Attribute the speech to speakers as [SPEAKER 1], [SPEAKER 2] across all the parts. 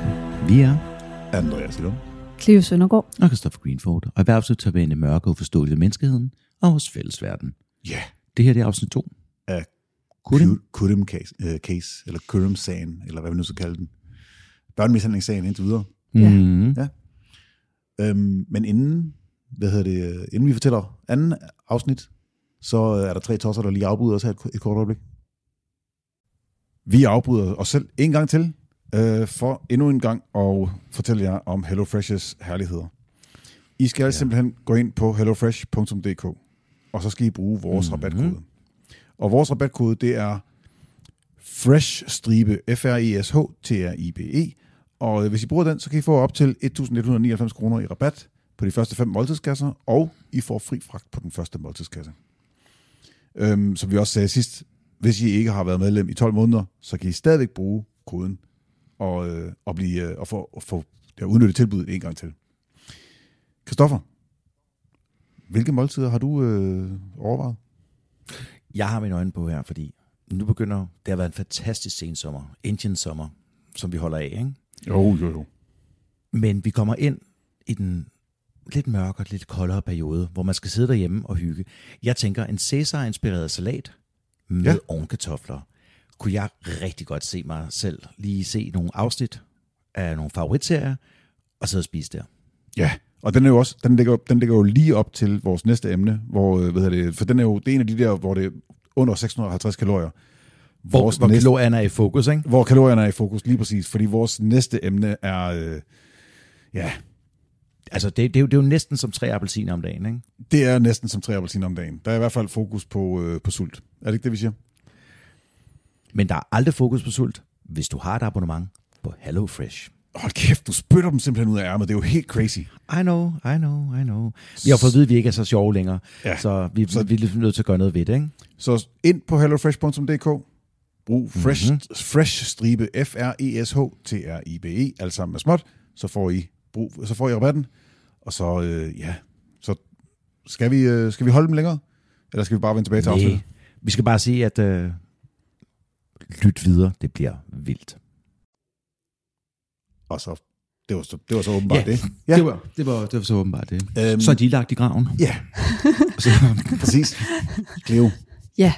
[SPEAKER 1] Maria
[SPEAKER 2] Andreas Lund.
[SPEAKER 3] Cleo Søndergaard.
[SPEAKER 1] og Christopher Greenford, og erhvervsudtager vende mørke og forståelige ved menneskeheden og vores fælles verden.
[SPEAKER 2] Ja.
[SPEAKER 1] Det her det er afsnit 2.
[SPEAKER 2] Af
[SPEAKER 1] Kurim.
[SPEAKER 2] Kurim case, øh, case, eller Kurim-sagen, eller hvad vi nu skal kalde den. Børnemishandlingssagen indtil videre.
[SPEAKER 3] Ja.
[SPEAKER 1] Mm.
[SPEAKER 2] Øhm, men inden, hvad hedder det, øh, inden vi fortæller anden afsnit, så øh, er der tre tosser, der lige afbryder os her et, et kort øjeblik. Vi afbryder os selv en gang til, øh, for endnu en gang at fortælle jer om HelloFresh's herligheder. I skal ja. simpelthen gå ind på hellofresh.dk, og så skal I bruge vores mm-hmm. rabatkode. Og vores rabatkode, det er Fresh Stribe, E F-R-E-S-H-T-R-I-B-E. Og øh, hvis I bruger den, så kan I få op til 1.199 kroner i rabat på de første fem måltidskasser, og I får fri fragt på den første måltidskasse. Øhm, som vi også sagde sidst, hvis I ikke har været medlem i 12 måneder, så kan I stadigvæk bruge koden og, øh, og, blive, øh, og få, og få ja, udnyttet tilbuddet en gang til. Kristoffer, hvilke måltider har du øh, overvejet?
[SPEAKER 1] Jeg har mine øjne på her, fordi nu begynder, det har været en fantastisk sensommer, Indian sommer, som vi holder af, ikke?
[SPEAKER 2] Jo, jo, jo.
[SPEAKER 1] Men vi kommer ind i den lidt mørkere, lidt koldere periode, hvor man skal sidde derhjemme og hygge. Jeg tænker, en Cæsar-inspireret salat med
[SPEAKER 2] Ja.
[SPEAKER 1] ja. ovenkartofler, kunne jeg rigtig godt se mig selv lige se nogle afsnit af nogle favoritserier, og sidde og spise der.
[SPEAKER 2] Ja, og den, er jo også, den, ligger, den ligger jo lige op til vores næste emne, hvor, øh, hvad hedder det, for den er jo det er en af de der, hvor det er under 650 kalorier.
[SPEAKER 1] Hvor, hvor kalorierne er i fokus, ikke?
[SPEAKER 2] hvor kalorierne er i fokus, lige præcis, fordi vores næste emne er, øh, ja,
[SPEAKER 1] Altså, det, det, er jo, det er jo næsten som tre appelsiner om dagen, ikke?
[SPEAKER 2] det er næsten som tre appelsiner om dagen. Der er i hvert fald fokus på, øh, på sult. Er det ikke det, vi siger?
[SPEAKER 1] Men der er aldrig fokus på sult, hvis du har et abonnement på HelloFresh.
[SPEAKER 2] Hold kæft, du spytter dem simpelthen ud af ærmet. Det er jo helt crazy.
[SPEAKER 1] I know, I know, I know. Vi har fået at vide, at vi ikke er så sjove længere,
[SPEAKER 2] Ja.
[SPEAKER 1] ja. så vi, så... vi er ligesom nødt til at gøre noget ved det, ikke?
[SPEAKER 2] Så ind på hellofresh.dk,
[SPEAKER 1] Mhm.
[SPEAKER 2] brug fresh, mm-hmm. fresh stribe E F-R-E-S-H-T-R-I-B-E, E, alt sammen med småt, så får I, brug, så får I rabatten, og så, øh, ja, så skal vi, øh, skal vi holde dem længere, eller skal vi bare vende tilbage til afsnittet?
[SPEAKER 1] Nej. Vi skal bare sige, at øh, lyt videre, det bliver vildt.
[SPEAKER 2] Og så, det var så, det var så åbenbart
[SPEAKER 1] Ja.
[SPEAKER 2] det.
[SPEAKER 1] Det, var, det, var, det var så åbenbart det.
[SPEAKER 2] Øhm.
[SPEAKER 1] Øhm... Så er de lagt i graven.
[SPEAKER 2] Ja,
[SPEAKER 1] Så,
[SPEAKER 2] præcis. Cleo,
[SPEAKER 3] Ja,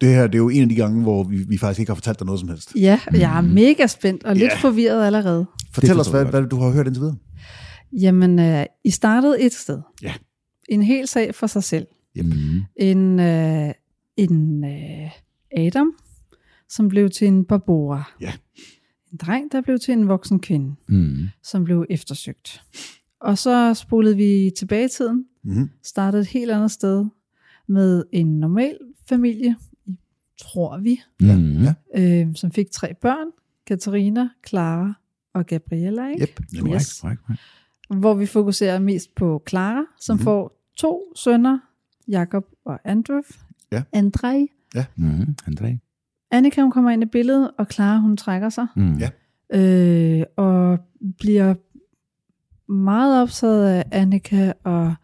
[SPEAKER 2] det her det er jo en af de gange, hvor vi, vi faktisk ikke har fortalt dig noget som helst.
[SPEAKER 3] ja jeg er mega spændt og lidt
[SPEAKER 2] Mm. Ja.
[SPEAKER 3] forvirret allerede.
[SPEAKER 2] Fortæl
[SPEAKER 1] forstår
[SPEAKER 2] os, hvad,
[SPEAKER 1] jeg godt.
[SPEAKER 2] hvad du har hørt indtil videre.
[SPEAKER 3] Jamen, øh, I startede et sted.
[SPEAKER 2] Ja.
[SPEAKER 3] En hel sag for sig selv.
[SPEAKER 1] mm,
[SPEAKER 3] En, øh, en øh, Adam, som blev til en Barbora.
[SPEAKER 2] Ja.
[SPEAKER 3] En dreng, der blev til en voksen kvinde,
[SPEAKER 1] mm,
[SPEAKER 3] som blev eftersøgt. Og så spolede vi tilbage i tiden,
[SPEAKER 2] Mm-hmm.
[SPEAKER 3] startede et helt andet sted med en normal familie, tror vi,
[SPEAKER 2] Ja,
[SPEAKER 1] mm.
[SPEAKER 2] ja.
[SPEAKER 3] øh, som fik tre børn, Katarina, Clara og Gabriella, ikke?
[SPEAKER 2] Yep.
[SPEAKER 3] Yes.
[SPEAKER 1] Korrekt, korrekt, korrekt.
[SPEAKER 3] hvor vi fokuserer mest på Clara, som
[SPEAKER 2] Mhm.
[SPEAKER 3] mm-hmm. får to sønner, Jakob og Andrew.
[SPEAKER 2] Ja.
[SPEAKER 3] Andrej.
[SPEAKER 1] Mm, André.
[SPEAKER 3] Annika, hun kommer ind i billedet, og Clara, hun trækker sig,
[SPEAKER 1] Mm.
[SPEAKER 2] Ja.
[SPEAKER 3] øh, og bliver meget optaget af Annika, og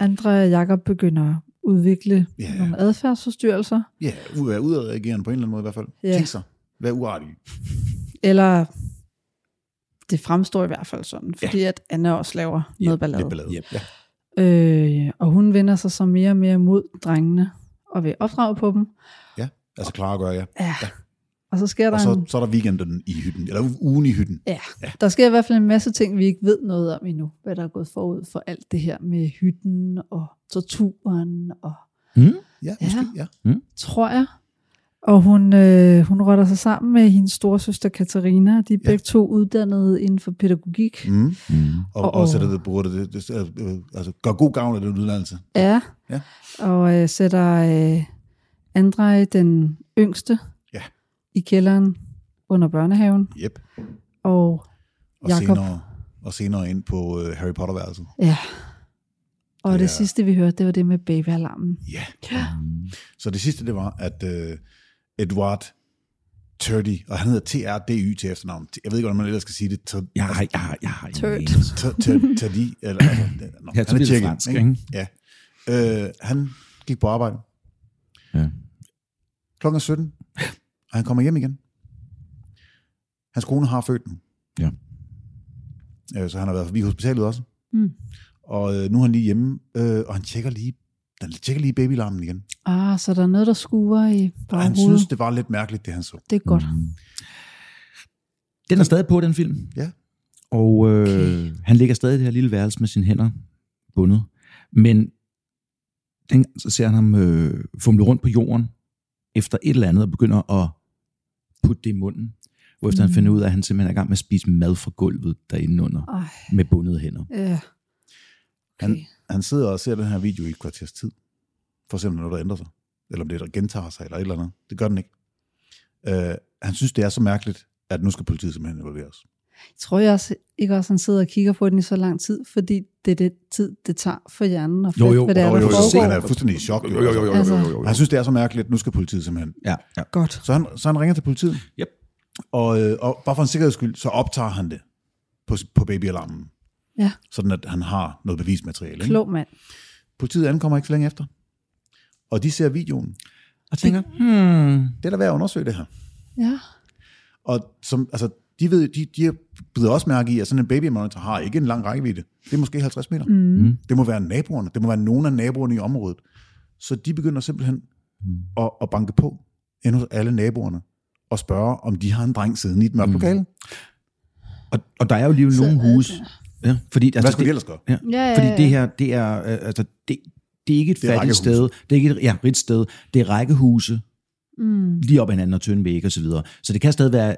[SPEAKER 3] andre og Jakob begynder at udvikle
[SPEAKER 2] Ja.
[SPEAKER 3] yeah. nogle adfærdsforstyrrelser,
[SPEAKER 2] Ja, ud af udadreagerende på en eller anden måde i hvert fald.
[SPEAKER 3] Ja.
[SPEAKER 2] Tænk sig, vær uartig.
[SPEAKER 3] eller det fremstår i hvert fald sådan, fordi yeah. at Anna også laver
[SPEAKER 2] Ja,
[SPEAKER 3] noget ballade.
[SPEAKER 2] Lidt ballade.
[SPEAKER 1] Yep.
[SPEAKER 2] Ja.
[SPEAKER 3] Øh, og hun vender sig så mere og mere mod drengene og vil opdrage på dem.
[SPEAKER 2] Altså klar at gøre, ja.
[SPEAKER 3] Ja. Og så sker der,
[SPEAKER 2] Og så,
[SPEAKER 3] en,
[SPEAKER 2] så er der weekenden i hytten, eller ugen i hytten.
[SPEAKER 3] ja, der sker i hvert fald en masse ting, vi ikke ved noget om endnu, hvad der er gået forud for alt det her med hytten og torturen, og
[SPEAKER 1] Mm?
[SPEAKER 2] Ja,
[SPEAKER 3] Ja.
[SPEAKER 2] måske, ja.
[SPEAKER 3] tror jeg. Og hun, øh, hun rotter sig sammen med hendes storesøster Katarina. De er
[SPEAKER 2] Ja.
[SPEAKER 3] begge to uddannede inden for pædagogik. Mm.
[SPEAKER 2] Mm.
[SPEAKER 1] Mm.
[SPEAKER 2] Og,
[SPEAKER 3] Og-
[SPEAKER 2] og, sætter det på det, det, det, øh, øh, altså gør god gavn af den uddannelse.
[SPEAKER 3] Ja.
[SPEAKER 2] Ja.
[SPEAKER 3] Og øh, sætter øh, Andrej, den yngste,
[SPEAKER 2] Ja.
[SPEAKER 3] i kælderen under børnehaven.
[SPEAKER 2] Yep.
[SPEAKER 3] Og
[SPEAKER 2] Og
[SPEAKER 3] Jakob.
[SPEAKER 2] senere, og senere ind på øh, Harry Potter-værelset.
[SPEAKER 3] Ja. Og
[SPEAKER 2] Det
[SPEAKER 3] det,
[SPEAKER 2] er-
[SPEAKER 3] det sidste, vi hørte, det var det med babyalarmen.
[SPEAKER 2] Ja.
[SPEAKER 1] Mm.
[SPEAKER 2] Så det sidste, det var, at øh, Edward Turdy, og han hedder T-R-D-Y til efternavn. Jeg ved ikke, hvordan man ellers skal sige det. Tur-
[SPEAKER 1] Jeg har, jeg har, jeg har ingen
[SPEAKER 3] Tørt.
[SPEAKER 1] anelse.
[SPEAKER 2] Tur- Tur- Turdy, eller... altså, det- nå,
[SPEAKER 1] Ja, så
[SPEAKER 2] han er
[SPEAKER 1] bliver det
[SPEAKER 2] tjekker,
[SPEAKER 1] fransk,
[SPEAKER 2] ikke?
[SPEAKER 1] ikke?
[SPEAKER 2] Ja. Øh, han gik på arbejde.
[SPEAKER 1] Ja.
[SPEAKER 2] Klokken er 17, og han kommer hjem igen. Hans kone har født nu.
[SPEAKER 1] Ja.
[SPEAKER 2] Øh, så han har været forbi hospitalet også.
[SPEAKER 3] Mm.
[SPEAKER 2] Og øh, nu er han lige hjemme, øh, og han tjekker lige, han tjekker lige babylarmen igen.
[SPEAKER 3] Ah, så der er noget, der skuer i
[SPEAKER 2] Og han
[SPEAKER 3] baghovedet.
[SPEAKER 2] synes, det var lidt mærkeligt, det han så.
[SPEAKER 3] det er godt.
[SPEAKER 1] Mm. Den er stadig på, den film.
[SPEAKER 2] Ja.
[SPEAKER 1] Og øh, okay.
[SPEAKER 3] Okay.
[SPEAKER 1] han ligger stadig i det her lille værelse med sine hænder bundet. Men den, så ser han ham øh, fumle rundt på jorden efter et eller andet og begynder at putte det i munden. Hvorefter mm. han
[SPEAKER 3] Mm.
[SPEAKER 1] finder ud af, at han simpelthen er i gang med at spise mad fra gulvet derinde under
[SPEAKER 3] Ej,
[SPEAKER 1] med bundede hænder.
[SPEAKER 3] ja.
[SPEAKER 2] Han,
[SPEAKER 3] Okay.
[SPEAKER 2] han sidder og ser den her video i et kvarters tid, for at se, om der er noget, der ændrer sig. Eller om det er, der gentager sig, eller et eller andet. Det gør den ikke. Øh, han synes, det er så mærkeligt, at nu skal politiet simpelthen involveres.
[SPEAKER 3] Jeg tror jeg også, ikke også, han sidder og kigger på den i så lang tid, fordi det er det tid, det tager for hjernen at fatte, hvad det er,
[SPEAKER 2] jo,
[SPEAKER 3] der
[SPEAKER 2] jo,
[SPEAKER 3] foregår.
[SPEAKER 2] han er fuldstændig i chok, jo.
[SPEAKER 1] Jo, jo, jo, jo, jo,
[SPEAKER 3] Altså.
[SPEAKER 1] jo, jo, jo.
[SPEAKER 2] Han synes, det er så mærkeligt, nu skal politiet simpelthen.
[SPEAKER 1] Ja, ja.
[SPEAKER 3] Godt.
[SPEAKER 2] Så han, så han ringer til politiet,
[SPEAKER 1] Yep.
[SPEAKER 2] og, øh, og bare for en sikkerheds skyld, så optager han det på, på babyalarmen.
[SPEAKER 3] Ja.
[SPEAKER 2] Sådan at han har noget bevismateriale. ikke?
[SPEAKER 3] Klog mand.
[SPEAKER 2] Politiet ankommer ikke så længe efter. Og de ser videoen.
[SPEAKER 1] Og tænker, hmm,
[SPEAKER 2] Det er da værd at undersøge det her.
[SPEAKER 3] Ja.
[SPEAKER 2] Og som, altså, de, ved, de, de bider også mærke i, at sådan en babymonitor har ikke en lang rækkevidde. Det er måske 50 meter.
[SPEAKER 3] Mm.
[SPEAKER 2] Det må være naboerne. Det må være nogen af naboerne i området. Så de begynder simpelthen at, at banke på ind hos alle naboerne og spørge, om de har en dreng siden i et mørkt lokale.
[SPEAKER 1] og, og der er jo lige
[SPEAKER 3] Så-
[SPEAKER 1] nogle huse. Ja, fordi, altså,
[SPEAKER 2] Hvad skulle de
[SPEAKER 1] det-
[SPEAKER 2] ellers gøre?
[SPEAKER 1] Ja.
[SPEAKER 3] Ja, ja,
[SPEAKER 1] Fordi
[SPEAKER 3] ja.
[SPEAKER 1] det her, det er, øh, altså, det, det er ikke et
[SPEAKER 2] Det er
[SPEAKER 1] fattigt
[SPEAKER 2] rækkehuse.
[SPEAKER 1] sted. Det er ikke et ja, rigt sted. Det er rækkehuse,
[SPEAKER 3] Mm.
[SPEAKER 1] lige op ad hinanden og tynde vægge osv. Så, videre. så det kan stadig være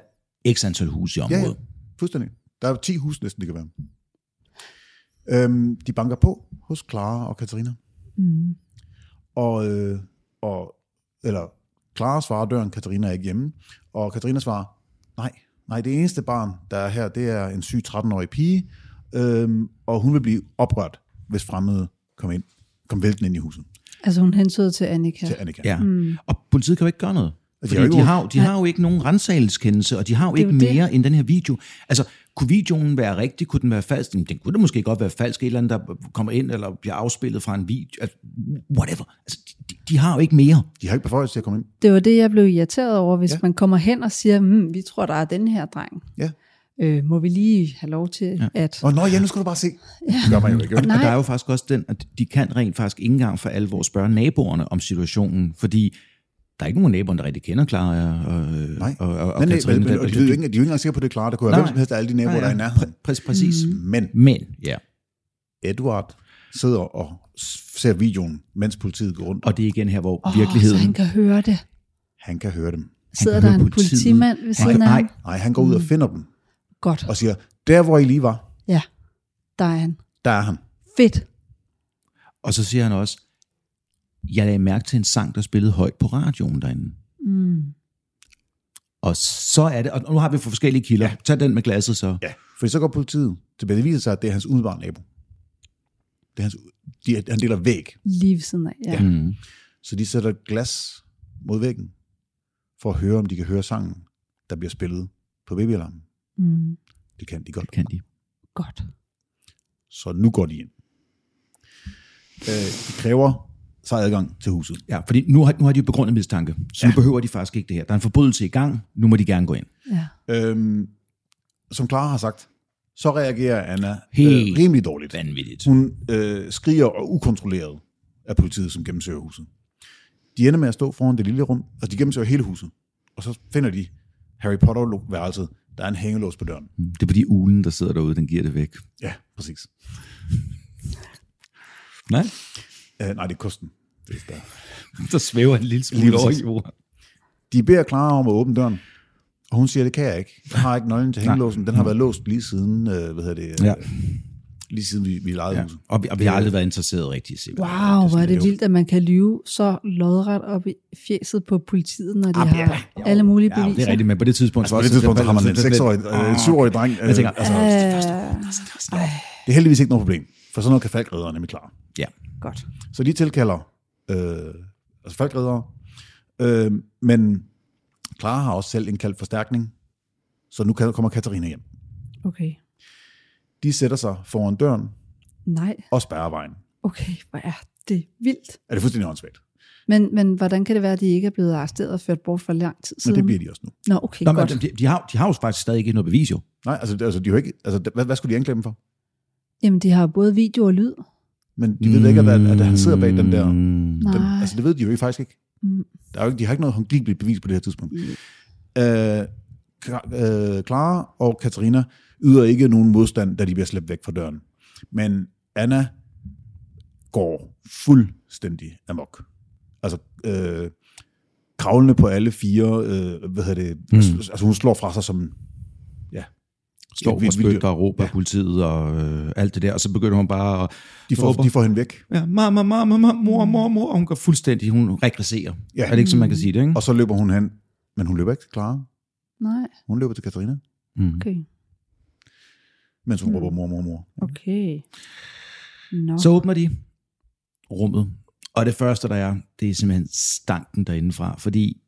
[SPEAKER 1] x antal huse i
[SPEAKER 2] Ja,
[SPEAKER 1] området.
[SPEAKER 2] ja, fuldstændig. Der er 10 hus næsten, det kan være. Øhm, de banker på hos Clara og Katarina.
[SPEAKER 3] Mm.
[SPEAKER 2] og, øh, og eller Clara svarer døren, Katarina er ikke hjemme, og Katarina svarer, nej, nej, det eneste barn, der er her, det er en syg 13-årig pige, øhm, og hun vil blive oprørt, hvis fremmede kom ind, kom vælten ind i huset
[SPEAKER 3] Altså hun hensyder til Annika.
[SPEAKER 2] ja. til Annika.
[SPEAKER 1] Ja. Mm. Og politiet kan jo ikke gøre noget. Fordi
[SPEAKER 2] har Altså, jo
[SPEAKER 1] de,
[SPEAKER 2] ikke-
[SPEAKER 1] har, jo- de har jo ikke nogen rensagelseskendelse, og de har jo
[SPEAKER 3] er
[SPEAKER 1] ikke
[SPEAKER 3] jo det.
[SPEAKER 1] mere end den her video. Altså, kunne videoen være rigtig? Kunne den være falsk? Jamen, Den kunne da måske godt være falsk. Et eller andet, der kommer ind eller bliver afspillet fra en video. Altså, whatever. Altså, de, de har jo ikke mere.
[SPEAKER 2] De har ikke beføjelse til at komme ind.
[SPEAKER 3] Det var det, jeg blev irriteret over, hvis
[SPEAKER 2] Ja.
[SPEAKER 3] ja. man kommer hen og siger, mm, vi tror, der er den her dreng.
[SPEAKER 2] Ja.
[SPEAKER 3] Øh, må vi lige have lov til, ja. at...
[SPEAKER 2] Og nå, ja, nu skal du bare se. Det gør man jo ikke.
[SPEAKER 1] Og,
[SPEAKER 2] vel?
[SPEAKER 1] og der er jo faktisk også den, at de kan rent faktisk ikke engang for alvor spørge naboerne om situationen, fordi der er ikke nogen af naboerne, der rigtig kender Clara og,
[SPEAKER 2] Nej.
[SPEAKER 1] og, og, og
[SPEAKER 2] Men,
[SPEAKER 1] Katrine.
[SPEAKER 2] men, men,
[SPEAKER 1] der-
[SPEAKER 2] og de, ved jo ikke, de er jo ikke engang sikre på, at det er Clara. Det kunne være
[SPEAKER 1] Nej.
[SPEAKER 2] hvem som helst af alle de naboer, der er i nærheden.
[SPEAKER 1] Præ- præ- præcis. Mm.
[SPEAKER 2] Men
[SPEAKER 1] Men, ja.
[SPEAKER 2] Edward sidder og s- ser videoen, mens politiet går rundt.
[SPEAKER 1] Og det er igen her, hvor
[SPEAKER 3] Åh,
[SPEAKER 1] oh, virkeligheden...
[SPEAKER 3] Så han kan høre det.
[SPEAKER 2] Han kan høre dem.
[SPEAKER 3] Sidder
[SPEAKER 1] kan
[SPEAKER 3] der
[SPEAKER 1] høre
[SPEAKER 3] en
[SPEAKER 1] politiet.
[SPEAKER 3] politimand ved
[SPEAKER 1] Han-
[SPEAKER 3] siden af
[SPEAKER 1] nej.
[SPEAKER 3] ham?
[SPEAKER 2] Nej, han går ud
[SPEAKER 1] Mm-hmm.
[SPEAKER 2] og finder dem.
[SPEAKER 3] Godt.
[SPEAKER 2] og siger, der hvor I lige var,
[SPEAKER 3] Ja, der er han.
[SPEAKER 2] der er han.
[SPEAKER 3] Fedt.
[SPEAKER 1] Og så siger han også, jeg lagde mærke til en sang, der spillede højt på radioen derinde.
[SPEAKER 3] Mm.
[SPEAKER 1] Og så er det, og nu har vi forskellige kilder. Ja. Tag den med glasset så.
[SPEAKER 2] Ja. For så går politiet tilbage. Det viser sig, at det er hans umiddelbare nabo. Det er hans, de, han deler væg,
[SPEAKER 3] Lige ved siden af, ja. ja.
[SPEAKER 1] Mm.
[SPEAKER 2] så de sætter et glas mod væggen, for at høre, om de kan høre sangen, der bliver spillet på babyalarmen.
[SPEAKER 3] Mm.
[SPEAKER 2] Det kan de godt.
[SPEAKER 1] Kan de.
[SPEAKER 3] Godt.
[SPEAKER 2] Så nu går de ind. Øh, de kræver sig adgang til huset.
[SPEAKER 1] Ja, fordi nu har, nu har de jo begrundet mistanke, så ja. nu behøver de faktisk ikke det her. Der er en forbrydelse i gang, nu må de gerne gå ind.
[SPEAKER 3] Ja.
[SPEAKER 2] Øhm, som Clara har sagt, så reagerer Anna
[SPEAKER 1] Helt
[SPEAKER 2] øh, rimelig dårligt.
[SPEAKER 1] Vanvittigt.
[SPEAKER 2] Hun øh, skriger og ukontrolleret af politiet, som gennemsøger huset. De ender med at stå foran det lille rum, og de gennemsøger hele huset. Og så finder de Harry Potter-værelset. Der er en hængelås på døren.
[SPEAKER 1] Det er fordi ulen, der sidder derude, den giver det væk.
[SPEAKER 2] Ja, præcis.
[SPEAKER 1] Nej,
[SPEAKER 2] Øh, nej, det er kosten. Det er der.
[SPEAKER 1] der svæver en lille
[SPEAKER 2] Lige
[SPEAKER 1] smule
[SPEAKER 2] præcis.
[SPEAKER 1] over jorden.
[SPEAKER 2] De beder Clara om at åbne døren, og hun siger, det kan jeg ikke. Jeg har ikke nøglen til hængelåsen. Den har været låst lige siden, øh, hvad hedder det, øh,
[SPEAKER 1] Ja.
[SPEAKER 2] lige siden vi, vi lejede ja. Altså,
[SPEAKER 1] Ja.
[SPEAKER 2] huset.
[SPEAKER 1] Og, vi, og vi har aldrig været interesseret rigtig i
[SPEAKER 3] Wow, hvor er
[SPEAKER 2] sådan,
[SPEAKER 3] det
[SPEAKER 2] jo.
[SPEAKER 3] vildt, at man kan lyve så lodret op i fjeset på politiet, når de
[SPEAKER 1] Ah, ja,
[SPEAKER 3] har alle mulige
[SPEAKER 1] Ja,
[SPEAKER 3] beviser. Ah,
[SPEAKER 1] det er rigtigt, men på det tidspunkt...
[SPEAKER 2] Altså, på det tidspunkt, der har man en 6-årig, øh, 7-årig dreng. Øh,
[SPEAKER 1] Jeg tænker,
[SPEAKER 2] altså,
[SPEAKER 1] altså.
[SPEAKER 3] Øh, ej,
[SPEAKER 2] det er heldigvis ikke noget problem, for sådan noget kan falkredere nemlig klare.
[SPEAKER 1] Ja.
[SPEAKER 3] godt.
[SPEAKER 2] Så de tilkalder øh, altså falkredere. Øh, men Clara har også selv indkaldt forstærkning, så nu kan- kommer Katarina hjem.
[SPEAKER 3] Okay.
[SPEAKER 2] De sætter sig foran døren
[SPEAKER 3] Nej,
[SPEAKER 2] og spærrer vejen.
[SPEAKER 3] okay, hvor er det vildt.
[SPEAKER 2] Er det fuldstændig åndssvagt?
[SPEAKER 3] Men, men hvordan kan det være, at de ikke er blevet arresteret og ført bort for lang tid
[SPEAKER 2] Men
[SPEAKER 3] siden?
[SPEAKER 2] det bliver de også nu.
[SPEAKER 3] Nå, okay,
[SPEAKER 1] Nå,
[SPEAKER 3] Nå, godt.
[SPEAKER 1] men de, de, har, de har jo faktisk stadig ikke noget bevis jo.
[SPEAKER 2] Nej, altså, det- altså, de er jo ikke, altså hvad, hvad skulle de anklage dem for?
[SPEAKER 3] Jamen, de har både video og lyd.
[SPEAKER 2] Men de ved da ikke, at, at, at han sidder bag den der.
[SPEAKER 1] Nej.
[SPEAKER 2] Den,
[SPEAKER 3] Mm. Nej.
[SPEAKER 2] altså det ved de jo ikke, faktisk ikke.
[SPEAKER 3] Mm.
[SPEAKER 2] Der er jo ikke, de har ikke noget håndgribeligt bevis på det her tidspunkt.
[SPEAKER 3] Mm.
[SPEAKER 2] Øh, Ka- øh, Clara og Katarina yder ikke nogen modstand, da de bliver slæbt væk fra døren. Men Anna går fuldstændig amok. Altså, øh, kravlende på alle fire, øh, hvad hedder det, mm.
[SPEAKER 1] Hmm.
[SPEAKER 2] altså hun slår fra sig som, ja,
[SPEAKER 1] Står
[SPEAKER 2] et vildt
[SPEAKER 1] og spøgter
[SPEAKER 2] dyr.
[SPEAKER 1] og råber ja. politiet og øh, alt det der, og så begynder hun bare at...
[SPEAKER 2] De får,
[SPEAKER 1] råber.
[SPEAKER 2] de får hende væk,
[SPEAKER 1] Ja, mamma, mamma, mamma, mor, mor, mor, og hun går fuldstændig, hun regresserer.
[SPEAKER 2] Ja.
[SPEAKER 1] Er det ikke, som man kan sige det, ikke?
[SPEAKER 2] og så løber hun hen. Men hun løber ikke til Clara.
[SPEAKER 3] Nej,
[SPEAKER 2] Hun løber til Katarina,
[SPEAKER 1] Mm.
[SPEAKER 3] okay.
[SPEAKER 2] mens hun
[SPEAKER 3] Mm.
[SPEAKER 2] råber mor, mor, mor.
[SPEAKER 3] Okay. Nå.
[SPEAKER 1] Så åbner de rummet, og det første, der er, det er simpelthen stanken derindefra, fordi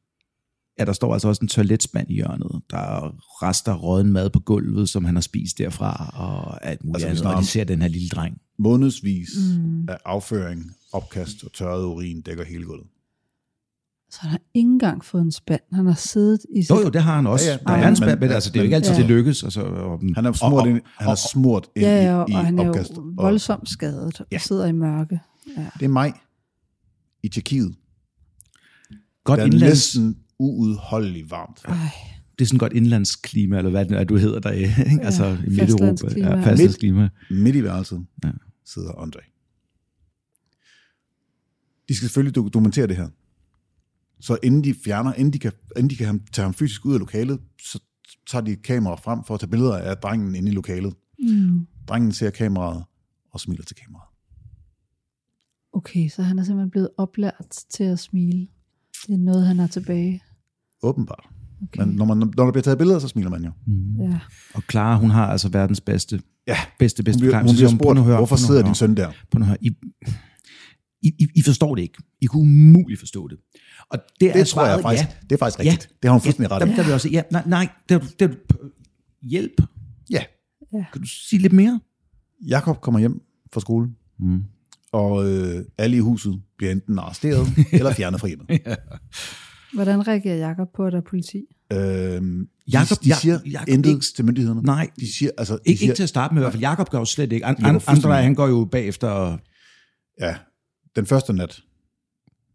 [SPEAKER 1] ja, der står altså også en toiletspand i hjørnet. Der er rester af rådden mad på gulvet, som han har spist derfra, og alt muligt
[SPEAKER 2] Altså,
[SPEAKER 1] altså,
[SPEAKER 2] vi
[SPEAKER 1] andet.
[SPEAKER 2] snakker
[SPEAKER 1] Og
[SPEAKER 2] om-
[SPEAKER 1] de ser den her lille dreng.
[SPEAKER 2] Månedsvis mm.
[SPEAKER 3] Mm.
[SPEAKER 2] af afføring, opkast og tørret urin dækker hele gulvet.
[SPEAKER 3] Så han har ikke engang fået en spand. Han har siddet i
[SPEAKER 1] Jo, jo, det har han også.
[SPEAKER 2] Ja,
[SPEAKER 1] Ja,
[SPEAKER 2] ja.
[SPEAKER 1] ja. Der er
[SPEAKER 2] Men-
[SPEAKER 1] en spand,
[SPEAKER 2] men-
[SPEAKER 1] men altså, det er jo
[SPEAKER 2] men-
[SPEAKER 1] ikke altid,
[SPEAKER 3] Ja.
[SPEAKER 1] det lykkes. Altså, og,
[SPEAKER 2] Han er smurt
[SPEAKER 1] og,
[SPEAKER 2] ind, han er smurt ind
[SPEAKER 3] ja, ja, og,
[SPEAKER 2] i, i
[SPEAKER 3] og han er
[SPEAKER 2] opkast.
[SPEAKER 3] jo voldsomt skadet og
[SPEAKER 2] Ja.
[SPEAKER 3] ja. sidder i mørke. Ja.
[SPEAKER 2] Og det er maj i Tjekkiet.
[SPEAKER 1] Godt
[SPEAKER 2] Der er
[SPEAKER 1] indlands,
[SPEAKER 2] næsten uudholdeligt varmt.
[SPEAKER 3] Ej.
[SPEAKER 1] Det er sådan godt indlandsklima, eller hvad det er, du hedder der, ikke? altså i Midt-Europa.
[SPEAKER 3] fastlandsklima.
[SPEAKER 1] Ja, fastlandsklima.
[SPEAKER 2] Midt i værelset ja.
[SPEAKER 1] Ja.
[SPEAKER 2] sidder Andre. De skal selvfølgelig do- dokumentere det her. Så inden de fjerner, inden de kan, inden de kan ham- tage ham fysisk ud af lokalet, så tager de et kamera frem for at tage billeder af drengen inde i lokalet.
[SPEAKER 3] Mm.
[SPEAKER 2] Drengen ser kameraet og smiler til kameraet.
[SPEAKER 3] Okay, så han er simpelthen blevet oplært til at smile. Det er noget, han har tilbage.
[SPEAKER 2] Åbenbart.
[SPEAKER 3] Okay.
[SPEAKER 2] Men når, man, når der bliver taget billeder, så smiler man jo.
[SPEAKER 3] Ja.
[SPEAKER 1] Og Clara, hun har altså verdens bedste,
[SPEAKER 2] Ja,
[SPEAKER 1] bedste,
[SPEAKER 2] hun
[SPEAKER 1] bedste
[SPEAKER 2] bliver,
[SPEAKER 1] forklaring.
[SPEAKER 2] hun
[SPEAKER 1] Så siger
[SPEAKER 2] bliver
[SPEAKER 1] "Prøv nu
[SPEAKER 2] spurgt,
[SPEAKER 1] at høre,
[SPEAKER 2] hvorfor
[SPEAKER 1] prøv nu at
[SPEAKER 2] sidder
[SPEAKER 1] høre."
[SPEAKER 2] din søn der?
[SPEAKER 1] Prøv nu at høre, I, I, I, I forstår det ikke. I kunne umuligt forstå det. Og der
[SPEAKER 2] Det
[SPEAKER 1] er
[SPEAKER 2] tror jeg
[SPEAKER 1] svaret,
[SPEAKER 2] faktisk,
[SPEAKER 1] ja.
[SPEAKER 2] det er faktisk rigtigt. Det har hun fuldstændig
[SPEAKER 1] ja,
[SPEAKER 2] ret i.
[SPEAKER 1] Der, der vil jeg også, ja, nej, nej, der, der, hjælp.
[SPEAKER 2] Ja,
[SPEAKER 1] Kan du sige lidt mere?
[SPEAKER 2] Jakob kommer hjem fra skole, mm. og øh, alle i huset bliver enten arresteret eller fjernet fra hjemmet.
[SPEAKER 3] Hvordan reagerer Jakob på, at der er politi?
[SPEAKER 2] Øhm,
[SPEAKER 1] Jakob-
[SPEAKER 2] de, de
[SPEAKER 1] Ja-
[SPEAKER 2] siger
[SPEAKER 1] Jakob
[SPEAKER 2] intet
[SPEAKER 1] ikke-
[SPEAKER 2] til myndighederne.
[SPEAKER 1] Nej.
[SPEAKER 2] De siger, altså, de
[SPEAKER 1] Ikke,
[SPEAKER 2] siger,
[SPEAKER 1] ikke til at starte med i hvert fald. Jakob gør jo slet ikke. An,
[SPEAKER 2] går
[SPEAKER 1] an,
[SPEAKER 2] fuldstændig-
[SPEAKER 1] andre, han går jo bagefter. og-
[SPEAKER 2] ja, den første nat,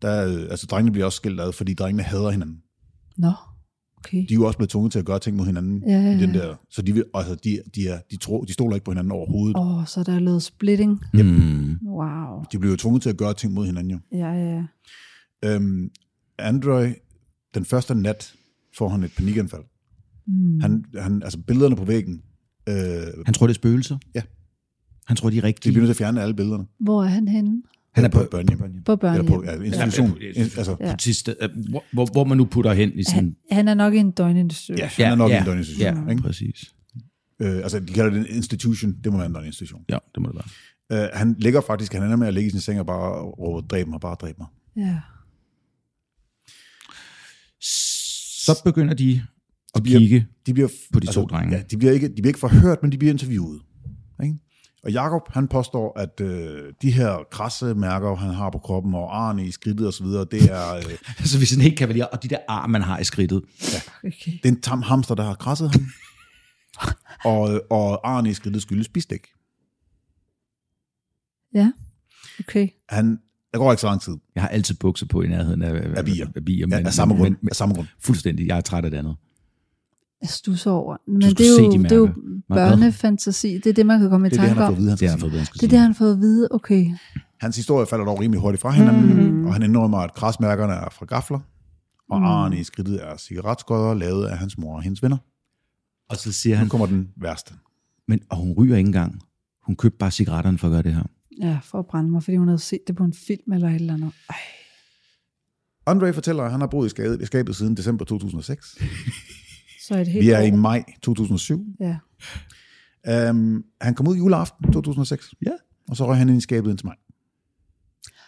[SPEAKER 2] der, øh, altså drengene bliver også skilt ad, fordi drengene hader hinanden.
[SPEAKER 3] Nå, okay.
[SPEAKER 2] De er jo også blevet tvunget til at gøre ting mod hinanden.
[SPEAKER 3] Ja, ja,
[SPEAKER 2] i den
[SPEAKER 3] ja.
[SPEAKER 2] der, så de, vil, altså, de, de, er, de, tror, de stoler ikke på hinanden overhovedet.
[SPEAKER 3] Åh, oh, så der er lavet splitting.
[SPEAKER 1] Mm.
[SPEAKER 3] Wow.
[SPEAKER 2] De bliver jo tvunget til at gøre ting mod hinanden jo.
[SPEAKER 3] Ja, ja, ja.
[SPEAKER 2] Øhm, Android, den første nat, får han et panikanfald. Mm. Han, han, altså billederne på væggen, øh,
[SPEAKER 1] Han tror, det er spøgelser.
[SPEAKER 2] Ja.
[SPEAKER 1] Han tror, de er
[SPEAKER 2] de
[SPEAKER 1] rigtige.
[SPEAKER 2] bliver nødt til at fjerne alle billederne.
[SPEAKER 3] Hvor er han henne?
[SPEAKER 1] han er på,
[SPEAKER 2] et børnehjem.
[SPEAKER 3] På børnehjem.
[SPEAKER 2] Eller på ja, institution.
[SPEAKER 1] Ja,
[SPEAKER 2] Ja, altså, ja.
[SPEAKER 3] Ja.
[SPEAKER 1] politisted, øh, hvor, hvor, hvor man nu putter hen i sin...
[SPEAKER 3] Han, han er nok i en døgninstitution.
[SPEAKER 2] ja, han er nok ja, en døgninstitution. Ja.
[SPEAKER 1] Ja,
[SPEAKER 2] Ikke?
[SPEAKER 1] præcis.
[SPEAKER 2] Øh, altså, de kalder det en institution. Det må være en døgninstitution.
[SPEAKER 1] Ja, det må det være.
[SPEAKER 2] Øh, han ligger faktisk, han ender med at ligge i sin seng og bare råber, dræb mig, bare dræb mig.
[SPEAKER 3] ja.
[SPEAKER 1] Så begynder de at
[SPEAKER 2] bliver-
[SPEAKER 1] kigge.
[SPEAKER 2] De bliver, altså,
[SPEAKER 1] På de to drenge.
[SPEAKER 2] Ja, de bliver, ikke, de bliver ikke forhørt, men de bliver interviewet. Ikke? Og Jakob han påstår, at øh, de her krasse mærker, han har på kroppen, og arne i skridtet osv., det er, øh,
[SPEAKER 1] Så hvis han ikke kan vælge, og de der ar, man har i skridtet.
[SPEAKER 3] Okay.
[SPEAKER 2] det er en tam hamster, der har krasset ham. og, øh, og arne i skridtet skyldes bistik.
[SPEAKER 3] Ja, okay.
[SPEAKER 2] Han, der går ikke så lang tid.
[SPEAKER 1] Jeg har altid bukser på i nærheden af,
[SPEAKER 2] Af bier.
[SPEAKER 1] Af bier
[SPEAKER 2] Ja,
[SPEAKER 1] men,
[SPEAKER 2] af samme grund.
[SPEAKER 1] Men, men,
[SPEAKER 2] af samme grund.
[SPEAKER 1] fuldstændig, jeg er træt af det andet.
[SPEAKER 3] Jeg stusser over. den. Men
[SPEAKER 1] skulle
[SPEAKER 3] det er,
[SPEAKER 1] se
[SPEAKER 3] jo,
[SPEAKER 1] de
[SPEAKER 3] det er jo
[SPEAKER 1] mærker. Meget
[SPEAKER 3] børnefantasi. Det er det, man kan komme i
[SPEAKER 2] Det er det, han
[SPEAKER 3] tanke
[SPEAKER 2] har fået
[SPEAKER 3] om.
[SPEAKER 2] at vide, han
[SPEAKER 1] Det
[SPEAKER 2] skal
[SPEAKER 1] er
[SPEAKER 2] sige.
[SPEAKER 1] derfor, jeg skal
[SPEAKER 3] Det er det,
[SPEAKER 1] sige.
[SPEAKER 3] han har fået at vide. Okay.
[SPEAKER 2] Hans historie falder dog rimelig hurtigt fra hinanden, mm. og han indrømmer, at krasmærkerne er fra gafler, og mm. arne i skridtet er cigaretskodder, lavet af hans mor og hendes venner.
[SPEAKER 1] Og så siger
[SPEAKER 2] Nu
[SPEAKER 1] han,
[SPEAKER 2] kommer den værste.
[SPEAKER 1] men, og hun ryger ikke engang. Hun købte bare cigaretterne for at gøre det her.
[SPEAKER 3] Ja, for at brænde mig, fordi hun havde set det på en film eller et eller andet. Ej,
[SPEAKER 2] Andre fortæller, at han har boet i skabet, i skabet siden december 2006.
[SPEAKER 3] så er det helt
[SPEAKER 2] Vi er i
[SPEAKER 3] over.
[SPEAKER 2] maj 2007.
[SPEAKER 3] Ja.
[SPEAKER 2] Um, han kom ud juleaften 2006,
[SPEAKER 1] Ja.
[SPEAKER 2] og så røg han ind i skabet indtil maj.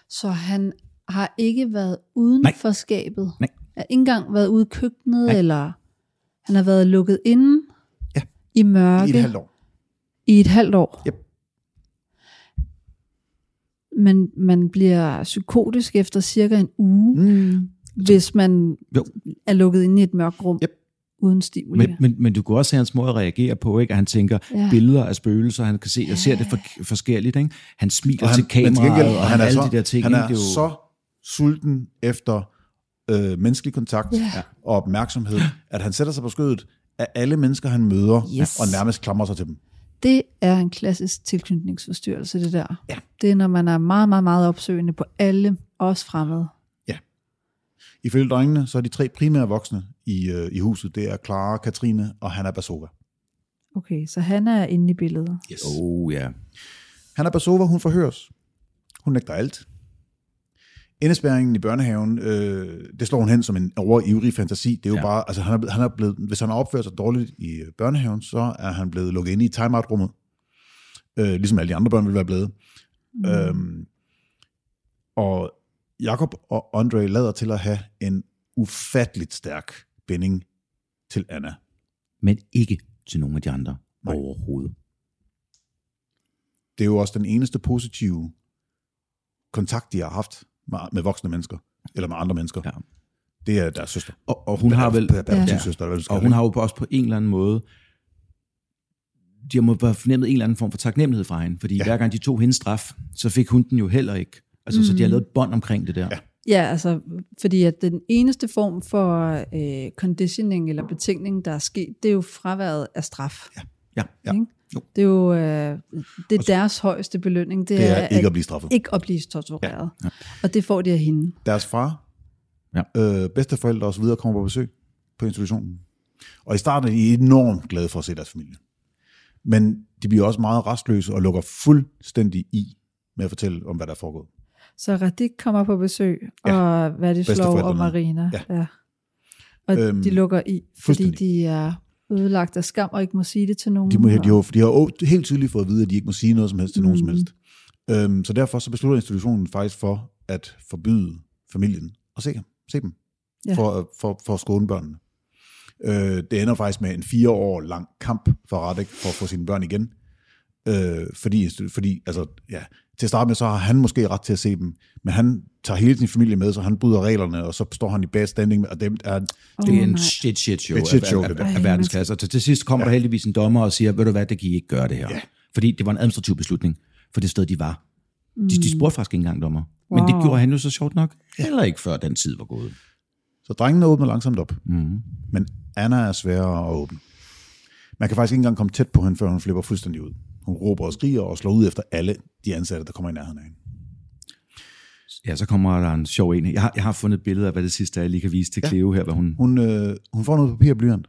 [SPEAKER 3] Så han har ikke været uden
[SPEAKER 1] Nej.
[SPEAKER 3] for skabet?
[SPEAKER 1] Nej.
[SPEAKER 3] Har ikke engang været ude i køkkenet,
[SPEAKER 1] Nej.
[SPEAKER 3] eller han har været lukket inde
[SPEAKER 2] Ja.
[SPEAKER 3] i
[SPEAKER 2] Okay.
[SPEAKER 3] mørke
[SPEAKER 2] I et halvt år.
[SPEAKER 3] I et halvt år?
[SPEAKER 2] Yep.
[SPEAKER 3] Men man bliver psykotisk efter cirka en uge,
[SPEAKER 2] Mm.
[SPEAKER 3] hvis man
[SPEAKER 1] Jo.
[SPEAKER 3] er lukket inde i et mørkt rum,
[SPEAKER 2] Yep.
[SPEAKER 3] uden stimuli.
[SPEAKER 1] Men, men, men du kunne også se hans måde at reagere på, ikke? at han tænker
[SPEAKER 3] Ja.
[SPEAKER 1] ja. billeder af spøgelser, han kan se, jeg ser det for, forskelligt. Ikke? Han smiler han, til
[SPEAKER 2] men til
[SPEAKER 1] kameraet,
[SPEAKER 2] gengæld-
[SPEAKER 1] og han alle
[SPEAKER 2] så,
[SPEAKER 1] de der ting.
[SPEAKER 2] Han
[SPEAKER 1] ikke?
[SPEAKER 2] er
[SPEAKER 1] det er jo,
[SPEAKER 2] så sulten efter øh, menneskelig kontakt
[SPEAKER 3] Ja.
[SPEAKER 2] og opmærksomhed, at han sætter sig på skødet af alle mennesker, han møder,
[SPEAKER 3] Yes.
[SPEAKER 2] og nærmest klamrer sig til dem.
[SPEAKER 3] Det er en klassisk tilknytningsforstyrrelse, det der. Ja. Det er, når man er meget, meget, meget opsøgende på alle, også fremmede.
[SPEAKER 2] Ifølge drengene, så er de tre primære voksne i, øh, i huset. Det er Clara, Katrine og Hanna Basova.
[SPEAKER 3] Okay, så han er inde i billedet.
[SPEAKER 2] Yes.
[SPEAKER 1] Oh, ja.
[SPEAKER 2] Hanna Basova, hun forhøres. Hun nægter alt. Indespæringen i børnehaven, øh, det slår hun hen som en overivrig fantasi. Det er jo ja.
[SPEAKER 1] Ja.
[SPEAKER 2] bare, altså han er, blevet- han er blevet, hvis han har opført sig dårligt i øh, børnehaven, så er han blevet lukket inde i timeout-rummet. Øh, ligesom alle de andre børn ville være blevet. Mm. Øhm, og Jakob og Andre lader til at have en ufatteligt stærk binding til Anna.
[SPEAKER 1] Men ikke til nogen af de andre
[SPEAKER 2] Nej.
[SPEAKER 1] Nej. overhovedet.
[SPEAKER 2] det er jo også den eneste positive kontakt, de har haft med, med voksne mennesker, eller med andre mennesker. Ja.
[SPEAKER 1] Ja.
[SPEAKER 2] Det er deres søster.
[SPEAKER 1] Og, og hun har vel...
[SPEAKER 2] Ja.
[SPEAKER 3] Ja.
[SPEAKER 2] Søster, eller hvad du skal
[SPEAKER 1] Og hun har jo også på en eller anden måde, de har måttet have fornemmet en eller anden form for taknemmelighed fra hende, fordi
[SPEAKER 2] Ja.
[SPEAKER 1] ja. hver gang de tog hendes straf, så fik hun den jo heller ikke. Altså, mm. så de har lavet et bånd omkring det der. Ja.
[SPEAKER 3] Ja, altså, fordi at den eneste form for øh, conditioning eller betingning, der er sket, det er jo fraværet af straf. Ja.
[SPEAKER 1] ja.
[SPEAKER 2] Ja.
[SPEAKER 3] Ikke?
[SPEAKER 1] Jo.
[SPEAKER 3] Det er jo øh, det er deres højeste belønning, det,
[SPEAKER 2] det
[SPEAKER 3] er,
[SPEAKER 2] er ikke at blive straffet.
[SPEAKER 3] ikke at blive tortureret. Ja. Ja. Og det får de af hende.
[SPEAKER 2] Deres far,
[SPEAKER 1] Ja.
[SPEAKER 2] øh, bedsteforældre osv. kommer på besøg på institutionen. Og i starten er de enormt glade for at se deres familie. Men de bliver også meget restløse og lukker fuldstændig i med at fortælle om, hvad der er foregået.
[SPEAKER 3] Så Radik kommer på besøg,
[SPEAKER 2] Ja.
[SPEAKER 3] ja. og hvad de slår og
[SPEAKER 2] Bedsteforældrene.
[SPEAKER 3] Marina.
[SPEAKER 2] Ja.
[SPEAKER 3] Ja. Og
[SPEAKER 2] Øhm,
[SPEAKER 3] øhm, de lukker i, fordi
[SPEAKER 2] fuldstændig.
[SPEAKER 3] de er ødelagt af skam og ikke må sige det til nogen.
[SPEAKER 2] De, må, de,
[SPEAKER 3] og,
[SPEAKER 2] har, de har jo helt tydeligt fået at vide, at de ikke må sige noget som helst til mm. nogen som helst. Øhm, så derfor så beslutter institutionen faktisk for at forbyde familien at se, se dem, ja.
[SPEAKER 3] Ja.
[SPEAKER 2] for, at- for, for at skåne børnene. Øh, det ender faktisk med en fire år lang kamp for Radek for at få sine børn igen. Øh, fordi, fordi altså, ja, til at starte med, så har han måske ret til at se dem, men han tager hele sin familie med, så han bryder reglerne, og så står han i bad standing, med- og dem er,
[SPEAKER 3] Åh,
[SPEAKER 1] Det er en
[SPEAKER 3] nej.
[SPEAKER 1] shit, shit show,
[SPEAKER 2] Et shit show,
[SPEAKER 1] af,
[SPEAKER 2] det
[SPEAKER 1] af,
[SPEAKER 2] der.
[SPEAKER 1] af,
[SPEAKER 3] Ej,
[SPEAKER 1] af verdensklasse. Og til, til sidst kommer ja. der heldigvis en dommer og siger, ved du hvad, det kan I ikke gøre det her. Ja. Fordi det var en administrativ beslutning for det sted, de var. De, de spurgte faktisk ikke engang dommer. Wow. Men
[SPEAKER 3] Mm. Wow.
[SPEAKER 1] det gjorde han jo så sjovt nok. Heller ikke før den tid var gået.
[SPEAKER 2] så drengene åbner langsomt op.
[SPEAKER 3] Mhm.
[SPEAKER 1] Mm.
[SPEAKER 2] Men Anna er sværere at åbne. Man kan faktisk ikke engang komme tæt på hende, før hun flipper fuldstændig ud. Hun råber og skriger og slår ud efter alle de ansatte, der kommer i nærheden af hende.
[SPEAKER 1] Ja, så kommer der en sjov en. Jeg har, jeg har fundet et billede af, hvad det sidste er, jeg lige kan vise til Cleo her, hvad hun...
[SPEAKER 2] Hun, øh, hun får noget papir og blyant,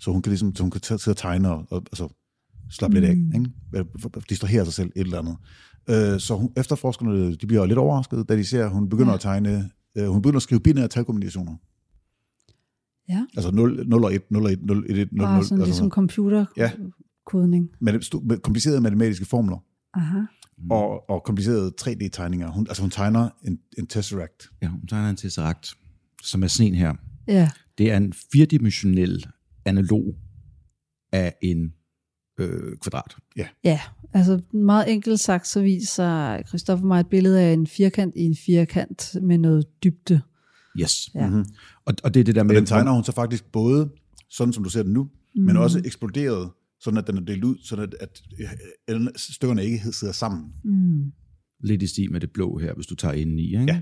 [SPEAKER 2] så hun kan, ligesom, så hun kan t- sidde og tegne og, og altså, slappe mm. lidt af. Ikke? Eller Distrahere sig selv et eller andet. Øh, så hun, efterforskerne de bliver lidt overrasket, da de ser, at hun begynder ja. at tegne... Øh, hun begynder at skrive binære talkombinationer.
[SPEAKER 3] Ja.
[SPEAKER 2] Altså 0, 0 og 1, 0 og 1, 0 1, 0, 0,
[SPEAKER 3] Bare sådan
[SPEAKER 2] altså,
[SPEAKER 3] ligesom
[SPEAKER 2] Ja.
[SPEAKER 3] computerkodning.
[SPEAKER 2] matem- med komplicerede matematiske formler.
[SPEAKER 3] Aha.
[SPEAKER 2] og, og komplicerede 3D-tegninger. Hun, altså hun tegner en, en tesseract.
[SPEAKER 1] Ja, hun tegner en tesseract, som er sådan en her.
[SPEAKER 3] Ja.
[SPEAKER 1] Det er en firedimensionel analog af en øh, kvadrat.
[SPEAKER 3] ja, altså meget enkelt sagt, så viser Christoffer mig et billede af en firkant i en firkant med noget dybde.
[SPEAKER 1] Yes.
[SPEAKER 3] Ja. Mm-hmm.
[SPEAKER 1] Og, og det er det der
[SPEAKER 2] Og
[SPEAKER 1] med...
[SPEAKER 2] den tegner hun så faktisk både sådan, som du ser den nu, mm. men
[SPEAKER 3] Mhm.
[SPEAKER 2] også eksploderet, sådan at den er delt ud, sådan at, at øh, øh, stykkerne ikke sidder sammen.
[SPEAKER 3] Mm.
[SPEAKER 1] Lidt i stil med det blå her, hvis du tager inden i, ikke?
[SPEAKER 2] Ja.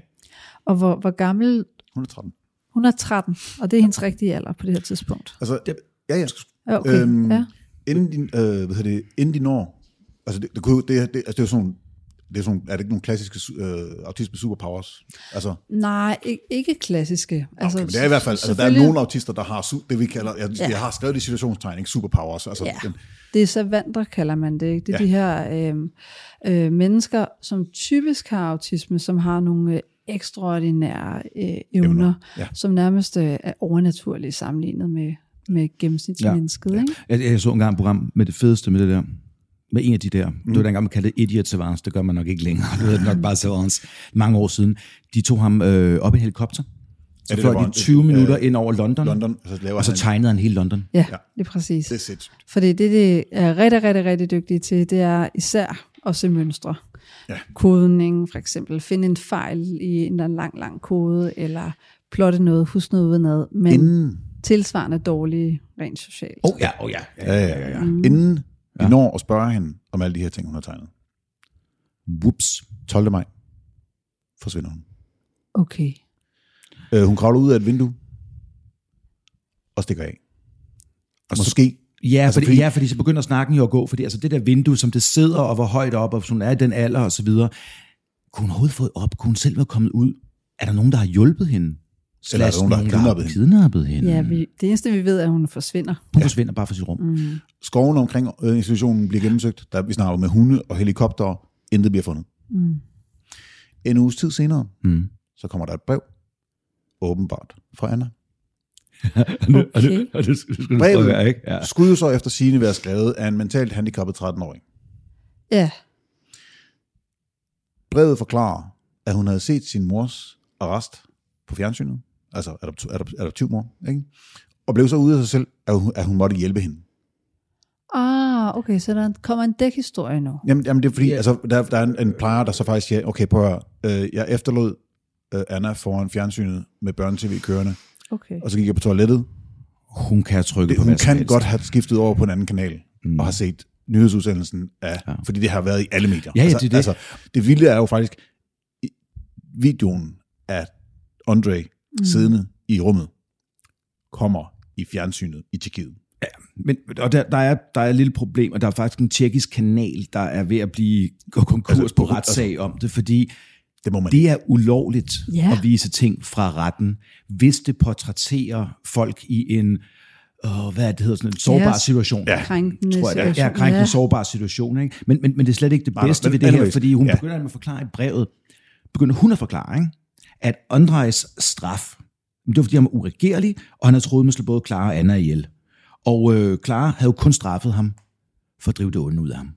[SPEAKER 3] Og hvor, hvor gammel...
[SPEAKER 2] Hun er 13.
[SPEAKER 3] Hun er 13, og det er hendes rigtige alder på det her tidspunkt.
[SPEAKER 2] Altså, det, ja, ja.
[SPEAKER 3] Ja, Okay,
[SPEAKER 2] Øhm,
[SPEAKER 3] ja.
[SPEAKER 2] Inden, de, øh, hvad hedder det, inden de når, altså det, det, kunne, jo- det, det, altså det er jo sådan, det er, sådan, er det ikke nogle klassiske su- øh, autisme superpowers? Altså,
[SPEAKER 3] Nej, ikke, ikke klassiske. Altså,
[SPEAKER 2] okay, men det er i hvert fald, altså, der er
[SPEAKER 3] selvfølgelig-
[SPEAKER 2] nogle autister, der har su- det, vi kalder, jeg, ja.
[SPEAKER 3] Ja.
[SPEAKER 2] jeg har skrevet det i situationstegning, superpowers. Altså,
[SPEAKER 3] Ja.
[SPEAKER 2] den,
[SPEAKER 3] Det er savanter, kalder man det. Ikke? Det er
[SPEAKER 2] Ja.
[SPEAKER 3] ja. de her øh, øh, mennesker, som typisk har autisme, som har nogle øh, ekstraordinære øh, evner,
[SPEAKER 2] Evner,
[SPEAKER 3] evner.
[SPEAKER 2] ja.
[SPEAKER 3] Ja. som nærmest øh, er overnaturlige sammenlignet med, med gennemsnitsmennesket. Ja. Ikke?
[SPEAKER 1] Jeg, jeg så engang et program med det fedeste med det der. Med en af de der. Mm. Det var dengang, man kaldte det Idiot Savants. Det gør man nok ikke længere. Det hedder det nok bare Savants. Mange år siden. De tog ham øh, op i en helikopter. Så
[SPEAKER 2] det der,
[SPEAKER 1] fløj
[SPEAKER 2] hvor
[SPEAKER 1] de
[SPEAKER 2] han-
[SPEAKER 1] 20
[SPEAKER 2] øh,
[SPEAKER 1] minutter ind over London,
[SPEAKER 2] London, og så laver
[SPEAKER 1] og så
[SPEAKER 2] han-
[SPEAKER 1] tegnede han hele London.
[SPEAKER 3] Ja,
[SPEAKER 2] Ja.
[SPEAKER 3] ja, det er præcis.
[SPEAKER 2] det er sindssygt.
[SPEAKER 3] Fordi det, det er rigtig, rigtig, rigtig dygtige til, det er især at se mønstre.
[SPEAKER 2] Ja.
[SPEAKER 3] Kodning, for eksempel. Finde en fejl i en lang, lang kode, eller plotte noget, huske noget udenad. Men
[SPEAKER 2] inden
[SPEAKER 3] tilsvarende dårlige rent socialt.
[SPEAKER 1] Åh oh, ja, åh oh, ja.
[SPEAKER 2] Ja, ja, ja. ja. Mm. Inden vi
[SPEAKER 1] Ja.
[SPEAKER 2] når at spørge hende om alle de her ting, hun har tegnet.
[SPEAKER 1] Whoops.
[SPEAKER 2] 12. maj forsvinder hun.
[SPEAKER 3] Okay.
[SPEAKER 2] Øh, hun kravler ud af et vindue og stikker af. Og Måske
[SPEAKER 1] Ja,
[SPEAKER 2] Altså,
[SPEAKER 1] altså, fordi,
[SPEAKER 2] fordi-
[SPEAKER 1] fordi, ja, fordi så begynder snakken jo at gå, fordi altså det der vindue, som det sidder, og hvor højt op, og hvis hun er i den alder og så videre, kunne hun overhovedet fået op? Kunne hun selv være kommet ud? Er der nogen, der har hjulpet hende?
[SPEAKER 2] Eller er der
[SPEAKER 1] Slash
[SPEAKER 2] nogen, der har kidnappet hende?
[SPEAKER 1] kidnappet hende?
[SPEAKER 3] Ja, vi, det eneste vi ved er, at hun forsvinder.
[SPEAKER 1] Hun forsvinder bare fra sit rum.
[SPEAKER 3] Mm.
[SPEAKER 2] skoven omkring øh, institutionen bliver gennemsøgt. Der, vi snakker med hunde og helikopter. Intet bliver fundet.
[SPEAKER 3] Mm.
[SPEAKER 2] En uges tid senere,
[SPEAKER 1] Mm.
[SPEAKER 2] så kommer der et brev. Åbenbart fra Anna.
[SPEAKER 1] Okay.
[SPEAKER 3] og det-
[SPEAKER 1] og det, det skulle
[SPEAKER 2] Brevet
[SPEAKER 1] ikke? Ja.
[SPEAKER 2] skulle jo så efter sigende være skrevet af en mentalt handicappet 13-årig.
[SPEAKER 3] Ja,
[SPEAKER 2] Brevet forklarer, at hun havde set sin mors arrest på fjernsynet, altså adopt- adopt- adoptivmor, ikke? og blev så ude af sig selv, at hun, at hun måtte hjælpe hende.
[SPEAKER 3] Ah, okay, så der kommer en dækhistorie nu.
[SPEAKER 2] Jamen, jamen det er fordi,
[SPEAKER 1] Ja.
[SPEAKER 2] altså, der, der er en, en plejer, der så faktisk siger, okay, prøv at høre, øh, jeg efterlod øh, Anna foran fjernsynet med børnetv kørende,
[SPEAKER 3] Okay.
[SPEAKER 2] og så gik jeg på toilettet.
[SPEAKER 1] Hun kan trykke
[SPEAKER 2] Det,
[SPEAKER 1] på
[SPEAKER 2] hun
[SPEAKER 1] hvad som
[SPEAKER 2] kan
[SPEAKER 1] helst.
[SPEAKER 2] godt have skiftet over på en anden kanal, mm. og har set nyhedsudsendelsen af, ja. fordi det har været i alle medier.
[SPEAKER 1] Ja, ja,
[SPEAKER 2] altså,
[SPEAKER 1] det er det.
[SPEAKER 2] Altså, det vilde er jo faktisk i- videoen af Andre mm. siddende i rummet kommer i fjernsynet i Tjekkiet.
[SPEAKER 1] Men, og der, der, er, der er et lille problem, og der er faktisk en tjekkisk kanal, der er ved at blive gå konkurs
[SPEAKER 2] Altså,
[SPEAKER 1] altså, på
[SPEAKER 2] altså-
[SPEAKER 1] retssag altså, om det, fordi
[SPEAKER 2] Det må man
[SPEAKER 1] det er ulovligt
[SPEAKER 3] Ja.
[SPEAKER 1] ja. at vise ting fra retten, hvis det portrætterer folk i en, øh, hvad er det hedder, sådan en sårbar
[SPEAKER 3] Ja,
[SPEAKER 1] yes. situation.
[SPEAKER 2] Ja.
[SPEAKER 3] Krænkende
[SPEAKER 1] Tror jeg, det er.
[SPEAKER 3] situation.
[SPEAKER 1] Ja, krænkende
[SPEAKER 3] Ja.
[SPEAKER 1] ja. sårbar situation. Ikke? Men, men, men det er slet ikke det
[SPEAKER 2] Nej, nej,
[SPEAKER 1] bedste
[SPEAKER 2] men
[SPEAKER 1] ved det her,
[SPEAKER 2] anyways,
[SPEAKER 1] fordi hun
[SPEAKER 2] ja.
[SPEAKER 1] ja. begynder med at forklare i brevet, begynder hun at forklare, ikke? at Andrejs straf, det var fordi han var uregerlig, og han havde troet med at slå både Clara og Anna ihjel. Og øh, Clara havde jo kun straffet ham for at drive det onde ud af ham.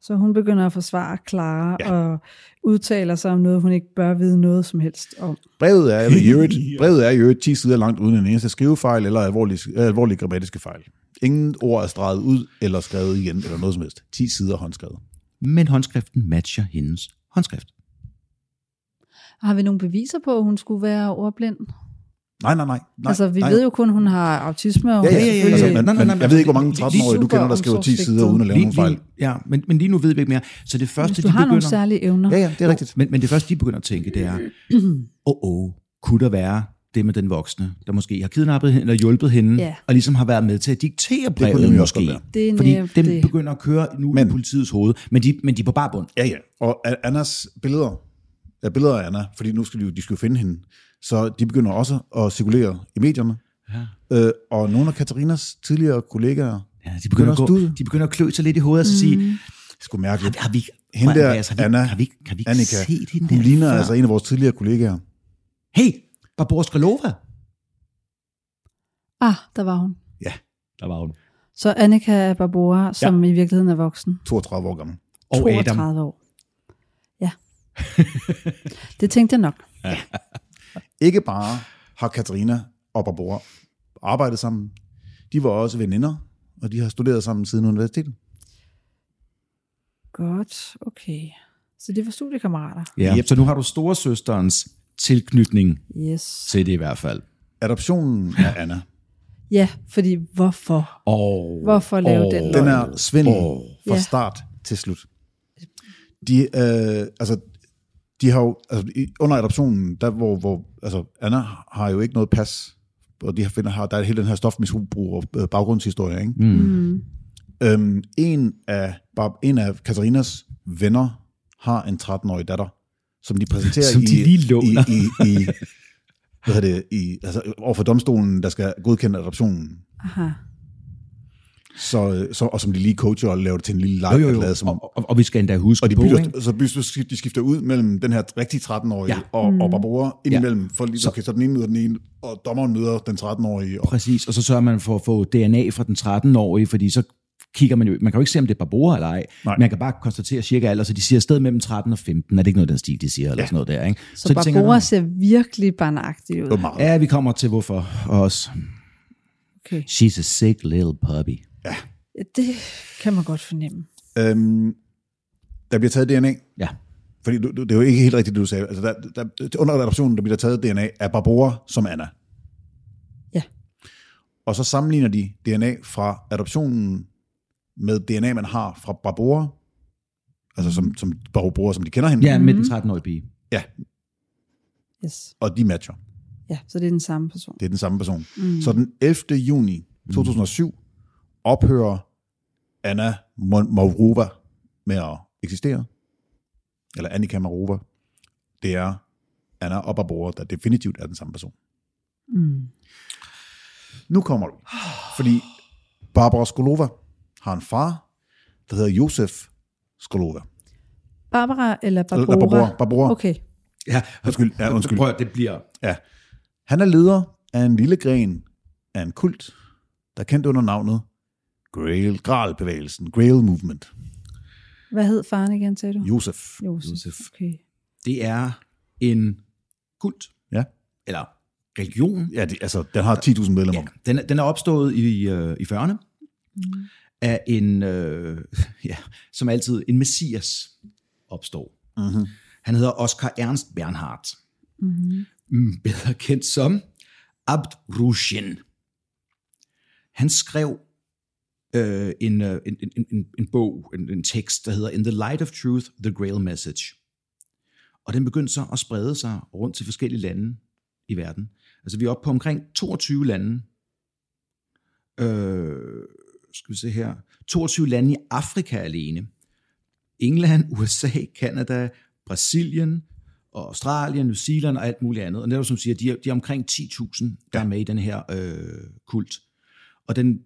[SPEAKER 3] Så hun begynder at forsvare Clara ja. og udtaler sig om noget, hun ikke bør vide noget som helst om.
[SPEAKER 2] Brevet er, i øvrigt, brevet er i øvrigt 10 sider langt uden en eneste skrivefejl eller alvorlige, alvorlige grammatiske fejl. Ingen ord er streget ud eller skrevet igen eller noget som helst. 10 sider håndskrevet.
[SPEAKER 1] Men håndskriften matcher hendes håndskrift.
[SPEAKER 3] Har vi nogle beviser på, at hun skulle være ordblind? Nej,
[SPEAKER 2] Nej, nej, nej. nej
[SPEAKER 3] altså, vi
[SPEAKER 2] nej.
[SPEAKER 3] ved jo kun, at hun har autisme, og
[SPEAKER 2] Ja,
[SPEAKER 3] hun
[SPEAKER 2] ja, ja,
[SPEAKER 3] er
[SPEAKER 2] ja,
[SPEAKER 3] selvfølgelig-
[SPEAKER 2] altså, men,
[SPEAKER 1] Nej, nej, nej,
[SPEAKER 2] men, jeg ved ikke, hvor mange
[SPEAKER 1] lige-
[SPEAKER 2] 13-årige du
[SPEAKER 3] super
[SPEAKER 2] kender, der skriver 10 sider uden at lave nogen fejl.
[SPEAKER 1] ja, men, men lige nu ved vi ikke mere. Så det
[SPEAKER 3] Hvis
[SPEAKER 1] første,
[SPEAKER 3] du
[SPEAKER 1] de
[SPEAKER 3] har nogle
[SPEAKER 1] begynder...
[SPEAKER 3] særlige evner.
[SPEAKER 2] Ja, ja, det er rigtigt.
[SPEAKER 1] Men, men det første, de begynder at tænke, det er, åh, oh, oh, kunne der være det med den voksne, der måske har kidnappet hende eller hjulpet hende,
[SPEAKER 3] Ja.
[SPEAKER 1] og ligesom har været med til at diktere brevet
[SPEAKER 2] nemlig også godt
[SPEAKER 1] måske.
[SPEAKER 2] være.
[SPEAKER 3] Det er
[SPEAKER 1] Fordi
[SPEAKER 3] netop
[SPEAKER 1] dem
[SPEAKER 3] det.
[SPEAKER 1] begynder at køre nu
[SPEAKER 2] Men-
[SPEAKER 1] men. i politiets hoved, men de, men de er på barbund.
[SPEAKER 2] Ja, ja. Og A- Annas billeder, ja, billeder af Anna, fordi nu skal de, jo- de skal jo finde hende, så de begynder også at cirkulere i medierne.
[SPEAKER 1] Ja.
[SPEAKER 2] Øh, og nogle af Katarinas tidligere kollegaer
[SPEAKER 1] Ja, de, begynder at
[SPEAKER 2] også
[SPEAKER 1] gå,
[SPEAKER 2] stude.
[SPEAKER 1] de begynder at klø sig lidt i hovedet og
[SPEAKER 3] Mm.
[SPEAKER 1] så sige, har,
[SPEAKER 2] skulle mærke lidt.
[SPEAKER 1] vi- har vi ikke,
[SPEAKER 2] Hende der,
[SPEAKER 1] Andreas, har vi,
[SPEAKER 2] Anna,
[SPEAKER 1] har vi, ikke- har vi ikke
[SPEAKER 2] Annika,
[SPEAKER 1] set hende
[SPEAKER 2] hun
[SPEAKER 1] der
[SPEAKER 2] ligner
[SPEAKER 1] før?
[SPEAKER 2] altså en af vores tidligere kollegaer.
[SPEAKER 1] Hey, Barbora Skrælova!
[SPEAKER 3] Ah, der var hun.
[SPEAKER 2] Ja,
[SPEAKER 1] Der var hun.
[SPEAKER 3] Så Annika er Barbora, som i virkeligheden er voksen.
[SPEAKER 2] 32 år gammel.
[SPEAKER 1] Og
[SPEAKER 3] 32
[SPEAKER 1] Adam.
[SPEAKER 3] år. Ja. det tænkte jeg nok.
[SPEAKER 2] Ikke bare har Katarina og Barbora arbejdet sammen, de var også veninder, og de har studeret sammen siden universitetet.
[SPEAKER 3] Godt, okay. Så det var studiekammerater.
[SPEAKER 1] Ja.
[SPEAKER 2] Yep.
[SPEAKER 1] Yep. Så nu har du storesøsterens tilknytning
[SPEAKER 3] Yes.
[SPEAKER 1] til det i hvert fald.
[SPEAKER 2] Adoptionen af Anna,
[SPEAKER 3] Ja, fordi hvorfor?
[SPEAKER 1] Og,
[SPEAKER 3] Hvorfor lave den løgn?
[SPEAKER 2] den er svindel oh. fra
[SPEAKER 3] Ja.
[SPEAKER 2] start til slut. De, øh, altså, de har jo, altså, i- under adoptionen, der hvor, hvor altså, Anna har jo ikke noget pas, og de har, finder, har, der er hele den her stofmisbrug og øh, baggrundshistorie, ikke?
[SPEAKER 1] Mm.
[SPEAKER 3] Mm.
[SPEAKER 2] Øhm, en, af, Barb, en af Katarinas venner har en 13-årig datter, som de præsenterer
[SPEAKER 1] Som de
[SPEAKER 2] i,
[SPEAKER 1] lige låner.
[SPEAKER 2] i, i, i hvad hedder det, i, altså, overfor domstolen, der skal godkende adoptionen.
[SPEAKER 3] Aha.
[SPEAKER 2] Så, øh, så, og som de lige coacher og laver det til en lille leg,
[SPEAKER 1] Jo, jo,
[SPEAKER 2] at
[SPEAKER 1] jo.
[SPEAKER 2] lade som om.
[SPEAKER 1] Og, og, og vi skal endda huske
[SPEAKER 2] Og de
[SPEAKER 1] på, ikke?
[SPEAKER 2] bytter, så bytter, de skifter ud mellem den her rigtige 13-årige ja.
[SPEAKER 1] Ja.
[SPEAKER 2] og, og Barbora indimellem. Ja. For lige,
[SPEAKER 1] Så-
[SPEAKER 2] okay, så den ene møder den ene, og dommeren møder den 13-årige. Og,
[SPEAKER 1] Præcis, og så sørger man for at få DNA fra den 13-årige, fordi så kigger man jo, man kan jo ikke se, om det er Barbora eller ej,
[SPEAKER 2] Nej.
[SPEAKER 1] man kan bare konstatere cirka alder, så de siger sted mellem 13 og 15, er det ikke noget, den stil, de siger, eller
[SPEAKER 2] Ja.
[SPEAKER 1] ja. sådan noget der, ikke?
[SPEAKER 3] Så, så
[SPEAKER 1] tænker
[SPEAKER 3] Barbora ser virkelig barnagtig ud.
[SPEAKER 2] det var meget.
[SPEAKER 1] man, ja, vi kommer til hvorfor også.
[SPEAKER 3] Okay.
[SPEAKER 1] She's a sick little puppy.
[SPEAKER 3] Ja, det kan man godt fornemme.
[SPEAKER 2] Øhm, der bliver taget DNA.
[SPEAKER 1] Ja,
[SPEAKER 2] Fordi du, du, det er jo ikke helt rigtigt, det du sagde. Altså, der, der, under adoptionen, der bliver der taget DNA af Barbora som Anna.
[SPEAKER 3] Ja.
[SPEAKER 2] Og så sammenligner de DNA fra adoptionen med DNA, man har fra Barbora, altså som, som Barbora, som de kender hende,
[SPEAKER 1] Ja,
[SPEAKER 3] Mhm.
[SPEAKER 1] med den 13-årige pige.
[SPEAKER 3] Yes.
[SPEAKER 2] og de matcher.
[SPEAKER 3] Ja, så det er den samme person.
[SPEAKER 2] Det er den samme person.
[SPEAKER 3] Mm.
[SPEAKER 2] Så den 11. juni 2007 ophører Anna Mon- Mourova med at eksistere. Eller Annika Mourova. Det er Anna og Barbora, der definitivt er den samme person.
[SPEAKER 3] Mm.
[SPEAKER 2] Nu kommer du. Fordi Barbara Skolova har en far, der hedder Josef Skolova.
[SPEAKER 3] Barbara eller
[SPEAKER 2] Eller-
[SPEAKER 3] Barbora?
[SPEAKER 2] Barbora. Barbora.
[SPEAKER 3] Okay.
[SPEAKER 1] Ja,
[SPEAKER 2] Undskyld, ja, undskyld.
[SPEAKER 1] Prøv, at- det bliver...
[SPEAKER 2] Ja. Han er leder af en lille gren af en kult, der er kendt under navnet Grail, Graal-bevægelsen, Grail Movement.
[SPEAKER 3] Hvad hed faren igen, sagde du?
[SPEAKER 2] Josef.
[SPEAKER 3] Josef.
[SPEAKER 1] Josef.
[SPEAKER 3] Okay.
[SPEAKER 1] Det er en kult,
[SPEAKER 2] Ja.
[SPEAKER 1] eller religion.
[SPEAKER 2] Ja, det, altså, den har 10.000 medlemmer.
[SPEAKER 1] Ja,
[SPEAKER 2] Ja.
[SPEAKER 1] den, er- den er opstået i, øh, i 40'erne af en, øh, ja, som altid, en messias opstår.
[SPEAKER 2] Mhm.
[SPEAKER 1] Han hedder Oscar Ernst Bernhardt,
[SPEAKER 3] Mm-hmm.
[SPEAKER 1] mm, bedre kendt som Abd Rushin. Han skrev øh, en, øh, en, en, en, en bog, en, en tekst, der hedder In the Light of Truth, The Grail Message. Og den begyndte så at sprede sig rundt til forskellige lande i verden. Altså vi er oppe på omkring 22 lande. Øh, skal vi se her. 22 lande i Afrika alene. England, USA, Kanada, Brasilien, og Australien, New Zealand og alt muligt andet. Og netop som du siger, de er, de er omkring 10.000, der er med i den her øh, kult. Og den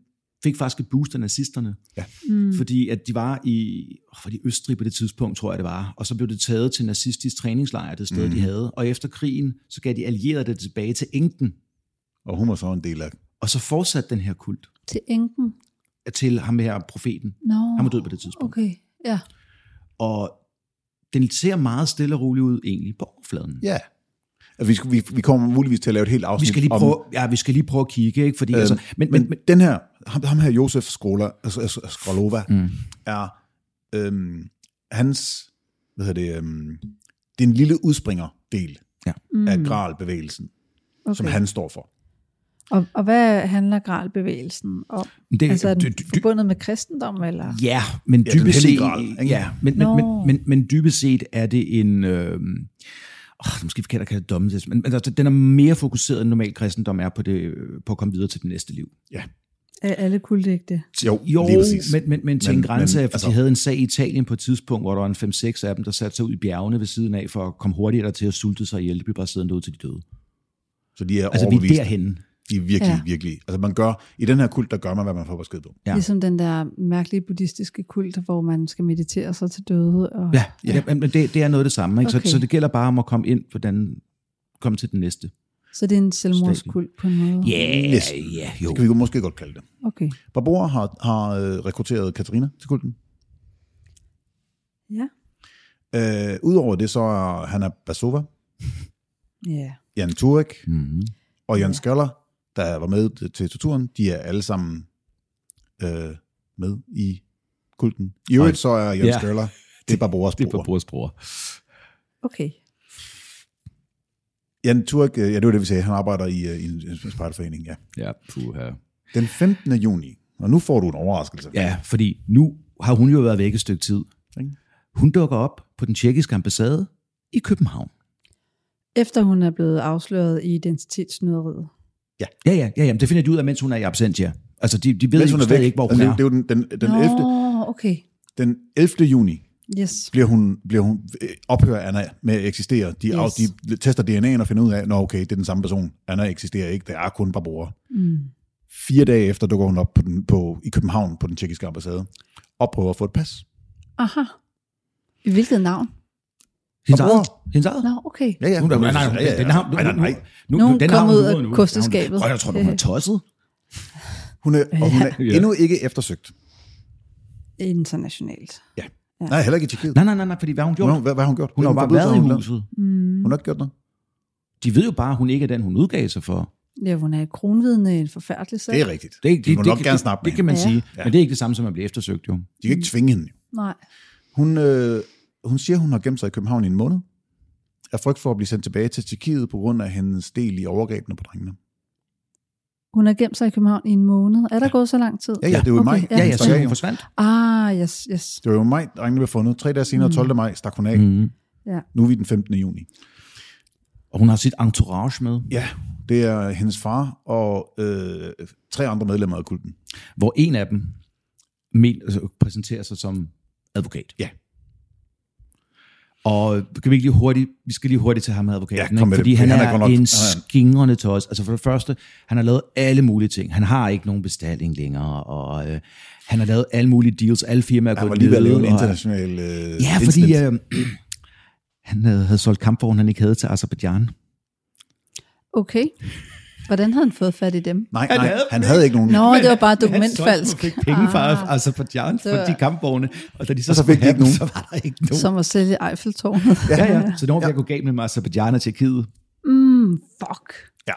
[SPEAKER 1] fik faktisk et boost af nazisterne,
[SPEAKER 3] Mm.
[SPEAKER 1] mm. fordi at de var i åh, var de i Østrig på det tidspunkt, tror jeg det var, og så blev det taget til nazistisk træningslejr, det sted mm. de havde. Og efter krigen, så gav de allierede det tilbage til enken,
[SPEAKER 2] Og hun var så en del af.
[SPEAKER 1] og så fortsatte den her kult
[SPEAKER 3] Til enken?
[SPEAKER 1] til ham her profeten.
[SPEAKER 3] No.
[SPEAKER 1] Han var død på det tidspunkt.
[SPEAKER 3] Okay, ja.
[SPEAKER 1] Og den ser meget stille og rolig ud egentlig på overfladen.
[SPEAKER 2] Ja. Altså, vi, skulle- vi, vi kommer muligvis til at lave et helt
[SPEAKER 1] Vi
[SPEAKER 2] afsnit
[SPEAKER 1] skal lige
[SPEAKER 2] om-
[SPEAKER 1] prøve, ja, vi skal lige prøve at kigge, ikke? Fordi, øh, altså, men, men,
[SPEAKER 2] men, men den her, ham, ham her Josef Skrola, altså, altså, Skrolova, mm. er øhm, hans, hvad hedder det, øhm, det er en lille udspringer-del
[SPEAKER 1] Ja.
[SPEAKER 2] mm. af Graal-bevægelsen,
[SPEAKER 3] Okay.
[SPEAKER 2] okay. som han står for.
[SPEAKER 3] Og, og hvad handler gralbevægelsen om?
[SPEAKER 1] Det-
[SPEAKER 3] altså er den
[SPEAKER 1] det- det-
[SPEAKER 3] forbundet med kristendom, eller?
[SPEAKER 1] Ja, men
[SPEAKER 2] Ja, den
[SPEAKER 1] dybest
[SPEAKER 2] hellige
[SPEAKER 1] set,
[SPEAKER 2] gral, ikke?
[SPEAKER 1] ja, men, men,
[SPEAKER 3] Nå.
[SPEAKER 1] men, men, men dybest set er det en... Øh, Oh, måske forkert at kalde det dommetest, men, men altså, den er mere fokuseret end normal kristendom er på, det, øh, på at komme videre til det næste liv.
[SPEAKER 3] Er alle kulte ikke det?
[SPEAKER 1] Jo,
[SPEAKER 2] lige præcis.
[SPEAKER 1] men, men, men til
[SPEAKER 2] Men-
[SPEAKER 1] en grænse
[SPEAKER 2] men,
[SPEAKER 1] af, for altså,
[SPEAKER 2] altså-
[SPEAKER 1] de havde en sag i Italien på et tidspunkt, hvor der var en 5-6 af dem, der satte sig ud i bjergene ved siden af, for at komme hurtigere til at sulte sig ihjel. De blev bare siddende ud til de døde.
[SPEAKER 2] Så de er
[SPEAKER 1] Altså, vi er
[SPEAKER 2] overbevist.
[SPEAKER 1] derhenne.
[SPEAKER 2] de er virkelig,
[SPEAKER 3] Ja.
[SPEAKER 2] ja. virkelig. Altså man gør, i den her kult, der gør man, hvad man får besked på.
[SPEAKER 1] Ja.
[SPEAKER 3] Ja. Ligesom den der mærkelige buddhistiske kult, hvor man skal meditere sig til døde. Og...
[SPEAKER 1] Ja, ja. ja men det, det er noget af det samme. Ikke?
[SPEAKER 3] Okay.
[SPEAKER 1] Så, så det gælder bare om at komme ind, hvordan komme til den næste.
[SPEAKER 3] Så det er en selvmordskult på en måde?
[SPEAKER 1] Ja,
[SPEAKER 2] Næsten.
[SPEAKER 1] ja,
[SPEAKER 2] Det
[SPEAKER 1] jo.
[SPEAKER 2] kan vi måske godt kalde det.
[SPEAKER 3] Okay.
[SPEAKER 2] Barbora har, har øh, rekrutteret Katarina til kulten.
[SPEAKER 3] Ja.
[SPEAKER 2] Øh, Udover det, så er Hanna Basova,
[SPEAKER 3] Ja.
[SPEAKER 2] Jan Turek
[SPEAKER 1] Mm-hmm.
[SPEAKER 2] og Jan Skaller, der var med til torturen, de er alle sammen øh, med i kulten. I øvrigt så er Jan
[SPEAKER 1] Ja.
[SPEAKER 2] ja. Skaller, det er Barboras
[SPEAKER 1] Det er
[SPEAKER 2] bror.
[SPEAKER 1] Barboras bror.
[SPEAKER 3] Okay.
[SPEAKER 2] Jan Turek, øh, ja det var det vi sagde, han arbejder i, øh, i en, en spejderforening, ja.
[SPEAKER 1] Ja, puha.
[SPEAKER 2] Den 15. juni, og nu får du en overraskelse.
[SPEAKER 1] Ja, fordi nu har hun jo været væk et stykke tid.
[SPEAKER 2] Ikke?
[SPEAKER 1] Hun dukker op på den tjekkiske ambassade i København.
[SPEAKER 3] Efter hun er blevet afsløret i identitetsnyderiet.
[SPEAKER 1] Ja, ja, ja, ja men det finder de ud af, mens hun er i absentia. Altså, de, de ved
[SPEAKER 2] Mens
[SPEAKER 1] jo
[SPEAKER 2] hun er
[SPEAKER 1] stadig
[SPEAKER 2] væk,
[SPEAKER 1] ikke, hvor hun
[SPEAKER 2] altså,
[SPEAKER 1] er.
[SPEAKER 2] det, det er jo den, den, den,
[SPEAKER 3] Nå,
[SPEAKER 2] 11.
[SPEAKER 3] okay.
[SPEAKER 2] den 11. juni
[SPEAKER 3] Yes.
[SPEAKER 2] bliver hun, bliver hun øh, ophører Anna med at eksistere. De, yes. af,
[SPEAKER 3] Yes.
[SPEAKER 2] de tester DNA'en og finder ud af, nå okay, det er den samme person. Anna eksisterer ikke, det er kun Barbora.
[SPEAKER 3] Mm.
[SPEAKER 2] Fire dage efter dukker hun op på den, på, i København på den tjekkiske ambassade og prøver at få et pas.
[SPEAKER 3] Aha. I hvilket navn?
[SPEAKER 1] Hendes
[SPEAKER 2] Og bror.
[SPEAKER 1] eget? Hendes eget?
[SPEAKER 3] Nå, okay.
[SPEAKER 2] Ja, ja.
[SPEAKER 1] Hun er, nej, nej,
[SPEAKER 2] ja, ja.
[SPEAKER 1] den har,
[SPEAKER 2] nej, nej, nej.
[SPEAKER 1] Nu,
[SPEAKER 3] Nogen
[SPEAKER 1] den har
[SPEAKER 3] kom
[SPEAKER 1] hun
[SPEAKER 3] ud af
[SPEAKER 1] nu, nu.
[SPEAKER 3] kosteskabet.
[SPEAKER 1] Og jeg tror, hun er tosset.
[SPEAKER 2] Hun er, og hun er
[SPEAKER 1] Ja.
[SPEAKER 2] endnu ikke eftersøgt.
[SPEAKER 3] Internationalt.
[SPEAKER 2] Ja. Nej, heller ikke i Tjekkiet.
[SPEAKER 1] Nej, nej, nej, nej, fordi hvad har hun
[SPEAKER 2] Hun
[SPEAKER 1] gjort?
[SPEAKER 2] har, hvad, hvad har hun gjort?
[SPEAKER 1] Hun har jo bare
[SPEAKER 2] forbrydet
[SPEAKER 1] været
[SPEAKER 2] sig,
[SPEAKER 1] i
[SPEAKER 2] hun har-
[SPEAKER 1] huset.
[SPEAKER 3] Mm.
[SPEAKER 2] Hun har ikke gjort noget.
[SPEAKER 1] De ved jo bare, at hun ikke er den, hun udgav sig for.
[SPEAKER 3] Ja, hun er et kronvidne i en forfærdelig sag.
[SPEAKER 2] Det er rigtigt.
[SPEAKER 1] Det, er ikke-
[SPEAKER 2] De må nok
[SPEAKER 1] kan-
[SPEAKER 2] gerne snakke med
[SPEAKER 1] Det kan man
[SPEAKER 3] hende.
[SPEAKER 1] sige.
[SPEAKER 2] Ja.
[SPEAKER 1] Men det er ikke det samme, som at blive eftersøgt, jo.
[SPEAKER 2] De kan ikke tvinge hende.
[SPEAKER 3] Nej.
[SPEAKER 2] Hun, øh, hun siger, hun har gemt sig i København i en måned, af frygt for at blive sendt tilbage til Tjekkiet på grund af hendes del i overgrebene på drengene.
[SPEAKER 3] Hun har gemt sig i København i en måned. Er der gået så lang tid?
[SPEAKER 2] Ja, ja, det er jo i
[SPEAKER 3] Okay,
[SPEAKER 2] maj.
[SPEAKER 3] ja.
[SPEAKER 1] Ja, ja,
[SPEAKER 2] Hun
[SPEAKER 1] så
[SPEAKER 2] stak af
[SPEAKER 1] hun
[SPEAKER 2] jo.
[SPEAKER 1] forsvandt.
[SPEAKER 3] Ah, yes, yes.
[SPEAKER 2] Det var jo i maj, drengene blev fundet. Tre dage senere, 12. maj, stak hun af.
[SPEAKER 1] Mm.
[SPEAKER 2] Nu er vi den 15. juni.
[SPEAKER 1] Og hun har sit entourage med,
[SPEAKER 2] Ja, det er hendes far og øh, tre andre medlemmer af kulten.
[SPEAKER 1] hvor en af dem men, altså, præsenterer sig som advokat.
[SPEAKER 2] Ja.
[SPEAKER 1] Og kan vi ikke lige hurtigt, vi skal lige hurtigt til ham med
[SPEAKER 2] Ja,
[SPEAKER 1] advokaten,
[SPEAKER 2] kom med
[SPEAKER 1] ikke? fordi
[SPEAKER 2] det, for
[SPEAKER 1] han,
[SPEAKER 2] han er
[SPEAKER 1] er,
[SPEAKER 2] godt
[SPEAKER 1] er
[SPEAKER 2] nok- han
[SPEAKER 1] en
[SPEAKER 2] er-
[SPEAKER 1] skingrende toss. Altså for det første, han har lavet alle mulige ting. Han har ikke nogen bestilling længere, og øh, han har lavet alle mulige deals. Alle firmaer er
[SPEAKER 2] Han var
[SPEAKER 1] gået
[SPEAKER 2] lige ved at
[SPEAKER 1] ned,
[SPEAKER 2] lave en
[SPEAKER 1] og-
[SPEAKER 2] international øh,
[SPEAKER 1] Ja, fordi øh, han øh, havde, havde solgt kampvognen, han ikke havde til Azerbaijan.
[SPEAKER 3] Okay. Hvordan havde han fået fat i dem?
[SPEAKER 2] Nej,
[SPEAKER 1] Han
[SPEAKER 2] nej,
[SPEAKER 1] havde
[SPEAKER 2] han havde ikke nogen.
[SPEAKER 3] Nå, det var bare
[SPEAKER 1] Han
[SPEAKER 3] dokumentfalsk.
[SPEAKER 1] solgte, fik penge fra
[SPEAKER 3] Ah,
[SPEAKER 1] Azerbaijan for
[SPEAKER 3] det var-
[SPEAKER 1] de kampvogne, og da de så,
[SPEAKER 2] Og så fik de
[SPEAKER 1] skulle have
[SPEAKER 2] ikke
[SPEAKER 1] dem,
[SPEAKER 2] nogen.
[SPEAKER 1] så var der ikke nogen.
[SPEAKER 3] som at sælge Eiffeltårnet.
[SPEAKER 1] Ja, ja. Så det var ved at gå galt med Azerbaijan og Tjekkiet.
[SPEAKER 3] Mm, fuck.
[SPEAKER 2] Ja.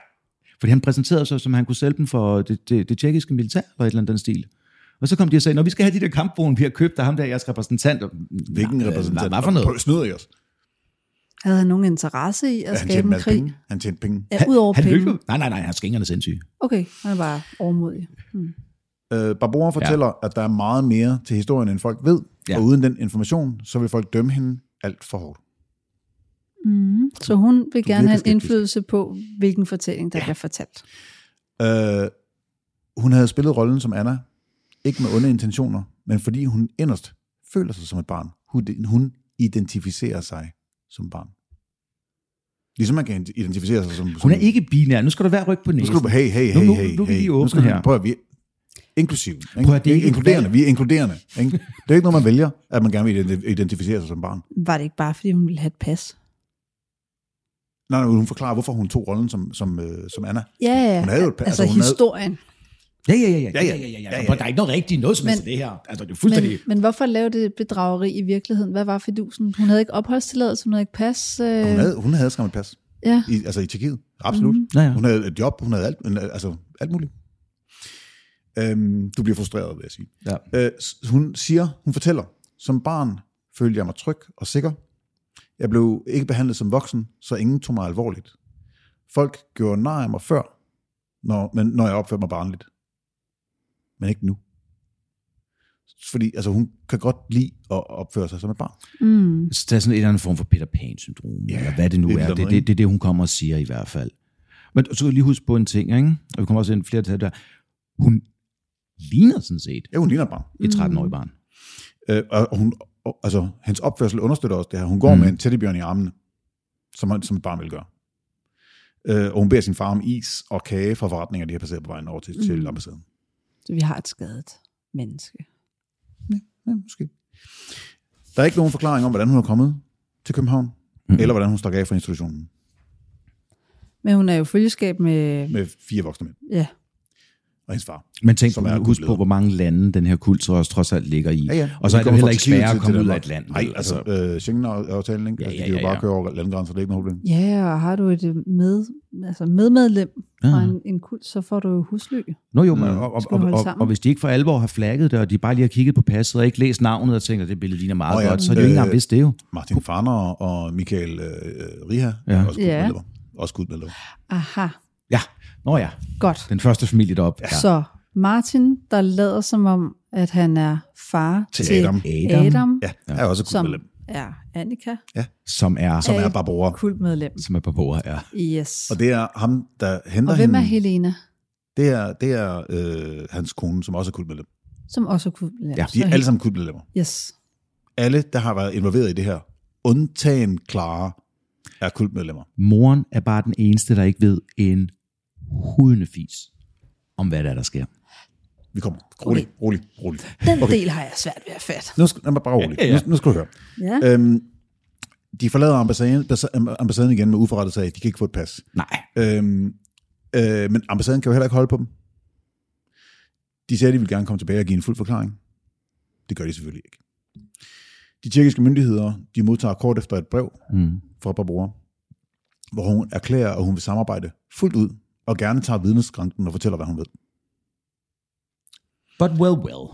[SPEAKER 1] Fordi han præsenterede sig, som han kunne sælge dem for det, det, det tjekkiske militær, eller et eller andet den stil. Og så kom de og sagde, når vi skal have de der kampvogne, vi har købt af ham der, jeres repræsentant. Og,
[SPEAKER 2] Hvilken
[SPEAKER 1] "Nå, øh,
[SPEAKER 2] repræsentant?
[SPEAKER 1] Hvad hvad for noget?
[SPEAKER 2] Prøv, Snyder I os?
[SPEAKER 3] Havde han nogen interesse i at
[SPEAKER 2] Han
[SPEAKER 3] skabe
[SPEAKER 2] tjente en
[SPEAKER 3] en
[SPEAKER 2] masse
[SPEAKER 3] krig?
[SPEAKER 2] penge. Han tjente penge.
[SPEAKER 3] Ja, udover
[SPEAKER 1] Han
[SPEAKER 3] penge.
[SPEAKER 1] løb. Nej, nej, nej, han skængerne sindssyg.
[SPEAKER 3] Okay, han er bare overmodig. Mm.
[SPEAKER 2] Øh, Barbora fortæller, ja. at der er meget mere til historien, end folk ved. Ja.
[SPEAKER 1] Ja.
[SPEAKER 2] Og uden den information, så vil folk dømme hende alt for hårdt.
[SPEAKER 3] Mm. Så hun vil
[SPEAKER 2] er
[SPEAKER 3] gerne have en
[SPEAKER 2] virkelig skeptisk.
[SPEAKER 3] indflydelse på, hvilken fortælling, der ja. bliver fortalt.
[SPEAKER 2] Øh, hun havde spillet rollen som Anna, ikke med onde intentioner, men fordi hun inderst føler sig som et barn. Hun, hun identificerer sig som barn. Ligesom man kan identificere sig som...
[SPEAKER 1] Hun
[SPEAKER 2] som-
[SPEAKER 1] er ikke binær. Nu skal du være ryg på
[SPEAKER 2] Nu
[SPEAKER 1] næsen.
[SPEAKER 2] skal du... Hey, hey,
[SPEAKER 1] Nu-
[SPEAKER 2] hey,
[SPEAKER 1] nu-
[SPEAKER 2] hey.
[SPEAKER 1] nu er vi
[SPEAKER 2] hey.
[SPEAKER 1] lige
[SPEAKER 2] Nu skal
[SPEAKER 1] åbne
[SPEAKER 2] du-
[SPEAKER 1] her.
[SPEAKER 2] Prøv at vi... Inklusiv. Ikke?
[SPEAKER 1] Prøv at det er ikke
[SPEAKER 2] inkluderende.
[SPEAKER 1] et
[SPEAKER 2] Vi er inkluderende. Ikke? Det er ikke noget, man vælger, at man gerne vil identi- identificere sig som barn.
[SPEAKER 3] Var det ikke bare, fordi hun ville have et pas?
[SPEAKER 2] Nej, nej, hun forklarer, hvorfor hun tog rollen som, som, øh, som Anna.
[SPEAKER 3] Ja, ja.
[SPEAKER 2] Hun havde jo et pas,
[SPEAKER 3] Altså,
[SPEAKER 2] altså, hun havde-
[SPEAKER 3] historien.
[SPEAKER 1] Ja, ja, ja, ja,
[SPEAKER 2] Ja,
[SPEAKER 1] ja,
[SPEAKER 2] ja.
[SPEAKER 1] ja, ja, ja,
[SPEAKER 2] Ja,
[SPEAKER 1] ja,
[SPEAKER 2] ja,
[SPEAKER 1] ja. Der er ikke noget rigtigt noget som helst i
[SPEAKER 3] Men-
[SPEAKER 1] det her. Altså, det er
[SPEAKER 3] Men,
[SPEAKER 1] fuldstændig...
[SPEAKER 3] men hvorfor lave det bedrageri i virkeligheden? Hvad var fidusen? Hun havde ikke opholdstilladelse, hun havde ikke pas. Øh,
[SPEAKER 2] Hun havde, hun havde skam et pas.
[SPEAKER 3] ja.
[SPEAKER 2] I, altså i Tjekkiet. Absolut. Mm.
[SPEAKER 1] Mhm. Ja, ja.
[SPEAKER 2] Hun havde et job, hun havde alt, hun havde- altså, alt muligt. Øhm, du bliver frustreret, vil jeg sige.
[SPEAKER 1] Ja.
[SPEAKER 2] Øh, s- hun siger, hun fortæller, som barn følte jeg mig tryg og sikker. Jeg blev ikke behandlet som voksen, så ingen tog mig alvorligt. Folk gjorde nar af mig før, når, men, når jeg opførte mig barnligt. Men ikke nu. Fordi altså, hun kan godt lide at opføre sig som et barn.
[SPEAKER 3] Mm.
[SPEAKER 1] Så der er sådan en eller anden form for Peter Pan-syndrom,
[SPEAKER 2] Ja,
[SPEAKER 1] ja, eller hvad det nu
[SPEAKER 2] det er
[SPEAKER 1] det
[SPEAKER 2] det,
[SPEAKER 1] er. Det er
[SPEAKER 2] der må,
[SPEAKER 1] det,
[SPEAKER 2] ikke?
[SPEAKER 1] det, er det, hun kommer og siger i hvert fald. Men så skal vi lige huske på en ting, ikke? og vi kommer også ind flere til det der. Hun ligner sådan set
[SPEAKER 2] Ja, hun ligner et barn.
[SPEAKER 1] et 13-årig barn.
[SPEAKER 2] Øh, og og hun, og, altså, hendes opførsel understøtter også det her. Hun går mm.
[SPEAKER 1] Mm.
[SPEAKER 2] med en teddybjørn i armene, som, hun- som et barn vil gøre. Øh, og hun beder sin far om is og kage fra forretninger, de har passeret på vejen over til, mm. til ambassaden.
[SPEAKER 3] Så vi har et skadet menneske.
[SPEAKER 2] Ja, måske. Der er ikke nogen forklaring om, hvordan hun er kommet til København, mm.
[SPEAKER 1] Mm.
[SPEAKER 2] eller hvordan hun stak af fra institutionen
[SPEAKER 3] Men hun er jo i følgeskab med...
[SPEAKER 2] med fire voksne mænd
[SPEAKER 3] Ja.
[SPEAKER 2] og hendes far.
[SPEAKER 1] Men tænk
[SPEAKER 2] Som
[SPEAKER 1] på,
[SPEAKER 2] er
[SPEAKER 1] husk
[SPEAKER 2] guldleder.
[SPEAKER 1] på, hvor mange lande den her kult så også trods alt ligger i.
[SPEAKER 2] Ja, ja.
[SPEAKER 1] Og så
[SPEAKER 2] De
[SPEAKER 1] er det
[SPEAKER 2] kommer
[SPEAKER 1] heller
[SPEAKER 2] fra
[SPEAKER 1] ikke
[SPEAKER 2] Tjekkiet
[SPEAKER 1] sværere
[SPEAKER 2] til-
[SPEAKER 1] at komme
[SPEAKER 2] til
[SPEAKER 1] ud af
[SPEAKER 2] Danmark.
[SPEAKER 1] et land.
[SPEAKER 2] Nej, altså, øh, Schengen-aftalen, ikke? Ja, ja,
[SPEAKER 1] ja,
[SPEAKER 2] altså, de kan jo
[SPEAKER 1] ja,
[SPEAKER 2] bare
[SPEAKER 1] ja.
[SPEAKER 2] køre over landegrænser, det er ikke noget problem.
[SPEAKER 3] Ja, og har du et øh, med, altså medmedlem fra
[SPEAKER 2] Ah.
[SPEAKER 1] Ja.
[SPEAKER 3] en, en kult, så får du husly.
[SPEAKER 1] Altså- Nå jo, men,
[SPEAKER 2] Nå,
[SPEAKER 1] og, og,
[SPEAKER 3] skal vi
[SPEAKER 1] og,
[SPEAKER 3] holde
[SPEAKER 1] og,
[SPEAKER 3] sammen?
[SPEAKER 1] og hvis de ikke for alvor har flagget det, og de bare lige har kigget på passet og ikke læst navnet og tænkt, at det billede ligner meget
[SPEAKER 2] Nå
[SPEAKER 1] oh,
[SPEAKER 2] ja,
[SPEAKER 1] ja. godt, så har de jo ikke
[SPEAKER 2] øh,
[SPEAKER 1] engang vidst det jo.
[SPEAKER 2] Martin Farner og Michael øh, Riha,
[SPEAKER 1] Ja.
[SPEAKER 2] ja. også
[SPEAKER 3] Ja.
[SPEAKER 2] gudmedlemmer. Også gudmedlemmer.
[SPEAKER 3] Aha,
[SPEAKER 1] Ja, nå ja,
[SPEAKER 3] godt.
[SPEAKER 1] den første familie deroppe.
[SPEAKER 3] Ja. Så Martin, der lader som om, at han er far
[SPEAKER 2] Til
[SPEAKER 3] til,
[SPEAKER 2] Adam.
[SPEAKER 3] Adam,
[SPEAKER 2] Ja, ja. er også
[SPEAKER 3] som
[SPEAKER 2] gudmedlem.
[SPEAKER 3] er Annika,
[SPEAKER 1] Som er,
[SPEAKER 2] som er
[SPEAKER 3] Af-
[SPEAKER 2] Barbora.
[SPEAKER 3] kultmedlem.
[SPEAKER 1] som er på bordet, ja.
[SPEAKER 3] Yes.
[SPEAKER 2] Og det er ham, der henter
[SPEAKER 3] Og hvem er
[SPEAKER 2] hende.
[SPEAKER 3] Helena,
[SPEAKER 2] Det er, det er øh, hans kone, som også er kultmedlem.
[SPEAKER 3] som også er kultmedlem?
[SPEAKER 1] Ja,
[SPEAKER 2] De er alle sammen kultmedlemmer.
[SPEAKER 3] Yes.
[SPEAKER 2] Alle, der har været involveret i det her, undtagen Clara, er kultmedlemmer.
[SPEAKER 1] Moren er bare den eneste, der ikke ved en hudende fis om, hvad der, er, der sker.
[SPEAKER 2] Vi kommer. Rolig, okay. rolig, rolig.
[SPEAKER 3] Den okay. del har jeg svært ved at fatte.
[SPEAKER 2] Nu skal, jamen, bare rolig.
[SPEAKER 1] Ja, ja.
[SPEAKER 2] Nu, nu skal du høre.
[SPEAKER 3] Ja.
[SPEAKER 2] Øhm, de forlader ambassaden, ambassa- ambassaden igen med uforrettet sag. De kan ikke få et pas.
[SPEAKER 1] Nej.
[SPEAKER 2] Øhm, øh, men ambassaden kan jo heller ikke holde på dem. De sagde, at de ville gerne komme tilbage og give en fuld forklaring. Det gør de selvfølgelig ikke. De tjekkiske myndigheder, de modtager kort efter et brev
[SPEAKER 1] Mm.
[SPEAKER 2] fra Barbora, hvor hun erklærer, at hun vil samarbejde fuldt ud, og gerne tager vidneskranken og fortæller, hvad hun ved.
[SPEAKER 1] But well, well.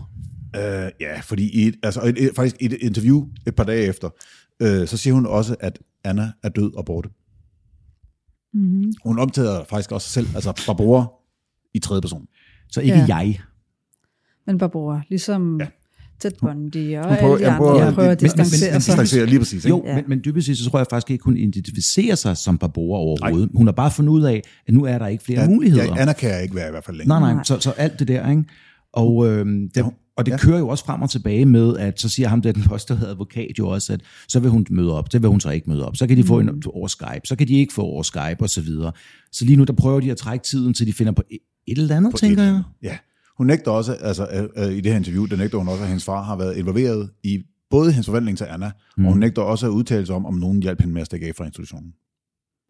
[SPEAKER 2] Øh, ja, fordi i et, altså, et, et, faktisk i et interview et par dage efter, øh, så siger hun også, at Anna er død og borte.
[SPEAKER 3] Mm-hmm.
[SPEAKER 2] Hun omtaler faktisk også sig selv, altså Barbora i tredje person.
[SPEAKER 1] Så ikke
[SPEAKER 3] Ja.
[SPEAKER 1] ja. jeg.
[SPEAKER 3] Men Barbora, ligesom ja. Ted Bundy og
[SPEAKER 2] Hun prøver- jeg prøver-
[SPEAKER 3] alle de andre, prøver,
[SPEAKER 2] Ja,
[SPEAKER 3] prøver at
[SPEAKER 1] men- men- men-
[SPEAKER 3] distancere
[SPEAKER 1] men-
[SPEAKER 3] sig.
[SPEAKER 2] Distancerer lige præcis. Ikke?
[SPEAKER 1] Jo,
[SPEAKER 3] Ja.
[SPEAKER 1] ja. men, men dybest set, så tror jeg faktisk ikke, hun identificerer sig som Barbora overhovedet. Nej. Hun har bare fundet ud af, at nu er der ikke flere ja, muligheder.
[SPEAKER 2] Jeg, Anna kan jeg ikke være i hvert fald længere.
[SPEAKER 1] Nej,
[SPEAKER 3] Nej.
[SPEAKER 1] nej, så, så alt det der, ikke? Og, øhm, det, og det
[SPEAKER 2] Ja.
[SPEAKER 1] ja. kører jo også frem og tilbage med, at så siger ham, der den påståede advokat jo også, at så vil hun møde op, det vil hun så ikke møde op, så kan de få en over Skype, så kan de ikke få over Skype og så videre. Så lige nu, der prøver de at trække tiden, til de finder på et et eller andet, på tænker
[SPEAKER 2] Et eller
[SPEAKER 1] jeg.
[SPEAKER 2] andet. Ja. Hun nægter også, altså øh, øh, i det her interview, der nægter hun også, at hendes far har været involveret i både hendes forvandling til Anna, mm. og hun nægter også at udtale sig om, om nogen hjalp hende med at stikke af fra institutionen.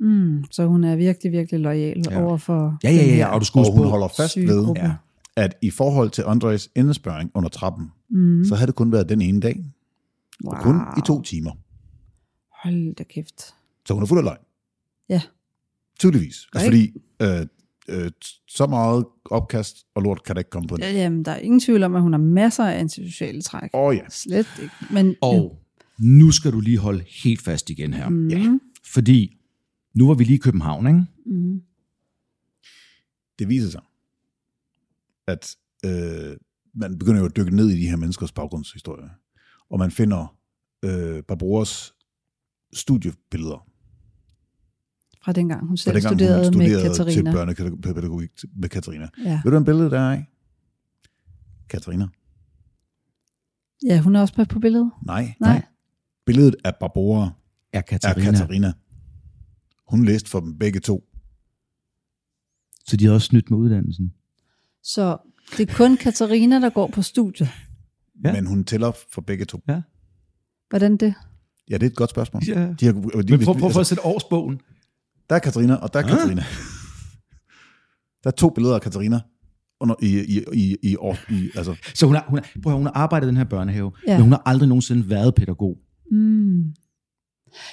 [SPEAKER 3] Mm, så hun er virkelig, virkelig lojal ja. over for
[SPEAKER 1] Ja, ja,
[SPEAKER 3] den
[SPEAKER 1] ja,
[SPEAKER 3] her
[SPEAKER 1] ja, og du skulle
[SPEAKER 2] Og hun
[SPEAKER 1] spå.
[SPEAKER 2] holder fast
[SPEAKER 3] syge
[SPEAKER 2] ved,
[SPEAKER 3] gruppe.
[SPEAKER 1] Ja.
[SPEAKER 2] at i forhold til Andres indespørring under trappen, mm. så havde det kun været den ene dag,
[SPEAKER 3] Wow.
[SPEAKER 2] og kun i to timer.
[SPEAKER 3] Hold da kæft.
[SPEAKER 2] Så hun er fuld af løgn.
[SPEAKER 3] Ja.
[SPEAKER 2] Tydeligvis. Altså,
[SPEAKER 3] Ikke?
[SPEAKER 2] fordi øh, øh, så meget opkast og lort kan der ikke komme på en. Åh
[SPEAKER 3] Ja, jamen, der er ingen tvivl om, at hun har masser af antisociale træk.
[SPEAKER 2] ja. Oh, ja.
[SPEAKER 3] Slet ikke. Men,
[SPEAKER 1] Og nu skal du lige holde helt fast igen her. Mm.
[SPEAKER 2] ja.
[SPEAKER 1] Fordi nu var vi lige i København, ikke?
[SPEAKER 3] Mm,
[SPEAKER 2] det viser sig, at øh, man begynder jo at dykke ned i de her menneskers baggrundshistorie, og man finder øh, Barbaras studiebilleder
[SPEAKER 3] fra dengang
[SPEAKER 2] fra
[SPEAKER 3] hun selv
[SPEAKER 2] dengang,
[SPEAKER 3] studerede,
[SPEAKER 2] hun
[SPEAKER 3] med
[SPEAKER 2] studerede til
[SPEAKER 3] Katarina.
[SPEAKER 2] børnepædagogik med Katarina.
[SPEAKER 3] Ja.
[SPEAKER 2] Ved du, en billede der er af? Katarina?
[SPEAKER 3] ja, hun er også med på billedet.
[SPEAKER 2] Nej.
[SPEAKER 3] Nej.
[SPEAKER 2] Billedet af Barbora
[SPEAKER 1] Er
[SPEAKER 2] er
[SPEAKER 1] Katarina.
[SPEAKER 2] Katarina. Hun læste for dem begge to.
[SPEAKER 1] Så de havde også snydt med uddannelsen.
[SPEAKER 3] Så det er kun Katarina, der går på studiet.
[SPEAKER 2] Ja.
[SPEAKER 1] Ja.
[SPEAKER 2] Men hun tæller for begge to.
[SPEAKER 1] Ja.
[SPEAKER 3] Hvordan det?
[SPEAKER 2] Ja, det er et godt spørgsmål.
[SPEAKER 1] Ja.
[SPEAKER 2] De har, de,
[SPEAKER 1] Men prøv, prøv, prøv
[SPEAKER 2] altså,
[SPEAKER 1] at sætte årsbogen.
[SPEAKER 2] der er Katarina, og der er
[SPEAKER 1] Ah.
[SPEAKER 2] Katarina. Der er to billeder af Katarina under, i, i, i, i, år, i altså,
[SPEAKER 1] Så hun har, hun har, prøv, at høre, hun har arbejdet i den her børnehave,
[SPEAKER 3] Ja.
[SPEAKER 1] ja. men hun har aldrig nogensinde været pædagog.
[SPEAKER 3] Mm.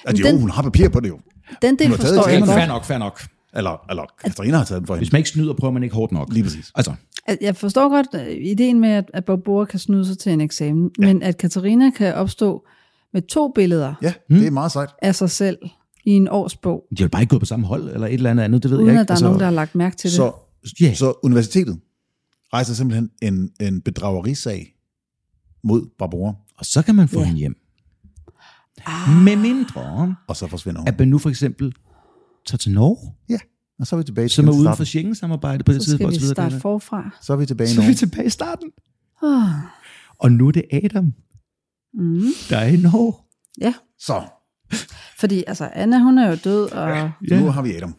[SPEAKER 2] altså
[SPEAKER 3] Den-
[SPEAKER 2] jo, hun har papir på det jo.
[SPEAKER 3] Den del
[SPEAKER 2] Hun har taget
[SPEAKER 3] forstår jeg
[SPEAKER 2] eksamen.
[SPEAKER 3] godt.
[SPEAKER 1] Fair nok, fair nok.
[SPEAKER 2] Eller, eller Katarina har taget den for hende.
[SPEAKER 1] Hvis man ikke snyder, prøver man ikke hårdt nok.
[SPEAKER 2] Lige præcis.
[SPEAKER 1] Altså,
[SPEAKER 3] At Jeg forstår godt øh, ideen med, at- at Barbora kan snyde sig til en eksamen, ja. men at Katarina kan opstå med to billeder
[SPEAKER 2] Ja,
[SPEAKER 1] Hmm?
[SPEAKER 2] det er meget sejt.
[SPEAKER 3] af sig selv i en årsbog,
[SPEAKER 1] de har bare ikke gået på samme hold, eller et eller andet andet, det ved
[SPEAKER 3] uden
[SPEAKER 1] jeg ikke.
[SPEAKER 3] at der
[SPEAKER 1] altså,
[SPEAKER 3] er nogen, der har lagt mærke til det.
[SPEAKER 2] Så,
[SPEAKER 1] Ja.
[SPEAKER 2] så universitetet rejser simpelthen en, en bedragerisag mod Barbora,
[SPEAKER 1] Og så kan man få
[SPEAKER 3] Ja.
[SPEAKER 1] ja.
[SPEAKER 3] Ah.
[SPEAKER 1] hende hjem. Med mindre,
[SPEAKER 2] og så forsvinder hun.
[SPEAKER 1] at man nu for eksempel tager til Norge,
[SPEAKER 2] Ja, og så er vi tilbage til
[SPEAKER 1] som er uden for
[SPEAKER 2] starten.
[SPEAKER 1] Schengen-samarbejdet på det
[SPEAKER 3] Så skal
[SPEAKER 1] tidspunkt.
[SPEAKER 3] vi
[SPEAKER 1] og så videre,
[SPEAKER 3] starte
[SPEAKER 1] Karina.
[SPEAKER 3] forfra.
[SPEAKER 2] Så er vi tilbage i
[SPEAKER 1] Så er vi
[SPEAKER 2] Norge.
[SPEAKER 1] tilbage i starten.
[SPEAKER 3] Ah,
[SPEAKER 1] Og nu er det Adam,
[SPEAKER 3] Mm.
[SPEAKER 1] der er i Norge.
[SPEAKER 3] Ja,
[SPEAKER 2] Så,
[SPEAKER 3] fordi altså Anna, hun er jo død, og
[SPEAKER 2] nu har vi Adam.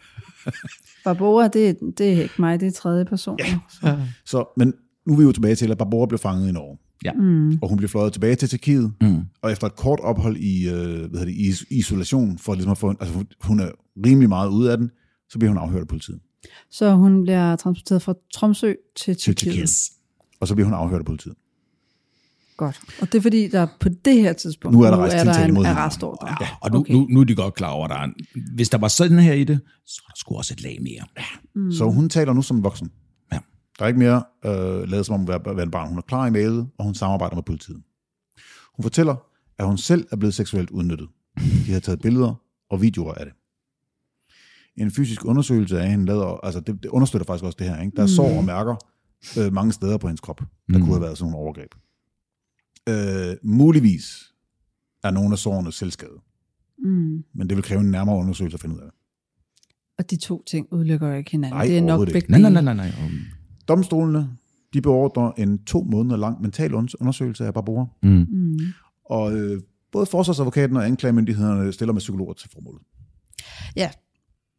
[SPEAKER 3] Barbora, det, det er ikke mig, det er tredje person. Ja.
[SPEAKER 2] Så, men nu er vi jo tilbage til, at Barbora blev fanget i Norge.
[SPEAKER 1] Ja.
[SPEAKER 2] Mm. Og hun blev fløjet tilbage til Tjekkiet, mm. og efter et kort ophold i, øh, hvad hedder det, i is- isolation, for ligesom at få, altså hun- hun er rimelig meget ude af den, så bliver hun afhørt af politiet.
[SPEAKER 3] Så hun bliver transporteret fra Tromsø til Tyrkiet.
[SPEAKER 2] Og så bliver hun afhørt af politiet.
[SPEAKER 3] Godt. Og det er fordi, der på det her tidspunkt,
[SPEAKER 2] Nu er der rejst
[SPEAKER 3] er der
[SPEAKER 2] tiltale
[SPEAKER 3] en
[SPEAKER 2] mod hende.
[SPEAKER 3] arrestordre.
[SPEAKER 1] Ja, Ah, og nu, okay. nu, nu er de godt klar over, at der er en, hvis der var sådan her i det, så er der sgu også et lag mere.
[SPEAKER 2] Mm. Så hun taler nu som en voksen.
[SPEAKER 1] Ja.
[SPEAKER 2] Der er ikke mere øh, lavet som om at være, være en barn. Hun er klar i mailet, og hun samarbejder med politiet. Hun fortæller, at hun selv er blevet seksuelt udnyttet. De har taget billeder og videoer af det. En fysisk undersøgelse af hende lader, altså det, det understøtter faktisk også det her. Ikke? Der er sår og mærker øh, mange steder på hendes krop, der mm. kunne have været sådan nogle overgreb. Øh, muligvis er nogle af sårene selvskade,
[SPEAKER 3] Mm.
[SPEAKER 2] men det vil kræve en nærmere undersøgelse at finde ud af det.
[SPEAKER 3] Og de to ting udelukker jo ikke hinanden.
[SPEAKER 2] Nej,
[SPEAKER 3] det er nok
[SPEAKER 2] overhovedet
[SPEAKER 3] begge
[SPEAKER 2] ikke.
[SPEAKER 1] Nej, nej,
[SPEAKER 3] dele.
[SPEAKER 1] nej, nej. nej.
[SPEAKER 2] Domstolene de beordrer en to måneder lang mental unders- undersøgelse af Barbora,
[SPEAKER 1] Mm.
[SPEAKER 3] Mm.
[SPEAKER 2] og øh, både forsvarsadvokaten og anklagemyndighederne stiller med psykologer til formålet.
[SPEAKER 3] Ja,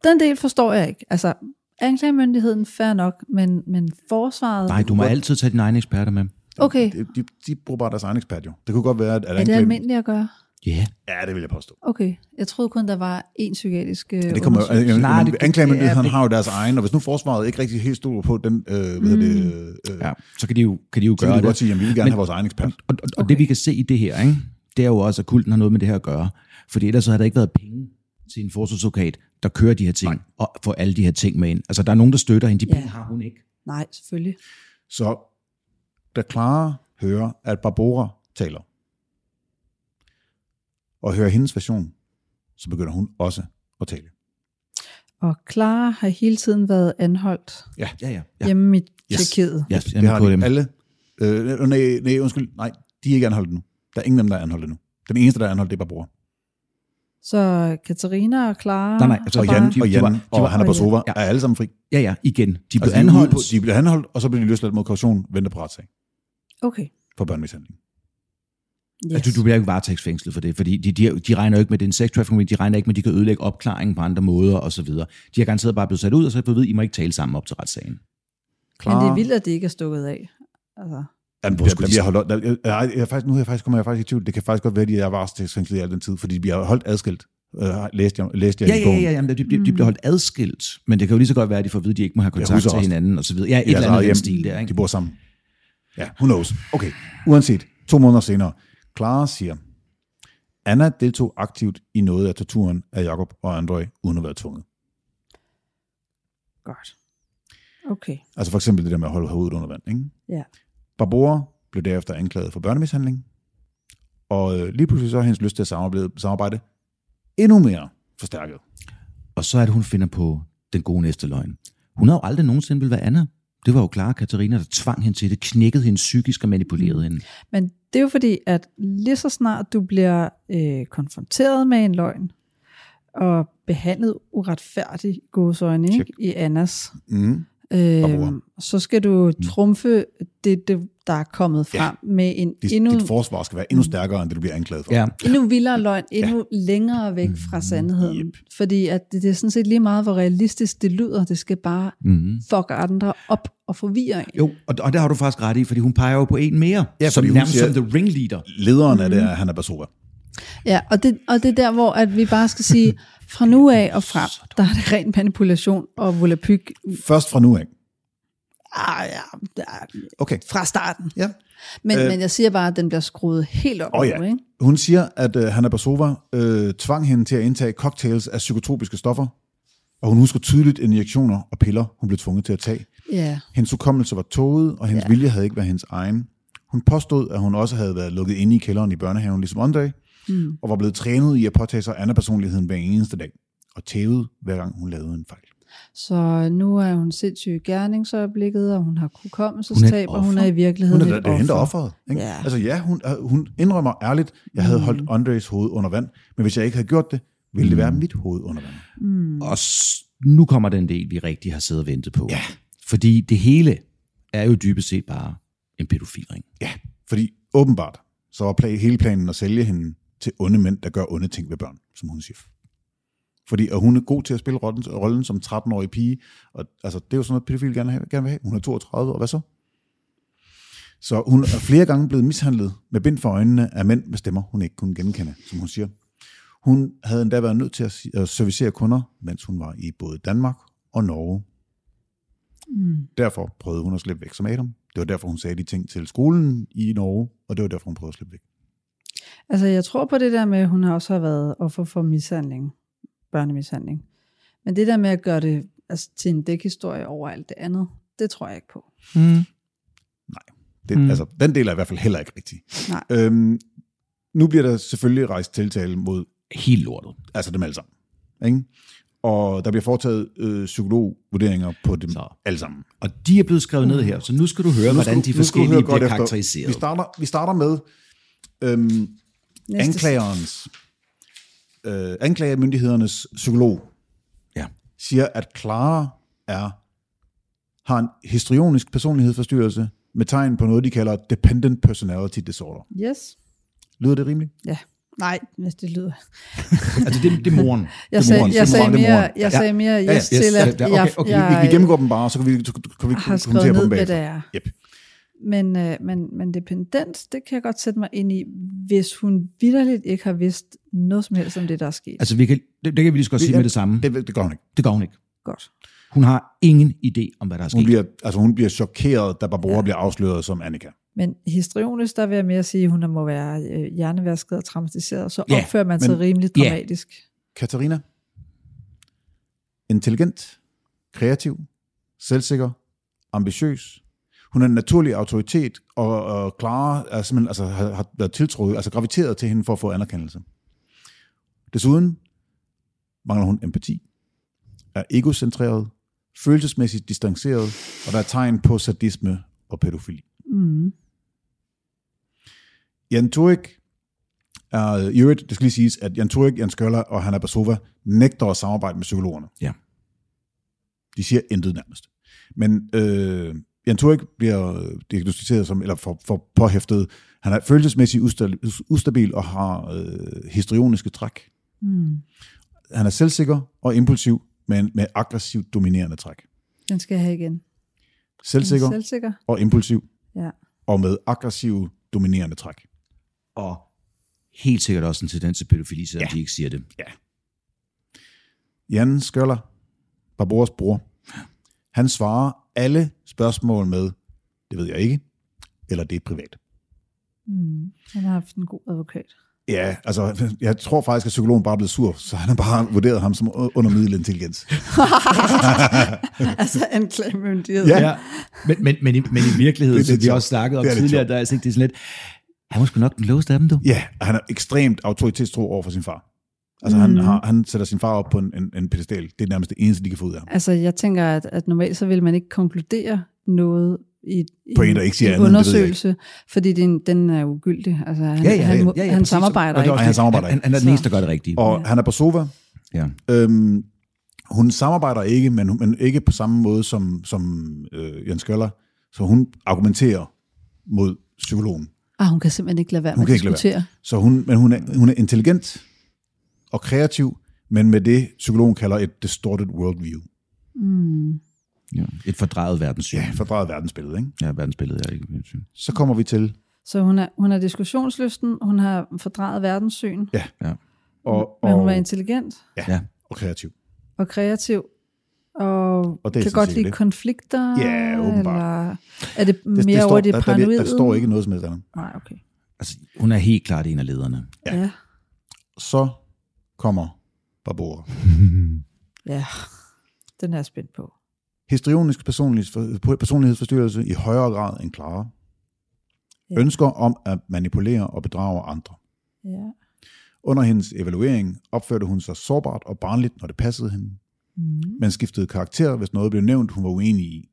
[SPEAKER 3] den del forstår jeg ikke. Altså, anklagemyndigheden, fair nok, men, men forsvaret...
[SPEAKER 1] Nej, du må altid tage dine egne eksperter med.
[SPEAKER 3] Okay,
[SPEAKER 2] De, de, de bruger bare deres egen ekspert jo. Det kunne godt være, at, at
[SPEAKER 3] er det almindeligt at gøre?
[SPEAKER 1] Ja. Yeah.
[SPEAKER 2] Ja, det vil jeg påstå.
[SPEAKER 3] Okay, jeg troede kun, der var én psykiatrisk øh,
[SPEAKER 2] Det kommer, jo-
[SPEAKER 3] undersøgelse.
[SPEAKER 2] øh,
[SPEAKER 1] Nej,
[SPEAKER 2] men
[SPEAKER 1] det-
[SPEAKER 2] anklagemyndigheden
[SPEAKER 1] ja, det-
[SPEAKER 2] har jo deres egen, og hvis nu forsvaret ikke rigtig helt stod på den, øh, hvad hedder det,
[SPEAKER 3] Mm.
[SPEAKER 2] øh,
[SPEAKER 1] Ja, så kan de jo, kan de jo
[SPEAKER 2] så kan
[SPEAKER 1] gøre
[SPEAKER 2] de godt
[SPEAKER 1] det.
[SPEAKER 2] sige, at vi vil gerne
[SPEAKER 1] Men-
[SPEAKER 2] have vores egen ekspert.
[SPEAKER 1] Og, og, og det vi kan se i det her, ikke, det er jo også, at kulten har noget med det her at gøre. Fordi ellers så havde der ikke været penge til en forsvarsadvokat, der kører de her ting Nej. og får alle de her ting med ind. Altså, der er nogen, der støtter hende. De
[SPEAKER 3] Ja.
[SPEAKER 1] penge har hun ikke.
[SPEAKER 3] Nej, selvfølgelig.
[SPEAKER 2] Så da Clara hører, at Barbora taler, og hører hendes version, så begynder hun også at tale.
[SPEAKER 3] Og Clara har hele tiden været anholdt
[SPEAKER 1] Ja, ja.
[SPEAKER 3] ja.
[SPEAKER 1] ja.
[SPEAKER 3] hjemme i
[SPEAKER 2] Yes.
[SPEAKER 3] Tjekkiet.
[SPEAKER 1] ja
[SPEAKER 2] det har
[SPEAKER 1] dem.
[SPEAKER 2] de alle. Øh, nej, nej, undskyld. Nej, de er ikke anholdt nu. Der er ingen af dem, der er anholdt nu. Den eneste, der er anholdt, det er bare bror.
[SPEAKER 3] Så Katarina og Clara
[SPEAKER 1] Nej, nej, altså
[SPEAKER 2] Og
[SPEAKER 3] og
[SPEAKER 2] Jan,
[SPEAKER 1] de-
[SPEAKER 2] og,
[SPEAKER 1] de
[SPEAKER 2] Jan,
[SPEAKER 1] var- de
[SPEAKER 2] og
[SPEAKER 1] var-
[SPEAKER 2] Hanna
[SPEAKER 3] og
[SPEAKER 2] Basova
[SPEAKER 1] Jan.
[SPEAKER 2] er alle sammen fri.
[SPEAKER 1] Ja, ja, igen. De blev altså,
[SPEAKER 2] Altså, de, er ude
[SPEAKER 1] anholdt.
[SPEAKER 2] på, de blev anholdt, og så blev de løsladt mod kaution, venter på retssag
[SPEAKER 3] Okay.
[SPEAKER 2] for børnemishandling.
[SPEAKER 1] Yes. Altså, du, du bliver jo ikke varetægtsfængslet for det, fordi de, de, de regner jo ikke med, den sex trafficking, de regner ikke med, at de kan ødelægge opklaringen på andre måder og så videre. De har garanteret bare blevet sat ud, og så har de fået at vide, I må ikke tale sammen op til retssagen.
[SPEAKER 3] Men det
[SPEAKER 2] Clara-
[SPEAKER 3] er vildt, at det ikke er stukket af. Altså,
[SPEAKER 2] Jamen,
[SPEAKER 1] Hvor
[SPEAKER 2] der, der
[SPEAKER 1] skulle de-
[SPEAKER 2] bliver holdt, op- der, jeg, jeg, jeg, er faktisk, nu er jeg faktisk, kommer jeg faktisk i tvivl. Det kan faktisk godt være, at de er varetægtsfængslet i al den tid, fordi de bliver holdt adskilt. Øh, læste jeg, læste jeg
[SPEAKER 1] Ja,
[SPEAKER 2] i
[SPEAKER 1] ja,
[SPEAKER 2] bogen.
[SPEAKER 1] ja, ja jamen, de, de, de bliver holdt adskilt, men det kan jo lige så godt være, at de får at vide, at de ikke må have
[SPEAKER 2] Jeg
[SPEAKER 1] kontakt
[SPEAKER 2] husker
[SPEAKER 1] til
[SPEAKER 2] også-
[SPEAKER 1] hinanden og så videre. Ja, et
[SPEAKER 2] I deres
[SPEAKER 1] eller andet i den
[SPEAKER 2] eget
[SPEAKER 1] stil der,
[SPEAKER 2] Altså, De
[SPEAKER 1] ikke?
[SPEAKER 2] bor sammen. Ja, who knows. Okay, uanset. To måneder senere. Clara siger, Anna deltog aktivt i noget af torturen af Jakob og Andrej, uden at være tvunget.
[SPEAKER 3] godt. Okay,
[SPEAKER 2] Altså for eksempel det der med at holde hovedet under vand. Ikke?
[SPEAKER 3] ja.
[SPEAKER 2] Barbora blev derefter anklaget for børnemishandling, og øh, lige pludselig så er hendes lyst til at samarbejde, samarbejde endnu mere forstærket.
[SPEAKER 1] Og så er det, hun finder på den gode næste løgn. Hun har jo aldrig nogensinde vil være Anna. Det var jo Clara Katarina, der tvang hende til det, knækkede hende psykisk og manipulerede hende.
[SPEAKER 3] Men det er jo fordi, at lige så snart du bliver øh, konfronteret med en løgn, og behandlet uretfærdigt gåsøjne ikke? i Annas,
[SPEAKER 1] Mm-hmm.
[SPEAKER 2] Mm. bruger.
[SPEAKER 3] øh, så skal du trumfe det, det, der er kommet frem Mm. ja. med en
[SPEAKER 2] Dit,
[SPEAKER 3] endnu,
[SPEAKER 2] dit forsvar skal være endnu stærkere, end det du bliver anklaget for.
[SPEAKER 1] Ja,
[SPEAKER 3] endnu vildere løgn, endnu ja. Mm, længere væk fra sandheden. Yep. Fordi at det, det er sådan set lige meget, hvor realistisk det lyder. Det skal bare mm. fuck andre op og forvirre en.
[SPEAKER 1] jo, og, og der har du faktisk ret i, fordi hun peger jo på en mere,
[SPEAKER 2] Ja,
[SPEAKER 1] ja, som
[SPEAKER 2] fordi hun
[SPEAKER 1] nærmest
[SPEAKER 2] siger-
[SPEAKER 1] som the ringleader.
[SPEAKER 2] Lederen af det er Hanna Basora.
[SPEAKER 3] Ja, og det, og det er der, hvor at vi bare skal sige, fra nu af og frem, der er det ren manipulation og volapyk.
[SPEAKER 2] Først fra nu af.
[SPEAKER 3] Ah, ja, ja,
[SPEAKER 2] Okay.
[SPEAKER 3] fra starten.
[SPEAKER 2] Ja.
[SPEAKER 3] Men, øh, men jeg siger bare, at den bliver skruet helt op.
[SPEAKER 2] Åh oh,
[SPEAKER 3] nu,
[SPEAKER 2] ja.
[SPEAKER 3] ikke?
[SPEAKER 2] Hun siger, at øh, Hanna Basova øh, tvang hende til at indtage cocktails af psykotropiske stoffer, og hun husker tydeligt injektioner og piller, hun blev tvunget til at tage.
[SPEAKER 3] ja.
[SPEAKER 2] Hendes hukommelse var tåget, og hendes ja. vilje havde ikke været hendes egen. Hun påstod, at hun også havde været lukket inde i kælderen i børnehaven, ligesom Åndag, mm. og var blevet trænet i at påtage sig andre personligheden hver eneste dag, og tævet hver gang hun lavede en fejl.
[SPEAKER 3] Så nu er hun sindssyg i gerningsøjeblikket, og hun har hukommelsestab,
[SPEAKER 1] Hun er et
[SPEAKER 3] og hun
[SPEAKER 1] offer.
[SPEAKER 3] er i virkeligheden
[SPEAKER 2] Hun er
[SPEAKER 3] et
[SPEAKER 2] det, det henter
[SPEAKER 3] offer.
[SPEAKER 2] offeret. Ikke?
[SPEAKER 3] Ja. Mm.
[SPEAKER 2] Altså ja, hun, øh, hun indrømmer ærligt, jeg havde holdt Andres hoved under vand, men hvis jeg ikke havde gjort det, ville det være
[SPEAKER 3] Mm.
[SPEAKER 2] mit hoved under vand.
[SPEAKER 1] Og s- nu kommer den del, vi rigtig har siddet og ventet på. Ja. Fordi det hele er jo dybest set bare en pædofilring.
[SPEAKER 2] Ja, fordi åbenbart, så var pla- hele planen at sælge hende til onde mænd, der gør onde ting ved børn, som hun siger. Fordi, og hun er god til at spille rollen, rollen som 13-årig pige, og altså, det er jo sådan noget, pædofil gerne, have, gerne vil have. Hun er 32, og hvad så? Så hun er flere gange blevet mishandlet med bind for øjnene af mænd med stemmer, hun ikke kunne genkende, som hun siger. Hun havde endda været nødt til at si- at servicere kunder, mens hun var i både Danmark og Norge. Mm. Derfor prøvede hun at slippe væk som Adam. Det var derfor, hun sagde de ting til skolen i Norge, og det var derfor, hun prøvede at slippe væk.
[SPEAKER 3] Altså, jeg tror på det der med, at hun har også har været offer for mishandling, børnemishandling. Men det der med at gøre det altså, til en dækhistorie over alt det andet, det tror jeg ikke på.
[SPEAKER 2] Det, mm. altså, den del er i hvert fald heller ikke rigtig.
[SPEAKER 3] Nej.
[SPEAKER 2] Øhm, nu bliver der selvfølgelig rejst tiltale mod
[SPEAKER 1] Helt lortet.
[SPEAKER 2] altså dem alle sammen. Ikke? Og der bliver foretaget øh, psykologvurderinger på dem
[SPEAKER 1] Så.
[SPEAKER 2] alle sammen.
[SPEAKER 1] Og de er blevet skrevet ned her, så nu skal du høre,
[SPEAKER 2] Nu skal
[SPEAKER 1] hvordan
[SPEAKER 2] du- nu skal
[SPEAKER 1] de
[SPEAKER 2] du
[SPEAKER 1] forskellige
[SPEAKER 2] høre
[SPEAKER 1] bliver
[SPEAKER 2] godt efter.
[SPEAKER 1] karakteriseret.
[SPEAKER 2] Vi starter, vi starter med øhm,
[SPEAKER 3] Næste-
[SPEAKER 2] anklagerens, øh, anklagemyndighedernes psykolog
[SPEAKER 1] Ja.
[SPEAKER 2] siger, at Clara er, har en histrionisk personlighedsforstyrrelse med tegn på noget, de kalder dependent personality disorder.
[SPEAKER 3] Yes.
[SPEAKER 2] Lyder det rimeligt?
[SPEAKER 3] Ja. Nej, hvis det lyder.
[SPEAKER 1] Altså, det, det er moren.
[SPEAKER 3] Jeg
[SPEAKER 2] Det er
[SPEAKER 3] sagde,
[SPEAKER 2] moren, det er
[SPEAKER 3] jeg sagde,
[SPEAKER 2] moren, det er
[SPEAKER 3] mere,
[SPEAKER 2] moren.
[SPEAKER 3] jeg sagde mere yes,
[SPEAKER 2] ja,
[SPEAKER 3] yes
[SPEAKER 2] yes,
[SPEAKER 3] til,
[SPEAKER 1] ja,
[SPEAKER 3] at
[SPEAKER 1] ja,
[SPEAKER 3] jeg,
[SPEAKER 1] okay, okay,
[SPEAKER 2] Vi, vi
[SPEAKER 3] jeg
[SPEAKER 2] gennemgår dem bare, og så kan vi, så kan vi
[SPEAKER 3] har
[SPEAKER 2] kommentere
[SPEAKER 3] skrevet
[SPEAKER 2] på dem
[SPEAKER 3] ned, hvad
[SPEAKER 2] bagefter.
[SPEAKER 3] det er.
[SPEAKER 2] Yep.
[SPEAKER 3] Men, øh, men, men dependent, det kan jeg godt sætte mig ind i, hvis hun vidderligt ikke har vidst noget som helst om det, der er sket. Altså,
[SPEAKER 1] Altså, vi kan, det, det kan vi lige så godt sige med det samme. Det,
[SPEAKER 2] Det, det gør hun ikke.
[SPEAKER 1] det gør hun ikke.
[SPEAKER 3] Godt.
[SPEAKER 1] Hun har ingen idé om, hvad der er
[SPEAKER 2] Hun
[SPEAKER 1] sket.
[SPEAKER 2] bliver, altså, hun bliver chokeret, da Barbara ja. bliver afsløret som Annika.
[SPEAKER 3] Men histrionisk, der vil jeg mere sige, at hun må være øh, hjernevasket og traumatiseret, så
[SPEAKER 1] Ja,
[SPEAKER 3] opfører man sig
[SPEAKER 2] men-
[SPEAKER 3] rimelig
[SPEAKER 1] ja.
[SPEAKER 3] dramatisk.
[SPEAKER 2] Katarina. Intelligent, kreativ, selvsikker, ambitiøs. Hun er en naturlig autoritet, og, og Clara er simpelthen, altså, har, har været tiltrukket, altså graviteret til hende for at få anerkendelse. Desuden mangler hun empati, er egocentreret, følelsesmæssigt distanceret, og der er tegn på sadisme og pædofili.
[SPEAKER 3] Mm.
[SPEAKER 2] Jan Turek er, i øvrigt, det skal lige siges, at Jan Turek, Jan Skøller og Hanna Basova nægter at samarbejde med psykologerne.
[SPEAKER 1] Ja.
[SPEAKER 2] De siger intet nærmest. Men øh, Jan Turek bliver øh, diagnostiseret som, eller for, for påhæftet, han er følelsesmæssigt ustabil, ustabil og har øh, histrioniske træk.
[SPEAKER 3] Mm.
[SPEAKER 2] Han er selvsikker og impulsiv, men med aggressivt dominerende træk.
[SPEAKER 3] Den skal jeg have igen.
[SPEAKER 2] Selvsikker
[SPEAKER 3] Selvsikker.
[SPEAKER 2] og impulsiv,
[SPEAKER 3] Ja.
[SPEAKER 2] og med aggressivt dominerende træk.
[SPEAKER 1] Og helt sikkert også en tendens til pædofili, selvom ja. de ikke siger det.
[SPEAKER 2] Jan Skøller, Barboras bror, han svarer alle spørgsmål med, det ved jeg ikke, eller det er privat.
[SPEAKER 3] Mm. Han har haft en god advokat.
[SPEAKER 2] Ja, altså, jeg tror faktisk, at psykologen bare er blevet sur, så han har bare vurderet ham som u- under middelintelligens.
[SPEAKER 3] altså anklagemyndighed.
[SPEAKER 2] Ja.
[SPEAKER 1] Ja. ja. Men, men, men, i, men i
[SPEAKER 2] Det er
[SPEAKER 1] virkeligheden, som
[SPEAKER 2] lidt
[SPEAKER 1] vi
[SPEAKER 2] sjovt.
[SPEAKER 1] også snakkede om
[SPEAKER 2] Det er lidt
[SPEAKER 1] tidligere,
[SPEAKER 2] sjovt.
[SPEAKER 1] der er altså ikke det er sådan lidt, han er måske nok den klogeste af dem, du.
[SPEAKER 2] Ja, og han er ekstremt autoritetstro over for sin far. Altså, mm. han, har, han sætter sin far op på en, en, en pedestal. Det er nærmest det eneste, de kan få ud af ham.
[SPEAKER 3] Altså, jeg tænker, at, at normalt så vil man ikke konkludere noget i, i
[SPEAKER 2] På en, der ikke siger
[SPEAKER 3] i
[SPEAKER 2] andet, det ved jeg
[SPEAKER 3] undersøgelse, fordi den, den er ugyldig. Altså, han, han, må- han
[SPEAKER 1] præcis.
[SPEAKER 3] samarbejder
[SPEAKER 1] Og det er
[SPEAKER 3] ikke.
[SPEAKER 1] også
[SPEAKER 2] Nej, han
[SPEAKER 1] det.
[SPEAKER 2] samarbejder
[SPEAKER 1] han,
[SPEAKER 2] ikke.
[SPEAKER 1] han er den eneste, der gør det rigtige.
[SPEAKER 2] Og ja. han er på sofa.
[SPEAKER 1] Ja.
[SPEAKER 2] Øhm, hun samarbejder ikke, men, hun- men ikke på samme måde som, som øh, Jens Skøller. Så hun argumenterer mod psykologen.
[SPEAKER 3] Ah, hun kan simpelthen ikke lade være
[SPEAKER 2] Hun
[SPEAKER 3] med
[SPEAKER 2] kan
[SPEAKER 3] at
[SPEAKER 2] ikke lade
[SPEAKER 3] diskutere.
[SPEAKER 2] Så hun, men hun er, hun er intelligent og kreativ, men med det, psykologen kalder et distorted worldview.
[SPEAKER 3] Mm.
[SPEAKER 1] Ja. Et fordrejet verdenssyn.
[SPEAKER 2] Ja, fordrejet verdensbillede, ikke?
[SPEAKER 1] Ja, verdensbillede er ikke verdenssyn.
[SPEAKER 2] Så kommer vi til,
[SPEAKER 3] Så hun har hun er diskussionslysten, hun har fordrejet verdenssyn,
[SPEAKER 2] Ja,
[SPEAKER 1] Ja.
[SPEAKER 2] og,
[SPEAKER 3] men hun
[SPEAKER 2] og,
[SPEAKER 3] var intelligent
[SPEAKER 1] ja.
[SPEAKER 2] og kreativ.
[SPEAKER 3] og kreativ, og,
[SPEAKER 2] Og det er
[SPEAKER 3] kan
[SPEAKER 2] sådan
[SPEAKER 3] godt
[SPEAKER 2] set
[SPEAKER 3] lide
[SPEAKER 2] det.
[SPEAKER 3] konflikter.
[SPEAKER 2] Ja, åbenbart.
[SPEAKER 3] Eller er det mere
[SPEAKER 2] Det, det
[SPEAKER 3] over
[SPEAKER 2] står,
[SPEAKER 3] i det
[SPEAKER 2] der, der,
[SPEAKER 3] paranoide?
[SPEAKER 2] der, der står ikke noget som helst andet.
[SPEAKER 3] Nej, okay.
[SPEAKER 1] Altså, hun er helt klart en af lederne.
[SPEAKER 3] Ja. ja.
[SPEAKER 2] Så kommer Barbora.
[SPEAKER 3] Ja, den er jeg spændt på.
[SPEAKER 2] Histrionisk personligheds- personlighedsforstyrrelse i højere grad end Clara.
[SPEAKER 3] Ja.
[SPEAKER 2] Ønsker om at manipulere og bedrage andre.
[SPEAKER 3] Ja.
[SPEAKER 2] Under hendes evaluering opførte hun sig sårbart og barnligt, når det passede hende.
[SPEAKER 3] Mm.
[SPEAKER 2] men skiftede karakter, hvis noget blev nævnt, hun var uenig i.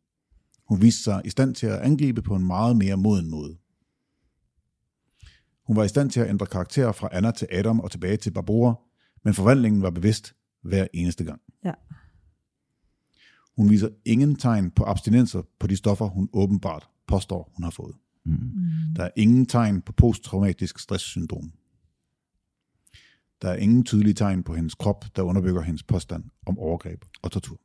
[SPEAKER 2] Hun viste sig i stand til at angribe på en meget mere moden måde. Hun var i stand til at ændre karakterer fra Anna til Adam og tilbage til Barbora, men forvandlingen var bevidst hver eneste gang.
[SPEAKER 3] Ja.
[SPEAKER 2] Hun viser ingen tegn på abstinenser på de stoffer, hun åbenbart påstår, hun har fået.
[SPEAKER 3] Mm.
[SPEAKER 2] Der er ingen tegn på posttraumatisk stresssyndrom. Der er ingen tydelige tegn på hendes krop, der underbygger hendes påstand om overgreb og tortur.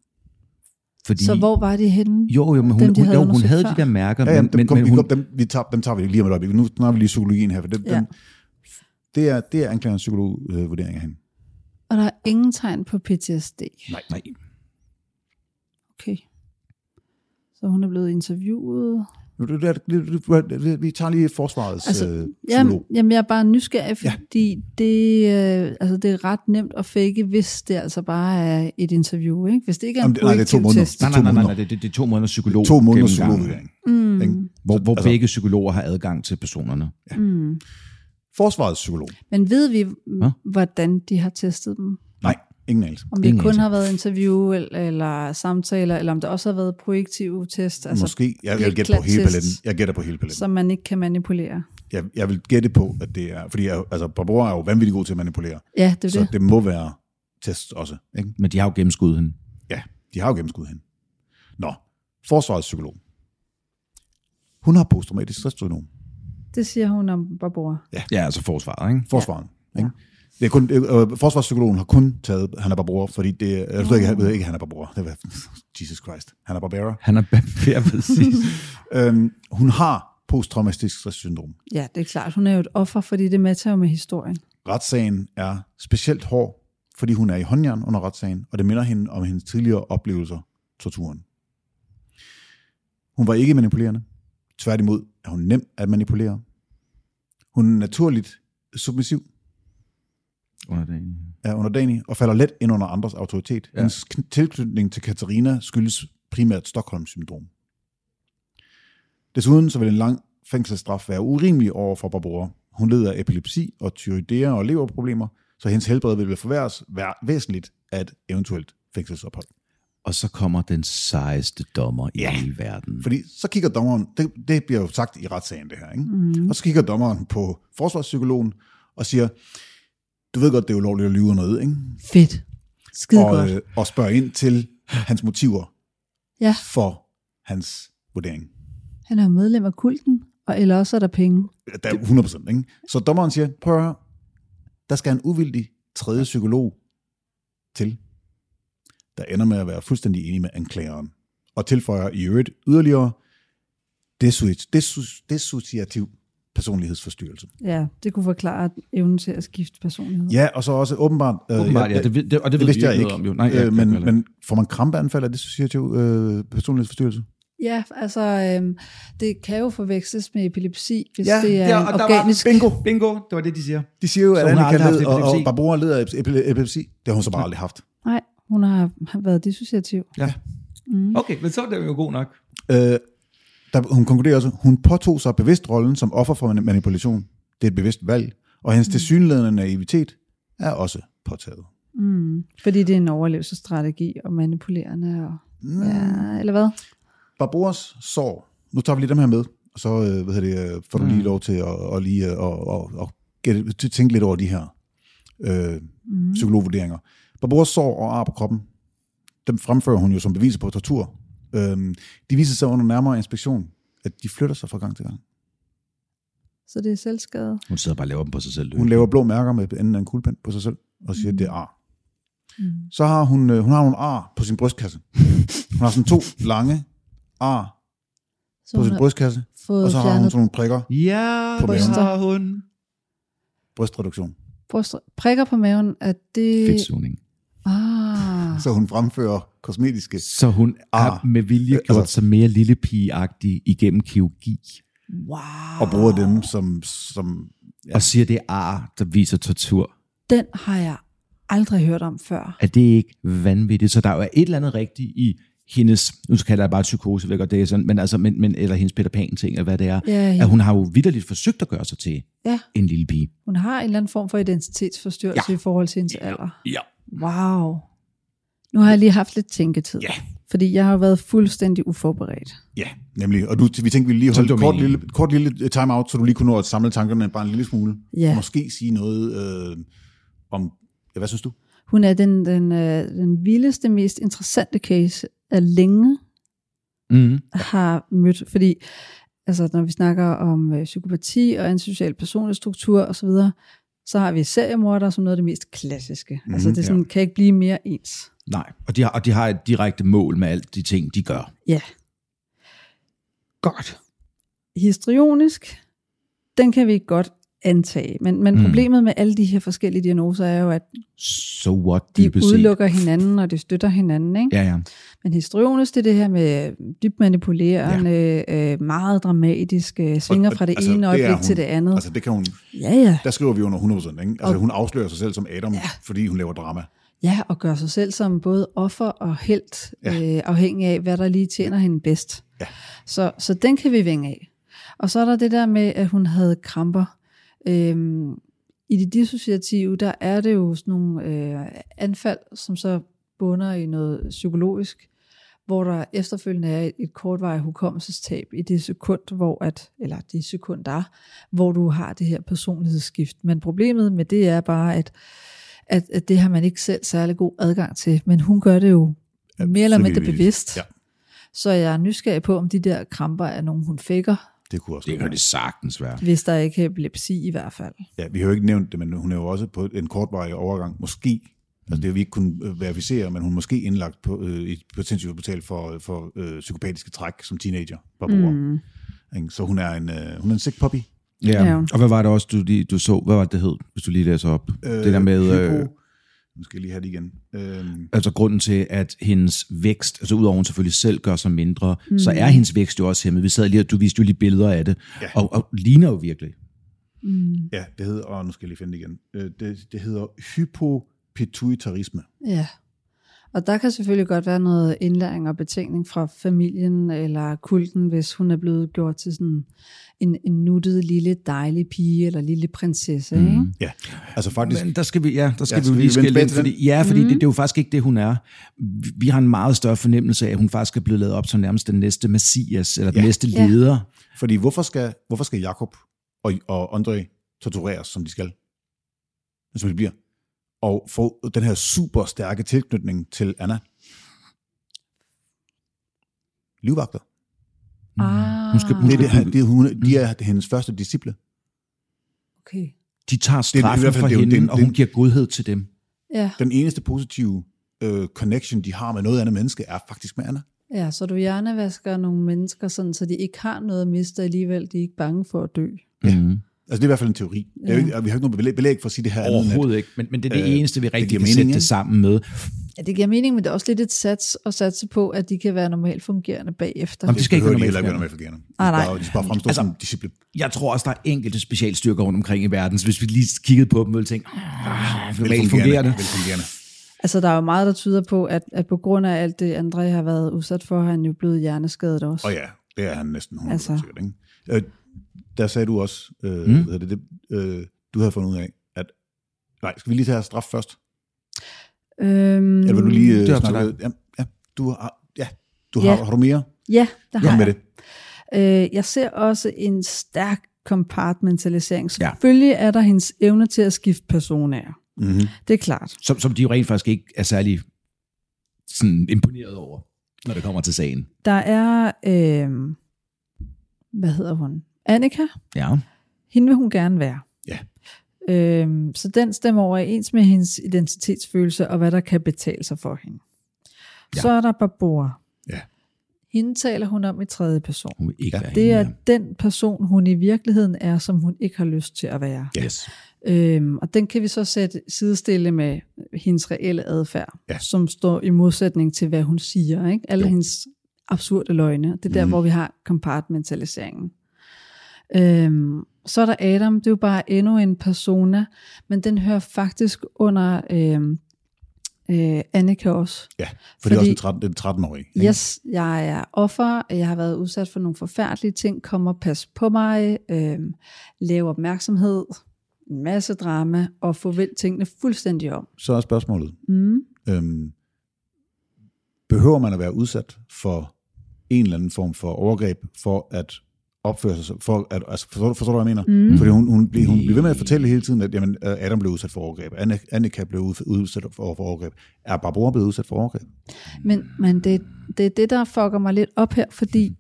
[SPEAKER 1] Fordi,
[SPEAKER 3] Så hvor var de henne?
[SPEAKER 1] Jo, jo, men hun,
[SPEAKER 3] Dem, de
[SPEAKER 1] hun,
[SPEAKER 3] havde
[SPEAKER 1] jo, hun
[SPEAKER 3] undersøgt
[SPEAKER 1] havde
[SPEAKER 3] før.
[SPEAKER 1] de der mærker,
[SPEAKER 2] Ja, ja,
[SPEAKER 1] men,
[SPEAKER 2] dem,
[SPEAKER 1] men,
[SPEAKER 2] kom,
[SPEAKER 1] men
[SPEAKER 2] vi,
[SPEAKER 1] hun,
[SPEAKER 2] kom, dem, vi, tager, dem tager vi lige om et øjeblik. Nu snakker vi lige psykologien her, for dem, ja.
[SPEAKER 3] Ja.
[SPEAKER 2] dem, det er, det er anklagerens psykologvurdering af hende.
[SPEAKER 3] Og der er ingen tegn på PTSD.
[SPEAKER 1] Nej, nej.
[SPEAKER 3] Okay. Så hun er blevet interviewet.
[SPEAKER 2] Nu, det- det- det- det- det- det- Vi tager lige forsvarets altså,
[SPEAKER 3] Altså,
[SPEAKER 2] øh, psykolog.
[SPEAKER 3] Jamen, jamen, jeg er bare nysgerrig, fordi ja. det, øh, altså, det er ret nemt at fake, hvis det altså bare er et interview. Ikke? Hvis det ikke er en
[SPEAKER 2] Jamen,
[SPEAKER 3] jamen,
[SPEAKER 2] det- nej, det er to måneder.
[SPEAKER 3] test.
[SPEAKER 1] Nej, nej, nej, nej, nej det, det, det er to måneder psykolog.
[SPEAKER 2] To måneders
[SPEAKER 1] gennemgang,
[SPEAKER 2] psykologvurdering.
[SPEAKER 3] Mm,
[SPEAKER 1] Hvor, hvor
[SPEAKER 2] Altså-
[SPEAKER 1] altså, begge psykologer har adgang til personerne.
[SPEAKER 3] mm.
[SPEAKER 2] Forsvarets psykolog.
[SPEAKER 3] Men ved vi,
[SPEAKER 1] Hva?
[SPEAKER 3] hvordan de har testet dem?
[SPEAKER 2] Nej, ingen anelse.
[SPEAKER 3] Om det
[SPEAKER 1] Ingen
[SPEAKER 3] kun
[SPEAKER 1] anelse.
[SPEAKER 3] har været interview eller, eller samtaler, eller om der også har været projektive test, altså,
[SPEAKER 2] Altså, Måske. Jeg, jeg vil gætte på hele
[SPEAKER 3] klat-test.
[SPEAKER 2] paletten. Jeg gætter på hele paletten.
[SPEAKER 3] som man ikke kan manipulere.
[SPEAKER 2] Jeg, jeg vil gætte på, at det er... Fordi jeg, altså, Barbora er jo vanvittig god til at manipulere.
[SPEAKER 3] Ja, det er
[SPEAKER 2] Så
[SPEAKER 3] det.
[SPEAKER 2] det må være test også. Ikke?
[SPEAKER 1] Men de har jo gennemskuddet hende.
[SPEAKER 2] Ja, de har jo gennemskudt hende. Nå, forsvarets psykolog. Hun har posttraumatisk stresssyndrom.
[SPEAKER 3] Det siger hun om Barbora.
[SPEAKER 1] Ja, altså forsvaret, ikke?
[SPEAKER 2] Forsvaren. Ja. Ikke? Det er kun, øh, forsvarspsykologen har kun taget Hanna Barbera, fordi det er, jeg ved ikke, jeg ved ikke Hanna Barbera, det var, Jesus Christ, Hanna Barbera.
[SPEAKER 1] Han er ja, præcis.
[SPEAKER 2] Øhm, hun har posttraumatisk stresssyndrom.
[SPEAKER 3] Ja, det er klart. Hun er jo et offer, fordi det matcher jo med historien.
[SPEAKER 2] Retssagen er specielt hård, fordi hun er i håndjern under retssagen, og det minder hende om hendes tidligere oplevelser, torturen. Hun var ikke manipulerende. Tværtimod er hun nem at manipulere. Hun er naturligt submissiv,
[SPEAKER 1] Under dagen.
[SPEAKER 2] er underdanig og falder let ind under andres autoritet. Ja.
[SPEAKER 1] Ja.
[SPEAKER 2] Hendes kn- tilknytning til Katarina skyldes primært Stockholm-syndrom. Desuden så vil en lang fængselsstraf være urimelig over for Barbora. Hun lider af epilepsi og tyroidere og leverproblemer, så hendes helbred vil forværres vær- væsentligt af et eventuelt fængselsophold.
[SPEAKER 1] Og så kommer den sejeste dommer i
[SPEAKER 2] Ja.
[SPEAKER 1] hele verden.
[SPEAKER 2] Fordi så kigger dommeren, det, det bliver jo sagt i retssagen det her, ikke? Mm. og så kigger dommeren på forsvarspsykologen og siger, du ved godt, det er ulovligt at lyve og noget, ikke?
[SPEAKER 3] Fedt. Skide
[SPEAKER 2] Og,
[SPEAKER 3] godt.
[SPEAKER 2] øh, og spørger ind til hans motiver
[SPEAKER 3] Ja.
[SPEAKER 2] for hans vurdering.
[SPEAKER 3] Han er jo medlem af kulten, og eller også er der penge.
[SPEAKER 2] Der er 100%, ikke? Så dommeren siger, prøv at høre, der skal en uvildig tredje psykolog til, der ender med at være fuldstændig enig med anklageren, og tilføjer i øvrigt yderligere desu- desu- dissociativ personlighedsforstyrrelse.
[SPEAKER 3] Ja, det kunne forklare evnen til at skifte personlighed.
[SPEAKER 2] Ja, og så også åbenbart... øh,
[SPEAKER 1] Åbenbart, ja. Det, ved- det, og det,
[SPEAKER 2] det
[SPEAKER 1] ved
[SPEAKER 2] vidste
[SPEAKER 1] vi
[SPEAKER 2] jeg
[SPEAKER 1] ikke
[SPEAKER 2] ikke.
[SPEAKER 1] noget om, jo. Nej, jeg,
[SPEAKER 2] øh, men, men får man krampeanfald af dissociativ øh, personlighedsforstyrrelse?
[SPEAKER 3] ja altså øhm, det kan jo forveksles med epilepsi, hvis
[SPEAKER 2] Ja,
[SPEAKER 3] ja, det er
[SPEAKER 1] ja,
[SPEAKER 3] ja,
[SPEAKER 1] og der
[SPEAKER 3] organisk.
[SPEAKER 1] var
[SPEAKER 3] Var...
[SPEAKER 1] bingo, bingo, det var det, de siger.
[SPEAKER 2] De siger jo,
[SPEAKER 1] Så
[SPEAKER 2] at
[SPEAKER 1] hun har aldrig
[SPEAKER 2] Annika
[SPEAKER 1] haft
[SPEAKER 2] led, og, og
[SPEAKER 1] epilepsi.
[SPEAKER 2] Barbora leder af epile- epilepsi. Det har hun så bare aldrig haft.
[SPEAKER 3] Nej, hun har, har været dissociativ.
[SPEAKER 1] Ja.
[SPEAKER 3] Mm.
[SPEAKER 1] Okay, men så er det jo god nok.
[SPEAKER 2] Øh, der, hun konkluderer også, hun påtog sig bevidst rollen som offer for man- manipulation. Det er et bevidst valg. Og hendes tilsyneladende naivitet er også påtaget.
[SPEAKER 3] Mm. Fordi det er en overlevelsesstrategi og manipulerende. Og, mm. ja, eller hvad?
[SPEAKER 2] Barboras sår. Nu tager vi lige dem her med, og så øh, hvad hedder det, øh, får du lige lov til at, at, lige, øh, og, og, og gætte, til at tænke lidt over de her øh, mm. psykologvurderinger. Barboras sår og ar på kroppen, dem fremfører hun jo som beviser på tortur. Øhm, de viser sig under nærmere inspektion, at de flytter sig fra gang til gang.
[SPEAKER 3] Så det er selvskade.
[SPEAKER 1] Hun sidder bare og laver dem på sig selv.
[SPEAKER 2] Hun laver blå mærker med enden af en kuglepen på sig selv, og siger, at det er ar. Mm. Så har hun, øh, hun har nogle ar på sin brystkasse. Hun har sådan to lange ar
[SPEAKER 3] Så
[SPEAKER 2] på
[SPEAKER 3] hun
[SPEAKER 2] sin
[SPEAKER 3] har
[SPEAKER 2] brystkasse,
[SPEAKER 3] fået
[SPEAKER 2] og så har hun
[SPEAKER 3] fjernet
[SPEAKER 2] sådan nogle prikker,
[SPEAKER 1] Ja,
[SPEAKER 2] På
[SPEAKER 1] det
[SPEAKER 2] maven.
[SPEAKER 1] har hun.
[SPEAKER 2] brystreduktion.
[SPEAKER 3] bryst, prikker på maven, at det...
[SPEAKER 1] Fedtsugning.
[SPEAKER 3] Ah,
[SPEAKER 2] Så hun fremfører kosmetiske.
[SPEAKER 1] Så hun har
[SPEAKER 2] Ah.
[SPEAKER 1] med vilje
[SPEAKER 2] Øh,
[SPEAKER 1] gjort
[SPEAKER 2] altså-
[SPEAKER 1] sig mere lillepigeagtig igennem kirurgi,
[SPEAKER 3] wow.
[SPEAKER 2] Og bruger dem som, som
[SPEAKER 1] og siger, det er ar, der viser tortur.
[SPEAKER 3] Den har jeg aldrig hørt om før.
[SPEAKER 1] Er det ikke vanvittigt? Så der er jo et eller andet rigtigt i hendes, nu kalder jeg det bare psykose, væk, og det er sådan, men altså, men, men, eller hendes Peter Pan ting, eller hvad det er,
[SPEAKER 3] Ja, ja.
[SPEAKER 1] at hun har jo vidderligt forsøgt at gøre sig til
[SPEAKER 3] Ja.
[SPEAKER 1] en lille pige.
[SPEAKER 3] Hun har en eller anden form for identitetsforstyrrelse ja. i forhold til hendes ja. alder.
[SPEAKER 1] Ja.
[SPEAKER 3] Wow. Nu har jeg lige haft lidt tænketid.
[SPEAKER 2] Ja.
[SPEAKER 3] Fordi jeg har været fuldstændig uforberedt.
[SPEAKER 2] Ja, nemlig. Og du, vi tænkte, vi ville lige holde
[SPEAKER 1] det
[SPEAKER 2] et
[SPEAKER 1] var
[SPEAKER 2] kort
[SPEAKER 1] meningen.
[SPEAKER 2] lille, kort lille øh, time-out, så du lige kunne nå at samle tankerne bare en lille smule.
[SPEAKER 3] Ja.
[SPEAKER 2] Og måske sige noget øh, om... Ja, hvad synes du?
[SPEAKER 3] Hun er den, den, øh, den vildeste, mest interessante case af længe
[SPEAKER 1] Mm.
[SPEAKER 3] har mødt. Fordi altså, når vi snakker om øh, psykopati og antisocial personlig struktur osv., så har vi seriemordere som noget af det mest klassiske. Mm, altså det er sådan, ja. kan ikke blive mere ens.
[SPEAKER 1] Nej, og de, har, og de har et direkte mål med alt de ting, de gør.
[SPEAKER 3] Ja. Godt. Histrionisk, den kan vi godt antage, men, men mm. problemet med alle de her forskellige diagnoser er jo, at
[SPEAKER 1] So what,
[SPEAKER 3] de
[SPEAKER 1] dybest set.
[SPEAKER 3] udelukker hinanden, og de støtter hinanden. Ikke?
[SPEAKER 1] Ja, ja.
[SPEAKER 3] Men histrionisk, det er det her med øh, dybt manipulerende, ja. øh, meget dramatiske, svinger fra det altså, ene
[SPEAKER 2] er
[SPEAKER 3] øjeblik
[SPEAKER 2] hun.
[SPEAKER 3] til det andet. Altså,
[SPEAKER 2] Altså, det kan hun...
[SPEAKER 3] ja, ja.
[SPEAKER 2] Der skriver vi under 100%, ikke? Altså, hun afslører sig selv som Adam, ja. fordi hun laver drama.
[SPEAKER 3] Ja, og gør sig selv som både offer og held, ja. øh, afhængig af, hvad der lige tjener hende bedst.
[SPEAKER 2] Ja.
[SPEAKER 3] Så, så den kan vi vinge af. Og så er der det der med, at hun havde kramper. Øhm, I det dissociative, der er det jo sådan nogle øh, anfald, som så bunder i noget psykologisk, hvor der efterfølgende er et, et kortvarigt hukommelsestab i det sekund, hvor at, eller de sekunder, hvor du har det her personlighedsskift. Men problemet med det er bare, at at, at det har man ikke selv særlig god adgang til, men hun gør det jo ja, mere eller mindre
[SPEAKER 2] frivilligt.
[SPEAKER 3] bevidst.
[SPEAKER 2] Ja.
[SPEAKER 3] Så jeg er nysgerrig på, om de der kramper er nogen, hun fækker,
[SPEAKER 2] Det kunne også
[SPEAKER 1] Det kan
[SPEAKER 2] være.
[SPEAKER 1] det sagtens være.
[SPEAKER 3] hvis der ikke er epilepsi i hvert fald.
[SPEAKER 2] Ja, vi har jo ikke nævnt det, men hun er jo også på en kortvarig overgang, måske. Altså, det har vi ikke kunnet øh, verificere, men hun er måske indlagt på, øh, i- på et sindssygehospital for, for øh, psykopatiske træk som teenager. Mm. Så hun er en, øh, hun er en sick puppy.
[SPEAKER 1] Ja.
[SPEAKER 3] Ja.
[SPEAKER 1] ja. Og hvad var det også, du, lige- du så? Hvad var det, det hed, hvis du lige læser op? Øh, det der med...
[SPEAKER 2] Hypo.
[SPEAKER 1] Øh,
[SPEAKER 2] Nu skal jeg lige have det igen. Øh,
[SPEAKER 1] altså grunden til, at hendes vækst, altså udover at hun selvfølgelig selv gør sig mindre, mm. så er hendes vækst jo også hæmmet. Vi sad lige, og du viste jo lige billeder af det,
[SPEAKER 2] Ja.
[SPEAKER 1] ja. og, og ligner jo virkelig.
[SPEAKER 3] Mm,
[SPEAKER 2] ja, det hedder, og nu skal jeg lige finde det igen. Øh, det, det hedder hypopituitarisme.
[SPEAKER 3] Ja. Og der kan selvfølgelig godt være noget indlæring og betingning fra familien eller kulten, hvis hun er blevet gjort til sådan en, en nuttet lille dejlig pige eller lille prinsesse. Mm. Ikke?
[SPEAKER 2] Ja, altså faktisk,
[SPEAKER 1] Men der skal vi, ja, der skal
[SPEAKER 2] Ja,
[SPEAKER 1] ja, vi jo
[SPEAKER 2] skal vi
[SPEAKER 1] lige skille
[SPEAKER 2] vende tilbage
[SPEAKER 1] ind,
[SPEAKER 2] til den?
[SPEAKER 1] fordi, ja, fordi mm. det, det, er jo faktisk ikke det, hun er. Vi- Vi har en meget større fornemmelse af, at hun faktisk er blevet lavet op som nærmest den næste messias, eller den
[SPEAKER 2] Ja.
[SPEAKER 1] ja. næste
[SPEAKER 3] Ja.
[SPEAKER 1] leder.
[SPEAKER 2] fordi hvorfor skal, hvorfor skal Jakob og, og André tortureres, som de skal? Som de bliver. Og få den her super stærke tilknytning til Anna. Livvagter.
[SPEAKER 3] Ah,
[SPEAKER 1] Hun skal-
[SPEAKER 2] Det er det, han- det, er hun, de er hendes første disciple.
[SPEAKER 3] okay.
[SPEAKER 1] De tager
[SPEAKER 2] i hvert
[SPEAKER 1] straffen
[SPEAKER 2] fald-
[SPEAKER 1] fra
[SPEAKER 2] det er jo
[SPEAKER 1] hende,
[SPEAKER 2] den-
[SPEAKER 1] og hun
[SPEAKER 2] den-
[SPEAKER 1] giver godhed til dem.
[SPEAKER 3] Ja.
[SPEAKER 2] Den eneste positive øh, connection, de har med noget andet menneske, er faktisk med Anna.
[SPEAKER 3] ja, så du hjernevasker nogle mennesker, sådan, så de ikke har noget at miste alligevel. De er ikke bange for at dø.
[SPEAKER 1] Ja. Mm.
[SPEAKER 2] Altså det er i hvert fald en teori. Det er jo
[SPEAKER 3] Ja.
[SPEAKER 2] ikke, og vi har ikke noget belæg- belæg for at sige det her. andet end at-
[SPEAKER 1] Overhovedet ikke, men, men det er det
[SPEAKER 2] Øh,
[SPEAKER 1] øh, eneste, vi rigtig
[SPEAKER 2] giver
[SPEAKER 1] kan mening,
[SPEAKER 2] mening,
[SPEAKER 1] sætte
[SPEAKER 2] ikke?
[SPEAKER 1] det sammen med.
[SPEAKER 3] Ja, det giver mening, men det er også lidt et sats at satse på, at de kan være normalt fungerende bagefter.
[SPEAKER 1] Jamen, det skal ikke
[SPEAKER 2] behøver
[SPEAKER 1] være
[SPEAKER 2] de heller
[SPEAKER 1] normalt
[SPEAKER 2] ikke være normalt
[SPEAKER 3] Nej, nej.
[SPEAKER 2] fungerende. De skal bare- De skal bare fremstå altså,
[SPEAKER 1] Altså-
[SPEAKER 2] som disciplin.
[SPEAKER 1] Jeg tror også, der er enkelte specialstyrker rundt omkring i verden, så hvis vi lige kiggede på dem, ville vi tænke, "Ah, normalt fungerer det.
[SPEAKER 2] Velfungerende.
[SPEAKER 3] Altså, der er jo meget, der tyder på, at, at på grund af alt det, André har været udsat for, har han jo blevet hjerneskadet også.
[SPEAKER 2] Og ja, det er han næsten 100% altså.
[SPEAKER 3] Altså.
[SPEAKER 2] sikkert. Ikke? Øh, der sagde du også, øh, mm. hvad hedder det, det, øh, du havde fundet ud af, at... Nej, skal vi lige tage straf først?
[SPEAKER 3] Øhm,
[SPEAKER 2] Eller vil du lige øh,
[SPEAKER 1] Det er op til
[SPEAKER 2] snakke? Ja, ja, du har, ja, du har,
[SPEAKER 3] Ja.
[SPEAKER 2] har du mere?
[SPEAKER 3] Ja, der
[SPEAKER 2] Kom
[SPEAKER 3] har
[SPEAKER 2] med
[SPEAKER 3] jeg.
[SPEAKER 2] det.
[SPEAKER 3] Øh, jeg ser også en stærk compartmentalisering.
[SPEAKER 1] Ja.
[SPEAKER 3] Selvfølgelig er der hendes evne til at skifte personer.
[SPEAKER 2] Mm-hmm.
[SPEAKER 3] Det er klart.
[SPEAKER 1] Som, som de jo rent faktisk ikke er særlig sådan imponeret over, når det kommer til sagen.
[SPEAKER 3] Der er, øh, hvad hedder hun? Annika.
[SPEAKER 1] Ja.
[SPEAKER 3] Hende vil hun gerne være.
[SPEAKER 2] Ja.
[SPEAKER 3] Øhm, så den stemmer overens med hendes identitetsfølelse og hvad der kan betale sig for hende.
[SPEAKER 1] Ja.
[SPEAKER 3] Ja. Så er der Barbora.
[SPEAKER 2] Ja.
[SPEAKER 3] Hende taler hun om i tredje person.
[SPEAKER 1] Hun vil ikke
[SPEAKER 2] Ja.
[SPEAKER 1] ja. være
[SPEAKER 3] Det
[SPEAKER 1] hende
[SPEAKER 3] er
[SPEAKER 1] mere.
[SPEAKER 3] den person, hun i virkeligheden er, som hun ikke har lyst til at være.
[SPEAKER 1] Yes.
[SPEAKER 3] Øhm, og den kan vi så sætte sidestille med hendes reelle adfærd,
[SPEAKER 2] Ja.
[SPEAKER 3] som står i modsætning til, hvad hun siger. Ikke? Alle
[SPEAKER 2] Jo.
[SPEAKER 3] jo. hendes absurde løgne. Det er der,
[SPEAKER 2] Mhm.
[SPEAKER 3] mm. hvor vi har compartmentaliseringen. Øhm, så er der Adam. Det er jo bare endnu en persona, men den hører faktisk under øhm, øh, Annika også.
[SPEAKER 2] Ja, for Fordi, det er også
[SPEAKER 3] Fordi-
[SPEAKER 2] en 13, det er en 13-årig. ikke?
[SPEAKER 3] Yes, jeg er offer, jeg har været udsat for nogle forfærdelige ting, kommer pas på mig, øh, lav opmærksomhed, en masse drama, og få vendt tingene fuldstændig om.
[SPEAKER 2] Så er spørgsmålet,
[SPEAKER 3] Mm.
[SPEAKER 2] Øhm, behøver man at være udsat for en eller anden form for overgreb for at opføre sig, som- for at, altså, forstår, du- forstår du, hvad jeg mener? Mm. Fordi hun, hun, blev, hun blev ved med
[SPEAKER 1] Mm.
[SPEAKER 2] at fortælle hele tiden, at jamen, øh, Adam blev udsat for overgreb, Anne- Annika blev ud- udsat for, for overgreb, er Barbara blevet udsat for overgreb?
[SPEAKER 3] Men, men det, det er det, der fucker mig lidt op her, fordi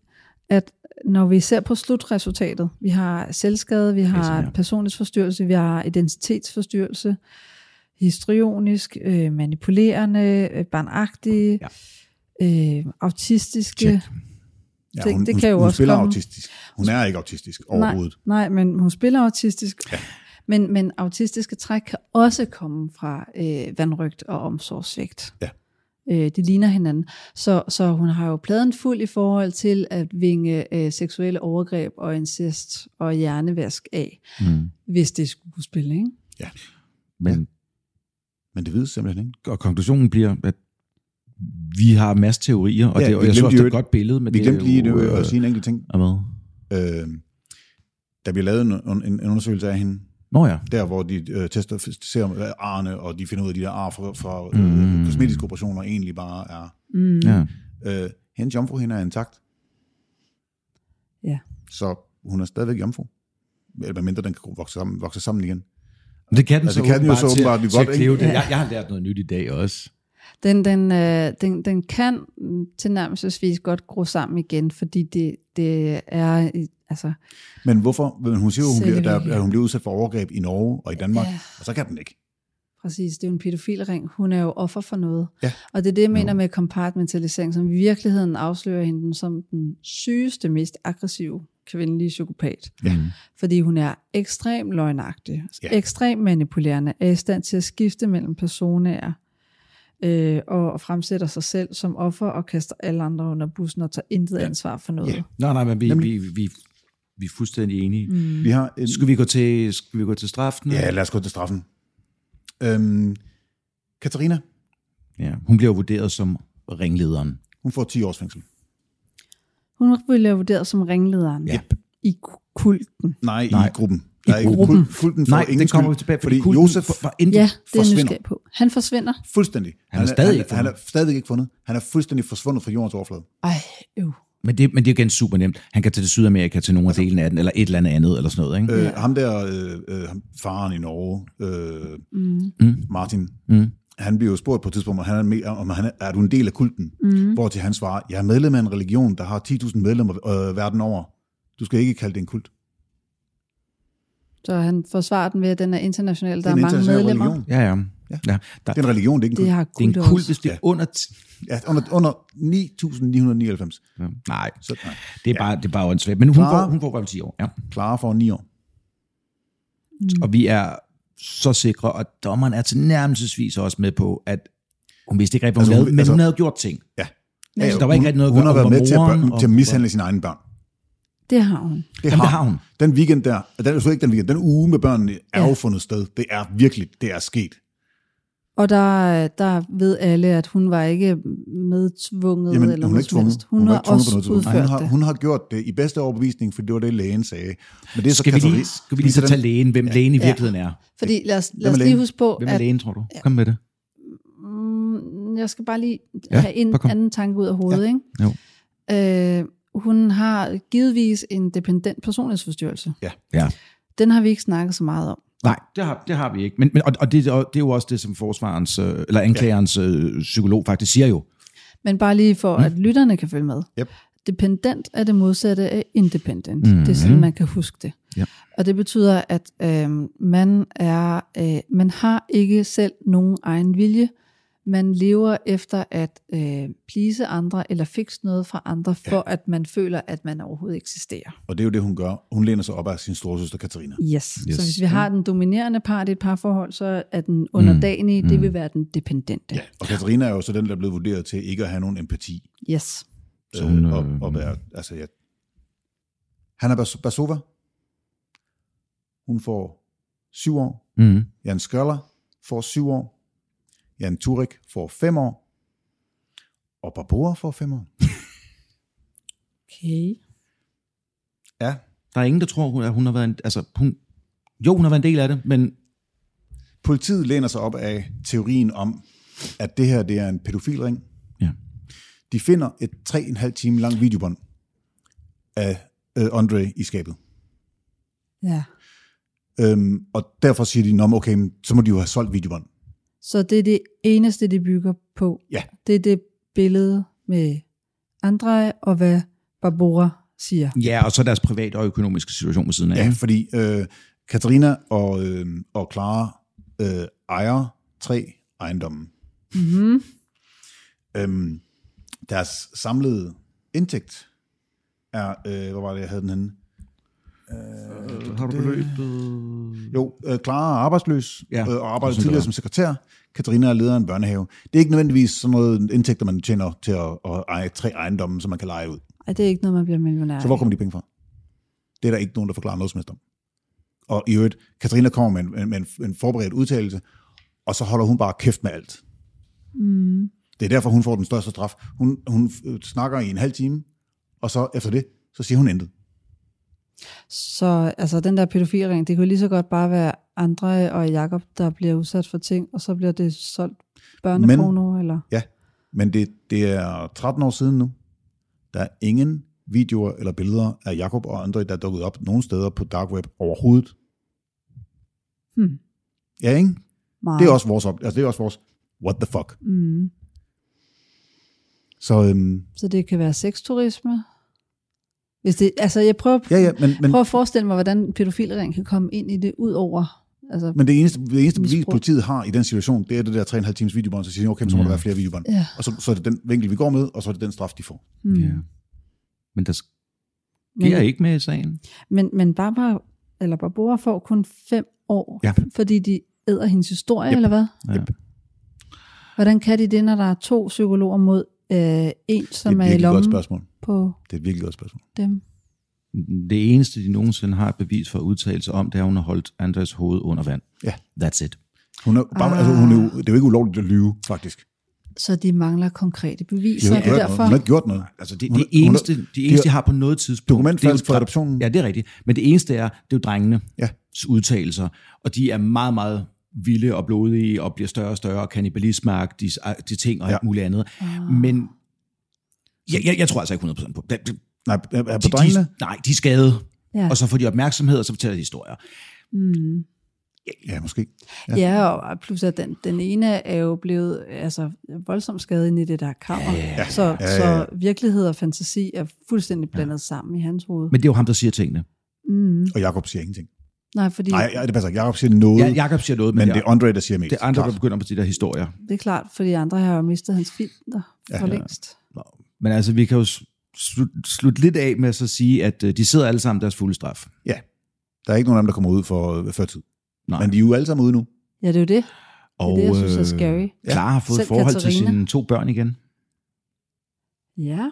[SPEAKER 3] at når vi ser på slutresultatet, vi har selvskade, vi har
[SPEAKER 1] Pisse, ja.
[SPEAKER 3] personlighedsforstyrrelse, vi har identitetsforstyrrelse, histrionisk, øh, manipulerende, øh, barnagtige, ja. øh, autistiske.
[SPEAKER 1] Check.
[SPEAKER 2] Ja,
[SPEAKER 3] Det-
[SPEAKER 2] hun,
[SPEAKER 3] det
[SPEAKER 2] hun,
[SPEAKER 3] kan jo
[SPEAKER 2] hun
[SPEAKER 3] også
[SPEAKER 2] spiller
[SPEAKER 3] komme.
[SPEAKER 2] autistisk. Hun er ikke autistisk overhovedet.
[SPEAKER 3] Nej, nej men hun spiller autistisk. Ja. Men, men autistiske træk kan også komme fra øh, vandrygt og omsorgssvigt.
[SPEAKER 2] Ja.
[SPEAKER 3] Øh, det ligner hinanden. Så, så hun har jo pladen fuld i forhold til at vinge øh, seksuelle overgreb og incest og hjernevask af,
[SPEAKER 1] Mm.
[SPEAKER 3] hvis det er skuespil, ikke?
[SPEAKER 1] Men
[SPEAKER 2] Men det vides simpelthen ikke.
[SPEAKER 1] og konklusionen bliver, at vi har masse teorier, og,
[SPEAKER 2] Ja,
[SPEAKER 1] ja, det,
[SPEAKER 2] vi
[SPEAKER 1] og jeg synes
[SPEAKER 2] glemte
[SPEAKER 1] også, det er
[SPEAKER 2] jo
[SPEAKER 1] et godt billede, men
[SPEAKER 2] Vi
[SPEAKER 1] det er
[SPEAKER 2] glemte lige
[SPEAKER 1] jo,
[SPEAKER 2] øh, at sige en enkelt ting.
[SPEAKER 1] er med.
[SPEAKER 2] Øh, der bliver lavet en, en, en undersøgelse af hende,
[SPEAKER 1] Nå ja,
[SPEAKER 2] der hvor de øh, tester f- ser om, øh, arne, og de finder ud af, at de der ar fra, fra øh,
[SPEAKER 1] Mm.
[SPEAKER 2] kosmetiske operationer egentlig bare er...
[SPEAKER 3] Mm.
[SPEAKER 1] ja.
[SPEAKER 2] Øh, hendes jomfruhinder er intakt.
[SPEAKER 3] Ja.
[SPEAKER 2] Så hun er stadigvæk jomfru. Eller medmindre den kan vokse sammen, vokse sammen igen.
[SPEAKER 1] Men det kan den
[SPEAKER 2] Altså,
[SPEAKER 1] altså,
[SPEAKER 2] det kan den jo så åbenbart, vi
[SPEAKER 1] til, til
[SPEAKER 2] godt,
[SPEAKER 1] at klæve
[SPEAKER 2] ikke?
[SPEAKER 1] det.
[SPEAKER 3] Ja.
[SPEAKER 1] Jeg, jeg har lært noget nyt i dag også.
[SPEAKER 3] Den, den, øh, den, den kan mm, tilnærmelsesvis godt gro sammen igen, fordi det, det er... i- Altså,
[SPEAKER 2] Men hvorfor? Men hun siger jo, hun bliver,
[SPEAKER 3] Selvvælge.
[SPEAKER 2] der, at hun bliver udsat for overgreb i Norge og i Danmark, ja.
[SPEAKER 3] Ja.
[SPEAKER 2] og så kan den ikke.
[SPEAKER 3] Præcis, det er jo en pædofilring. Hun er jo offer for noget.
[SPEAKER 2] Ja.
[SPEAKER 3] Og det er det, jeg mener med compartmentalisering, som i virkeligheden afslører hende som den sygeste, mest aggressive kvindelige psykopat.
[SPEAKER 2] Ja.
[SPEAKER 3] Fordi hun er ekstremt løgnagtig,
[SPEAKER 2] Ja.
[SPEAKER 3] ja. ekstremt manipulerende, er i stand til at skifte mellem personer, øh, og, og fremsætter sig selv som offer og kaster alle andre under bussen og tager intet
[SPEAKER 2] Ja.
[SPEAKER 3] ja. ansvar for noget.
[SPEAKER 2] Ja.
[SPEAKER 3] Ja.
[SPEAKER 1] Nej, nej, men vi,
[SPEAKER 2] Nemlig.
[SPEAKER 1] vi, vi, vi er fuldstændig enige. Mm.
[SPEAKER 2] Vi har en,
[SPEAKER 1] Skal vi gå til, skal vi gå til straffen?
[SPEAKER 2] Ja, lad os gå til straffen. Øhm, Katarina,
[SPEAKER 1] Ja. Hun bliver jo vurderet som ringlederen.
[SPEAKER 2] Hun får 10 års fængsel.
[SPEAKER 3] Hun ville være vurderet som ringlederen
[SPEAKER 1] Ja.
[SPEAKER 3] i ku- kulten.
[SPEAKER 2] Nej, Nej.
[SPEAKER 1] Nej.
[SPEAKER 2] i gruppen. Der er
[SPEAKER 1] I
[SPEAKER 2] ikke
[SPEAKER 3] gruppen.
[SPEAKER 2] Kul, kulten får
[SPEAKER 1] Nej,
[SPEAKER 2] ingen
[SPEAKER 1] den kommer vi
[SPEAKER 2] skyld,
[SPEAKER 1] tilbage,
[SPEAKER 2] fordi,
[SPEAKER 1] fordi, fordi
[SPEAKER 2] Josef
[SPEAKER 1] Josef var intet.
[SPEAKER 3] Ja, det er jeg
[SPEAKER 2] forsvinder.
[SPEAKER 3] nysgerrig på. Han forsvinder.
[SPEAKER 2] fuldstændig.
[SPEAKER 1] Han er stadig
[SPEAKER 2] han,
[SPEAKER 1] ikke
[SPEAKER 2] han
[SPEAKER 1] fundet.
[SPEAKER 2] er stadig ikke fundet. Han er fuldstændig forsvundet fra jordens overflade.
[SPEAKER 3] Ej, øv.
[SPEAKER 1] Men det, men det er igen super nemt. Han kan tage til Sydamerika til nogle af delene af den, eller et eller andet andet, eller sådan noget. Ikke?
[SPEAKER 2] Altså- Øh, Ham der, øh, øh, ham- faren i Norge, øh, mm. Martin, mm. han bliver jo spurgt på et tidspunkt, om han er, med, om han er, er du en del af kulten? Mm. Hvor til han svarer, jeg er medlem af en religion, der har 10.000 medlemmer øh, verden over. Du skal ikke kalde det en kult.
[SPEAKER 3] Så han forsvarer den ved, at den er international. Der
[SPEAKER 2] Det er
[SPEAKER 3] er,
[SPEAKER 2] en
[SPEAKER 3] mange
[SPEAKER 2] international
[SPEAKER 3] medlemmer.
[SPEAKER 2] religion.
[SPEAKER 1] Ja, ja.
[SPEAKER 2] Ja.
[SPEAKER 1] ja. ja. Der,
[SPEAKER 2] Det er en religion, det er ikke en
[SPEAKER 3] Det
[SPEAKER 2] kult.
[SPEAKER 3] har
[SPEAKER 1] det er en
[SPEAKER 3] kulter
[SPEAKER 1] kult,
[SPEAKER 3] også.
[SPEAKER 1] hvis det er under... T-
[SPEAKER 2] Ja, under, under 9.999.
[SPEAKER 1] ja. Nej,
[SPEAKER 2] Så, nej.
[SPEAKER 1] det er bare, det er bare åndssvagt. Men hun
[SPEAKER 2] Klar.
[SPEAKER 1] får, hun får røvel 10 år. Ja.
[SPEAKER 2] Clara får 9 år.
[SPEAKER 1] Og vi er så sikre, og dommeren er tilnærmelsesvis også med på, at hun vidste ikke rigtig, hvad hun
[SPEAKER 2] Altså,
[SPEAKER 1] altså,
[SPEAKER 2] hun-
[SPEAKER 1] lavede, men
[SPEAKER 2] altså-
[SPEAKER 1] hun havde gjort ting.
[SPEAKER 2] Ja.
[SPEAKER 1] Altså, der var ikke
[SPEAKER 2] hun-
[SPEAKER 1] rigtig noget at
[SPEAKER 2] Hun
[SPEAKER 1] gøre.
[SPEAKER 2] har været
[SPEAKER 1] Hun var
[SPEAKER 2] med til at,
[SPEAKER 1] moren,
[SPEAKER 2] børn,
[SPEAKER 1] og
[SPEAKER 2] til at
[SPEAKER 1] hun
[SPEAKER 2] mishandle sine egne børn.
[SPEAKER 3] Det har hun.
[SPEAKER 2] Det
[SPEAKER 1] Jamen, det har hun.
[SPEAKER 2] Den weekend der, den er jo slet ikke den weekend, den uge med børnene er
[SPEAKER 3] Ja.
[SPEAKER 2] jo fundet sted. Det er virkelig, det er sket.
[SPEAKER 3] Og der, der ved alle, at hun var ikke medtvunget
[SPEAKER 2] Jamen,
[SPEAKER 3] eller
[SPEAKER 2] hun er
[SPEAKER 3] noget
[SPEAKER 2] ikke tvunget.
[SPEAKER 3] Helst. Hun,
[SPEAKER 2] var
[SPEAKER 3] har
[SPEAKER 2] ikke tvunget på
[SPEAKER 3] også
[SPEAKER 2] tidspunkt.
[SPEAKER 3] udført
[SPEAKER 2] hun har,
[SPEAKER 3] det.
[SPEAKER 2] hun har gjort det i bedste overbevisning, for det var det, lægen sagde. Men det er så
[SPEAKER 1] Skal vi
[SPEAKER 2] katteri-
[SPEAKER 1] lige, skal vi lige så
[SPEAKER 2] den-
[SPEAKER 1] tage lægen, hvem ja. lægen i virkeligheden er?
[SPEAKER 3] Fordi lad os, lad
[SPEAKER 2] Hvem er
[SPEAKER 3] os lige
[SPEAKER 2] lægen?
[SPEAKER 3] huske på,
[SPEAKER 1] Hvem er
[SPEAKER 3] at
[SPEAKER 1] lægen, tror du? Kom med det.
[SPEAKER 3] mm, jeg skal bare lige
[SPEAKER 1] Ja,
[SPEAKER 3] have en
[SPEAKER 1] bare kom.
[SPEAKER 3] anden tanke ud af hovedet.
[SPEAKER 1] Jo.
[SPEAKER 3] Ikke? Øh, hun har givetvis en dependent personlighedsforstyrrelse.
[SPEAKER 2] Ja.
[SPEAKER 1] Ja.
[SPEAKER 3] Den har vi ikke snakket så meget om.
[SPEAKER 1] Nej, det har, det har vi ikke. Men, men, og og det, er- det er jo også det, som forsvarens, øh, eller anklagerens øh, psykolog faktisk siger jo.
[SPEAKER 3] Men bare lige for, at lytterne kan følge med.
[SPEAKER 2] Yep.
[SPEAKER 3] Dependent er det modsatte af independent. Mm. Det er sådan, man kan huske det.
[SPEAKER 1] Ja.
[SPEAKER 3] Og det betyder, at øh, man, er, øh, man har ikke selv nogen egen vilje. Man lever efter at øh, please andre, eller fikse noget fra andre, for ja. at man føler, at man overhovedet eksisterer.
[SPEAKER 2] Og det er jo det, hun gør. Hun læner sig op af sin storesøster Katarina.
[SPEAKER 3] Yes. yes.
[SPEAKER 1] Yes.
[SPEAKER 3] Så hvis vi har den dominerende part i et parforhold, så er den underdanige, mm. det vil være den dependente.
[SPEAKER 2] Ja. Og Katarina er jo så den, der er blevet vurderet til ikke at have nogen empati.
[SPEAKER 3] Yes.
[SPEAKER 1] Så hun,
[SPEAKER 2] øh, og,
[SPEAKER 1] øh,
[SPEAKER 2] og være, altså, ja. Han er Bas- Basova. Hun får syv år.
[SPEAKER 1] Mm.
[SPEAKER 2] Jan Skøller får 7 år. Jan Turek får 5 år. Og Barbora får 5 år.
[SPEAKER 3] Okay.
[SPEAKER 2] Ja,
[SPEAKER 1] Der er ingen, der tror, hun- at hun har været en... Altså, hun, jo, hun har været en del af det, men
[SPEAKER 2] politiet læner sig op af teorien om, at det her det er en pædofilring.
[SPEAKER 1] ja.
[SPEAKER 2] De finder et 3,5 time langt videobånd af øh, Andre i skabet.
[SPEAKER 3] Ja.
[SPEAKER 2] Øhm, og derfor siger de, "Nå, men okay, men så må de jo have solgt videobånd.
[SPEAKER 3] Så det er det eneste, de bygger på.
[SPEAKER 2] Ja.
[SPEAKER 3] Det er det billede med Andrej og hvad Barbora siger.
[SPEAKER 1] ja, og så deres private og økonomiske situation ved siden af.
[SPEAKER 2] Ja, fordi øh, Katarina og, øh, og Clara øh, ejer tre ejendomme. Mm-hmm. Øhm, deres samlede indtægt er, øh, hvor var det, jeg havde den henne?
[SPEAKER 1] Har du beløbet?
[SPEAKER 2] Jo, øh, Clara er arbejdsløs
[SPEAKER 1] Ja,
[SPEAKER 2] ja, øh, og arbejder
[SPEAKER 1] sådan, det
[SPEAKER 2] tidligere
[SPEAKER 1] var.
[SPEAKER 2] som sekretær. Katarina er leder af en børnehave. Det er ikke nødvendigvis sådan noget indtægter, man tjener til at, at eje tre ejendomme, som man kan lege ud.
[SPEAKER 3] Ej, det er ikke noget, man bliver millionær
[SPEAKER 2] Så hvor
[SPEAKER 3] af.
[SPEAKER 2] kommer de penge fra? Det er der ikke nogen, der forklarer noget som helst om. Og i øvrigt, Katrina kommer med en, med en, med en forberedt udtalelse, og så holder hun bare kæft med alt. Mm. Det er derfor, hun får den største straf. Hun, hun øh, snakker i en halv time, og så efter det, så siger hun intet.
[SPEAKER 3] Så altså, den der pædofilring, det kunne lige så godt bare være Andrej og Jakob, der bliver udsat for ting, og så bliver det solgt børneporno, Men... eller...
[SPEAKER 2] Ja, men det, det er 13 år siden nu. Der er ingen videoer eller billeder af Jakob og andre, der er dukket op nogen steder på dark web overhovedet.
[SPEAKER 3] Hmm.
[SPEAKER 2] Ja, ikke?
[SPEAKER 3] Nej.
[SPEAKER 2] Det er også vores, op- altså det er også vores what the fuck.
[SPEAKER 3] Mm.
[SPEAKER 2] Så øhm,
[SPEAKER 3] Så det kan være sexturisme. Hvis det, altså, jeg prøver,
[SPEAKER 2] ja, ja, men, men,
[SPEAKER 3] prøver at forestille mig, hvordan pædofilring kan komme ind i det, ud over... Altså,
[SPEAKER 2] men det eneste, det eneste bevis,
[SPEAKER 3] Misbrug.
[SPEAKER 2] politiet har i den situation, det er det der 3,5 times videobånd, så siger de, okay, så må der
[SPEAKER 1] Mm.
[SPEAKER 2] være flere videobånd.
[SPEAKER 3] Ja.
[SPEAKER 2] Og så, så er det den vinkel, vi går med, og så er det den straf, de får.
[SPEAKER 3] hmm.
[SPEAKER 1] Mm. Ja. Men der sker
[SPEAKER 3] Men-
[SPEAKER 1] ikke med i sagen.
[SPEAKER 3] Men, men Barbara, eller Barbora får kun fem år,
[SPEAKER 1] Ja.
[SPEAKER 3] fordi de æder hendes historie, yep. eller hvad?
[SPEAKER 1] Ja.
[SPEAKER 2] Yep.
[SPEAKER 3] Hvordan kan de det, når der er to psykologer mod øh, en, som
[SPEAKER 2] det
[SPEAKER 3] er,
[SPEAKER 2] er et virkelig
[SPEAKER 3] i
[SPEAKER 2] godt
[SPEAKER 3] lommen
[SPEAKER 2] spørgsmål.
[SPEAKER 3] på
[SPEAKER 2] Det er et virkelig godt spørgsmål.
[SPEAKER 3] dem?
[SPEAKER 1] Det eneste, de nogensinde har et bevis for udtalelse om, det er, at hun har holdt Andres hoved under vand.
[SPEAKER 2] Ja.
[SPEAKER 1] That's it.
[SPEAKER 2] Hun er, bare, altså, hun er jo, det er jo ikke ulovligt at lyve, faktisk.
[SPEAKER 3] så de mangler konkrete beviser.
[SPEAKER 2] har ikke gjort noget.
[SPEAKER 3] og
[SPEAKER 2] Hun har
[SPEAKER 3] derfor,
[SPEAKER 2] ikke gjort noget.
[SPEAKER 1] Altså det,
[SPEAKER 2] Hun-
[SPEAKER 1] det
[SPEAKER 2] hun-
[SPEAKER 1] eneste, de eneste,
[SPEAKER 2] det-
[SPEAKER 1] jeg har på noget tidspunkt... det er jo
[SPEAKER 2] Dokumentfalsk for
[SPEAKER 1] fra-
[SPEAKER 2] adoptionen.
[SPEAKER 1] Ja, det er rigtigt. Men det eneste er, det er jo drengenes
[SPEAKER 2] Ja.
[SPEAKER 1] udtalelser, og de er meget, meget vilde og blodige, og bliver større og større, og kannibalismeagtige de ting og
[SPEAKER 2] Ja.
[SPEAKER 1] alt muligt andet. Men jeg, jeg, jeg tror altså ikke 100% på det. De,
[SPEAKER 2] Nej, er- er på
[SPEAKER 1] de,
[SPEAKER 2] drengene?
[SPEAKER 1] de, nej, de er skadede,
[SPEAKER 3] ja.
[SPEAKER 1] og så får de opmærksomhed, og så fortæller de historier.
[SPEAKER 3] Mm.
[SPEAKER 2] Ja, måske.
[SPEAKER 3] Ja. ja, og plus at den, den ene er jo blevet altså, voldsomt skadet inde i det der kammer, ja. Så, ja,
[SPEAKER 2] ja.
[SPEAKER 3] så virkelighed og fantasi er fuldstændig blandet ja. sammen i hans hoved.
[SPEAKER 1] Men det er jo ham, der siger tingene.
[SPEAKER 3] Mm.
[SPEAKER 2] Og Jakob siger ingenting.
[SPEAKER 3] Nej, fordi
[SPEAKER 2] Nej, ja, det passer ikke. Jakob siger noget,
[SPEAKER 1] Ja, Jakob siger noget, men,
[SPEAKER 2] men
[SPEAKER 1] det,
[SPEAKER 2] det er Andre, der siger mest.
[SPEAKER 1] det er andre, der
[SPEAKER 2] Klart.
[SPEAKER 1] begynder på de der historier.
[SPEAKER 3] det er klart, fordi andre har jo mistet hans filter
[SPEAKER 2] Ja.
[SPEAKER 3] ja. for længst.
[SPEAKER 1] Men altså, vi kan jo s- slut- slutte lidt af med at så sige, at øh, de sidder alle sammen deres fulde straf.
[SPEAKER 2] Der er ikke nogen af dem, der kommer ud for, øh, før tid.
[SPEAKER 1] Nej.
[SPEAKER 2] Men de er jo alle sammen ude nu.
[SPEAKER 3] Ja, det er jo det.
[SPEAKER 1] Og
[SPEAKER 3] det, jeg synes er
[SPEAKER 1] øh,
[SPEAKER 3] scary.
[SPEAKER 2] Ja.
[SPEAKER 1] Clara har fået
[SPEAKER 3] Selv
[SPEAKER 1] et forhold til
[SPEAKER 3] Katarina.
[SPEAKER 1] sine to børn igen.
[SPEAKER 3] Ja,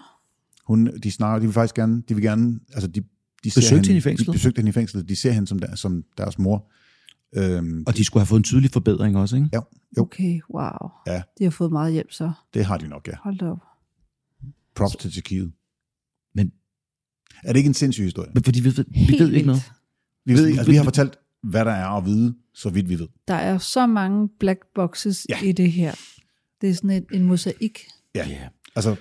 [SPEAKER 2] Hun, de snakker, de vil faktisk gerne, de vil gerne, altså de, de ser
[SPEAKER 1] Besøgte hende i fængslet?
[SPEAKER 2] De besøgte hende i fængslet. De ser hende som, der, som deres mor. Øhm,
[SPEAKER 1] Og de skulle have fået en tydelig forbedring også, ikke?
[SPEAKER 2] ja, jo,
[SPEAKER 3] okay, wow.
[SPEAKER 2] Ja.
[SPEAKER 3] De har fået meget hjælp så.
[SPEAKER 2] det har de nok, ja.
[SPEAKER 3] Hold da op.
[SPEAKER 2] Props til Tyrkiet.
[SPEAKER 1] Men-
[SPEAKER 2] er det ikke en sindssyg historie?
[SPEAKER 1] Men fordi vi, ved- vi
[SPEAKER 3] Helt
[SPEAKER 1] ved ikke
[SPEAKER 3] vildt.
[SPEAKER 1] noget.
[SPEAKER 2] Vi, ved, ikke- altså, vi har fortalt, hvad der er at vide, så vidt vi ved.
[SPEAKER 3] Der er så mange black boxes
[SPEAKER 2] Ja.
[SPEAKER 3] ja. i det her. Det er sådan et, en mosaik.
[SPEAKER 2] Ja. Yeah. Altså,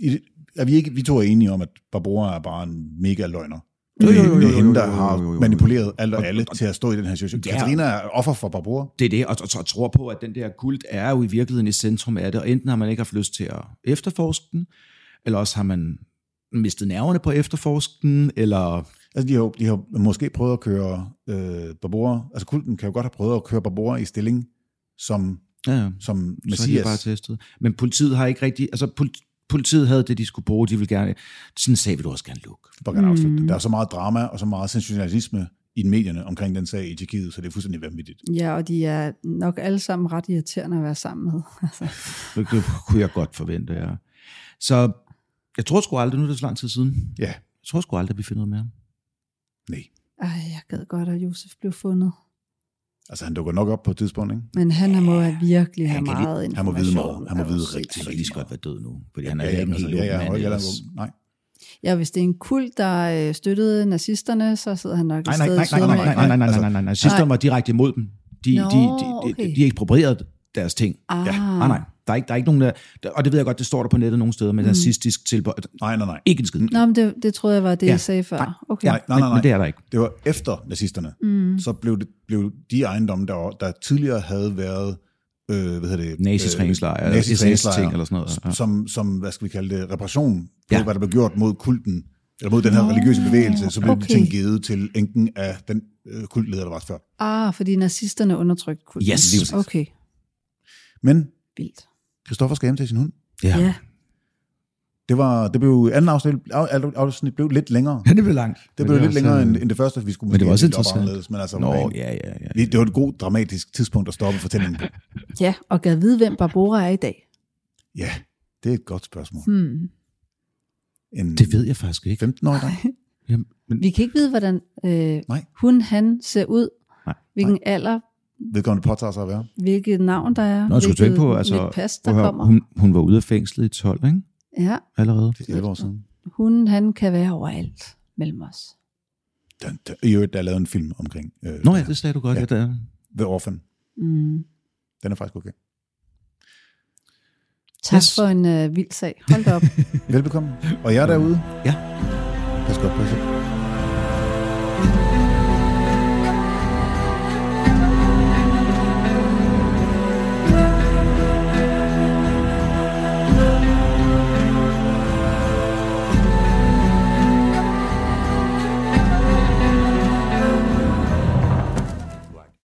[SPEAKER 2] i, det- er vi, ikke, vi to er enige om, at Barbora er bare en mega løgner.
[SPEAKER 1] Jo, jo, jo, jo,
[SPEAKER 2] Det
[SPEAKER 1] jo,
[SPEAKER 2] er hende, der
[SPEAKER 1] jo, jo, jo, jo, jo,
[SPEAKER 2] har
[SPEAKER 1] jo.
[SPEAKER 2] manipuleret alt og alle til at stå i den her situation.
[SPEAKER 1] Ja.
[SPEAKER 2] Katarina er offer for Barbora.
[SPEAKER 1] Det er det, og, og, og tror på, at den der kult er jo i virkeligheden i centrum af det, og enten har man ikke haft lyst til at efterforske den, eller også har man mistet nerverne på at efterforske den, eller
[SPEAKER 2] Altså, de har, jo- de har måske prøvet at køre øh, Barbora. Altså, kulten kan jo godt have prøvet at køre Barbora i stilling som,
[SPEAKER 1] ja, ja,
[SPEAKER 2] som
[SPEAKER 1] så har de
[SPEAKER 2] messias.
[SPEAKER 1] bare testet. Men politiet har ikke rigtig, altså pol- politiet havde det, de skulle bruge, de ville gerne, sådan en sag vil du også gerne lukke.
[SPEAKER 2] for at gerne afslutte den. Der er så meget drama og så meget sensationalisme i medierne omkring den sag i Tjekkiet, så det er fuldstændig vanvittigt.
[SPEAKER 3] Ja, og de er nok alle sammen ret irriterende at være sammen med. Altså.
[SPEAKER 1] Det det kunne jeg godt forvente, ja. Så jeg tror sgu aldrig, nu er det så lang tid siden,
[SPEAKER 2] Ja,
[SPEAKER 1] jeg tror sgu aldrig, vi finder noget mere.
[SPEAKER 2] nej.
[SPEAKER 3] Ej, jeg gad godt, at Josef blev fundet.
[SPEAKER 2] Altså, han dukker nok op på et tidspunkt, ikke?
[SPEAKER 3] Men han ja, må have virkelig have
[SPEAKER 1] han kan lige-
[SPEAKER 3] meget information.
[SPEAKER 2] han må vide meget. Han må
[SPEAKER 3] Der er
[SPEAKER 2] vide rigtig
[SPEAKER 3] jo
[SPEAKER 1] Han
[SPEAKER 3] sindssygt
[SPEAKER 1] kan lige så godt være død nu, fordi han er
[SPEAKER 2] ja,
[SPEAKER 1] ikke
[SPEAKER 2] jamen,
[SPEAKER 1] en helt
[SPEAKER 2] ja,
[SPEAKER 1] ung
[SPEAKER 2] ja,
[SPEAKER 1] mand.
[SPEAKER 2] hold- ja,
[SPEAKER 1] ellers.
[SPEAKER 2] der er- Nej,
[SPEAKER 3] meget. Ja, hvis det er en kult, der øh, støttede nazisterne, så sidder han nok
[SPEAKER 2] Nej,
[SPEAKER 3] et
[SPEAKER 2] nej, nej,
[SPEAKER 3] sted i
[SPEAKER 1] Nej, nej,
[SPEAKER 3] Sydamerika.
[SPEAKER 1] nej, nej, nej, nej, nej, nej, nej. Sidsterne var direkte imod dem. De,
[SPEAKER 3] Nå,
[SPEAKER 1] de, de, de,
[SPEAKER 3] okay.
[SPEAKER 1] de eksproprierede deres ting.
[SPEAKER 3] Ah,
[SPEAKER 1] Nej, nej. Der er ikke, der er ikke nogen, der, der- og det ved jeg godt, det står der på nettet nogle steder, men mm. nazistisk tilbøj.
[SPEAKER 2] nej, nej, nej.
[SPEAKER 1] Ikke en skid.
[SPEAKER 3] Nå, men det, det troede jeg var det,
[SPEAKER 1] Ja.
[SPEAKER 3] ja. I sagde før. Okay.
[SPEAKER 1] Ja,
[SPEAKER 2] nej, nej,
[SPEAKER 1] Men,
[SPEAKER 2] nej.
[SPEAKER 1] men det er der ikke.
[SPEAKER 2] Det var efter nazisterne, mm. så blev, det, blev de ejendomme, der, var- der tidligere havde været øh, hvad hedder det? Øh,
[SPEAKER 1] Nazitræningslejre,
[SPEAKER 2] nazitræningslejre,
[SPEAKER 1] SS-ting eller sådan noget, ja.
[SPEAKER 2] Som, som, hvad skal vi kalde det, reparation på,
[SPEAKER 1] Ja.
[SPEAKER 2] ja. hvad der blev gjort mod kulten, eller mod den her religiøse bevægelse, så blev okay.
[SPEAKER 3] okay.
[SPEAKER 2] de ting givet til enken af den øh, kultleder, der var før.
[SPEAKER 3] Ah, fordi nazisterne undertrykte kulten.
[SPEAKER 1] Yes. Lige præcis.
[SPEAKER 3] Okay,
[SPEAKER 2] Men
[SPEAKER 3] vildt.
[SPEAKER 2] Christoffer skal hjem til sin hund.
[SPEAKER 1] Ja.
[SPEAKER 3] Ja.
[SPEAKER 2] Det, var, det blev anden afsnit, af- afsnit blev lidt længere.
[SPEAKER 1] det blev langt.
[SPEAKER 2] Det blev lidt længere end, end det første, vi skulle
[SPEAKER 1] men det var også
[SPEAKER 2] måske dele op
[SPEAKER 1] interessant.
[SPEAKER 2] anderledes, Men altså,
[SPEAKER 1] Nå,
[SPEAKER 2] man-
[SPEAKER 1] ja, ja, ja.
[SPEAKER 2] Det, det var et godt dramatisk tidspunkt at stoppe fortællingen på.
[SPEAKER 3] ja, og gad vide, hvem Barbora er i dag.
[SPEAKER 2] Ja, det er et godt spørgsmål.
[SPEAKER 3] Hmm.
[SPEAKER 2] En
[SPEAKER 1] Det ved jeg faktisk ikke.
[SPEAKER 2] 15-årig dreng?
[SPEAKER 1] Jamen, men,
[SPEAKER 3] Vi kan ikke vide, hvordan øh,
[SPEAKER 2] Nej.
[SPEAKER 3] hun, han ser ud,
[SPEAKER 1] Nej.
[SPEAKER 3] hvilken alder,
[SPEAKER 2] Vedkommende påtager sig at være.
[SPEAKER 3] hvilket navn der er,
[SPEAKER 1] Nå, jeg skulle
[SPEAKER 3] hvilket
[SPEAKER 1] tænke på, altså,
[SPEAKER 3] hvilket pas, der
[SPEAKER 1] prøv at høre,
[SPEAKER 3] kommer.
[SPEAKER 1] hun, hun var ude af fængslet i 12, ikke?
[SPEAKER 3] Ja,
[SPEAKER 1] Allerede.
[SPEAKER 2] Det er 11 år siden.
[SPEAKER 3] hun, han kan være overalt mellem os.
[SPEAKER 2] Den, der, I øvrigt, der er lavet en film omkring øh,
[SPEAKER 1] Nå ja, det sagde du godt.
[SPEAKER 2] Ja.
[SPEAKER 1] Ja. Ja, der.
[SPEAKER 2] The Orphan.
[SPEAKER 3] Mm.
[SPEAKER 2] Den er faktisk okay.
[SPEAKER 3] Tak
[SPEAKER 1] Yes.
[SPEAKER 3] yes. for en øh, vild sag. Hold da op.
[SPEAKER 2] Velbekomme. Og jer derude?
[SPEAKER 1] Ja.
[SPEAKER 2] Pas godt på jer selv.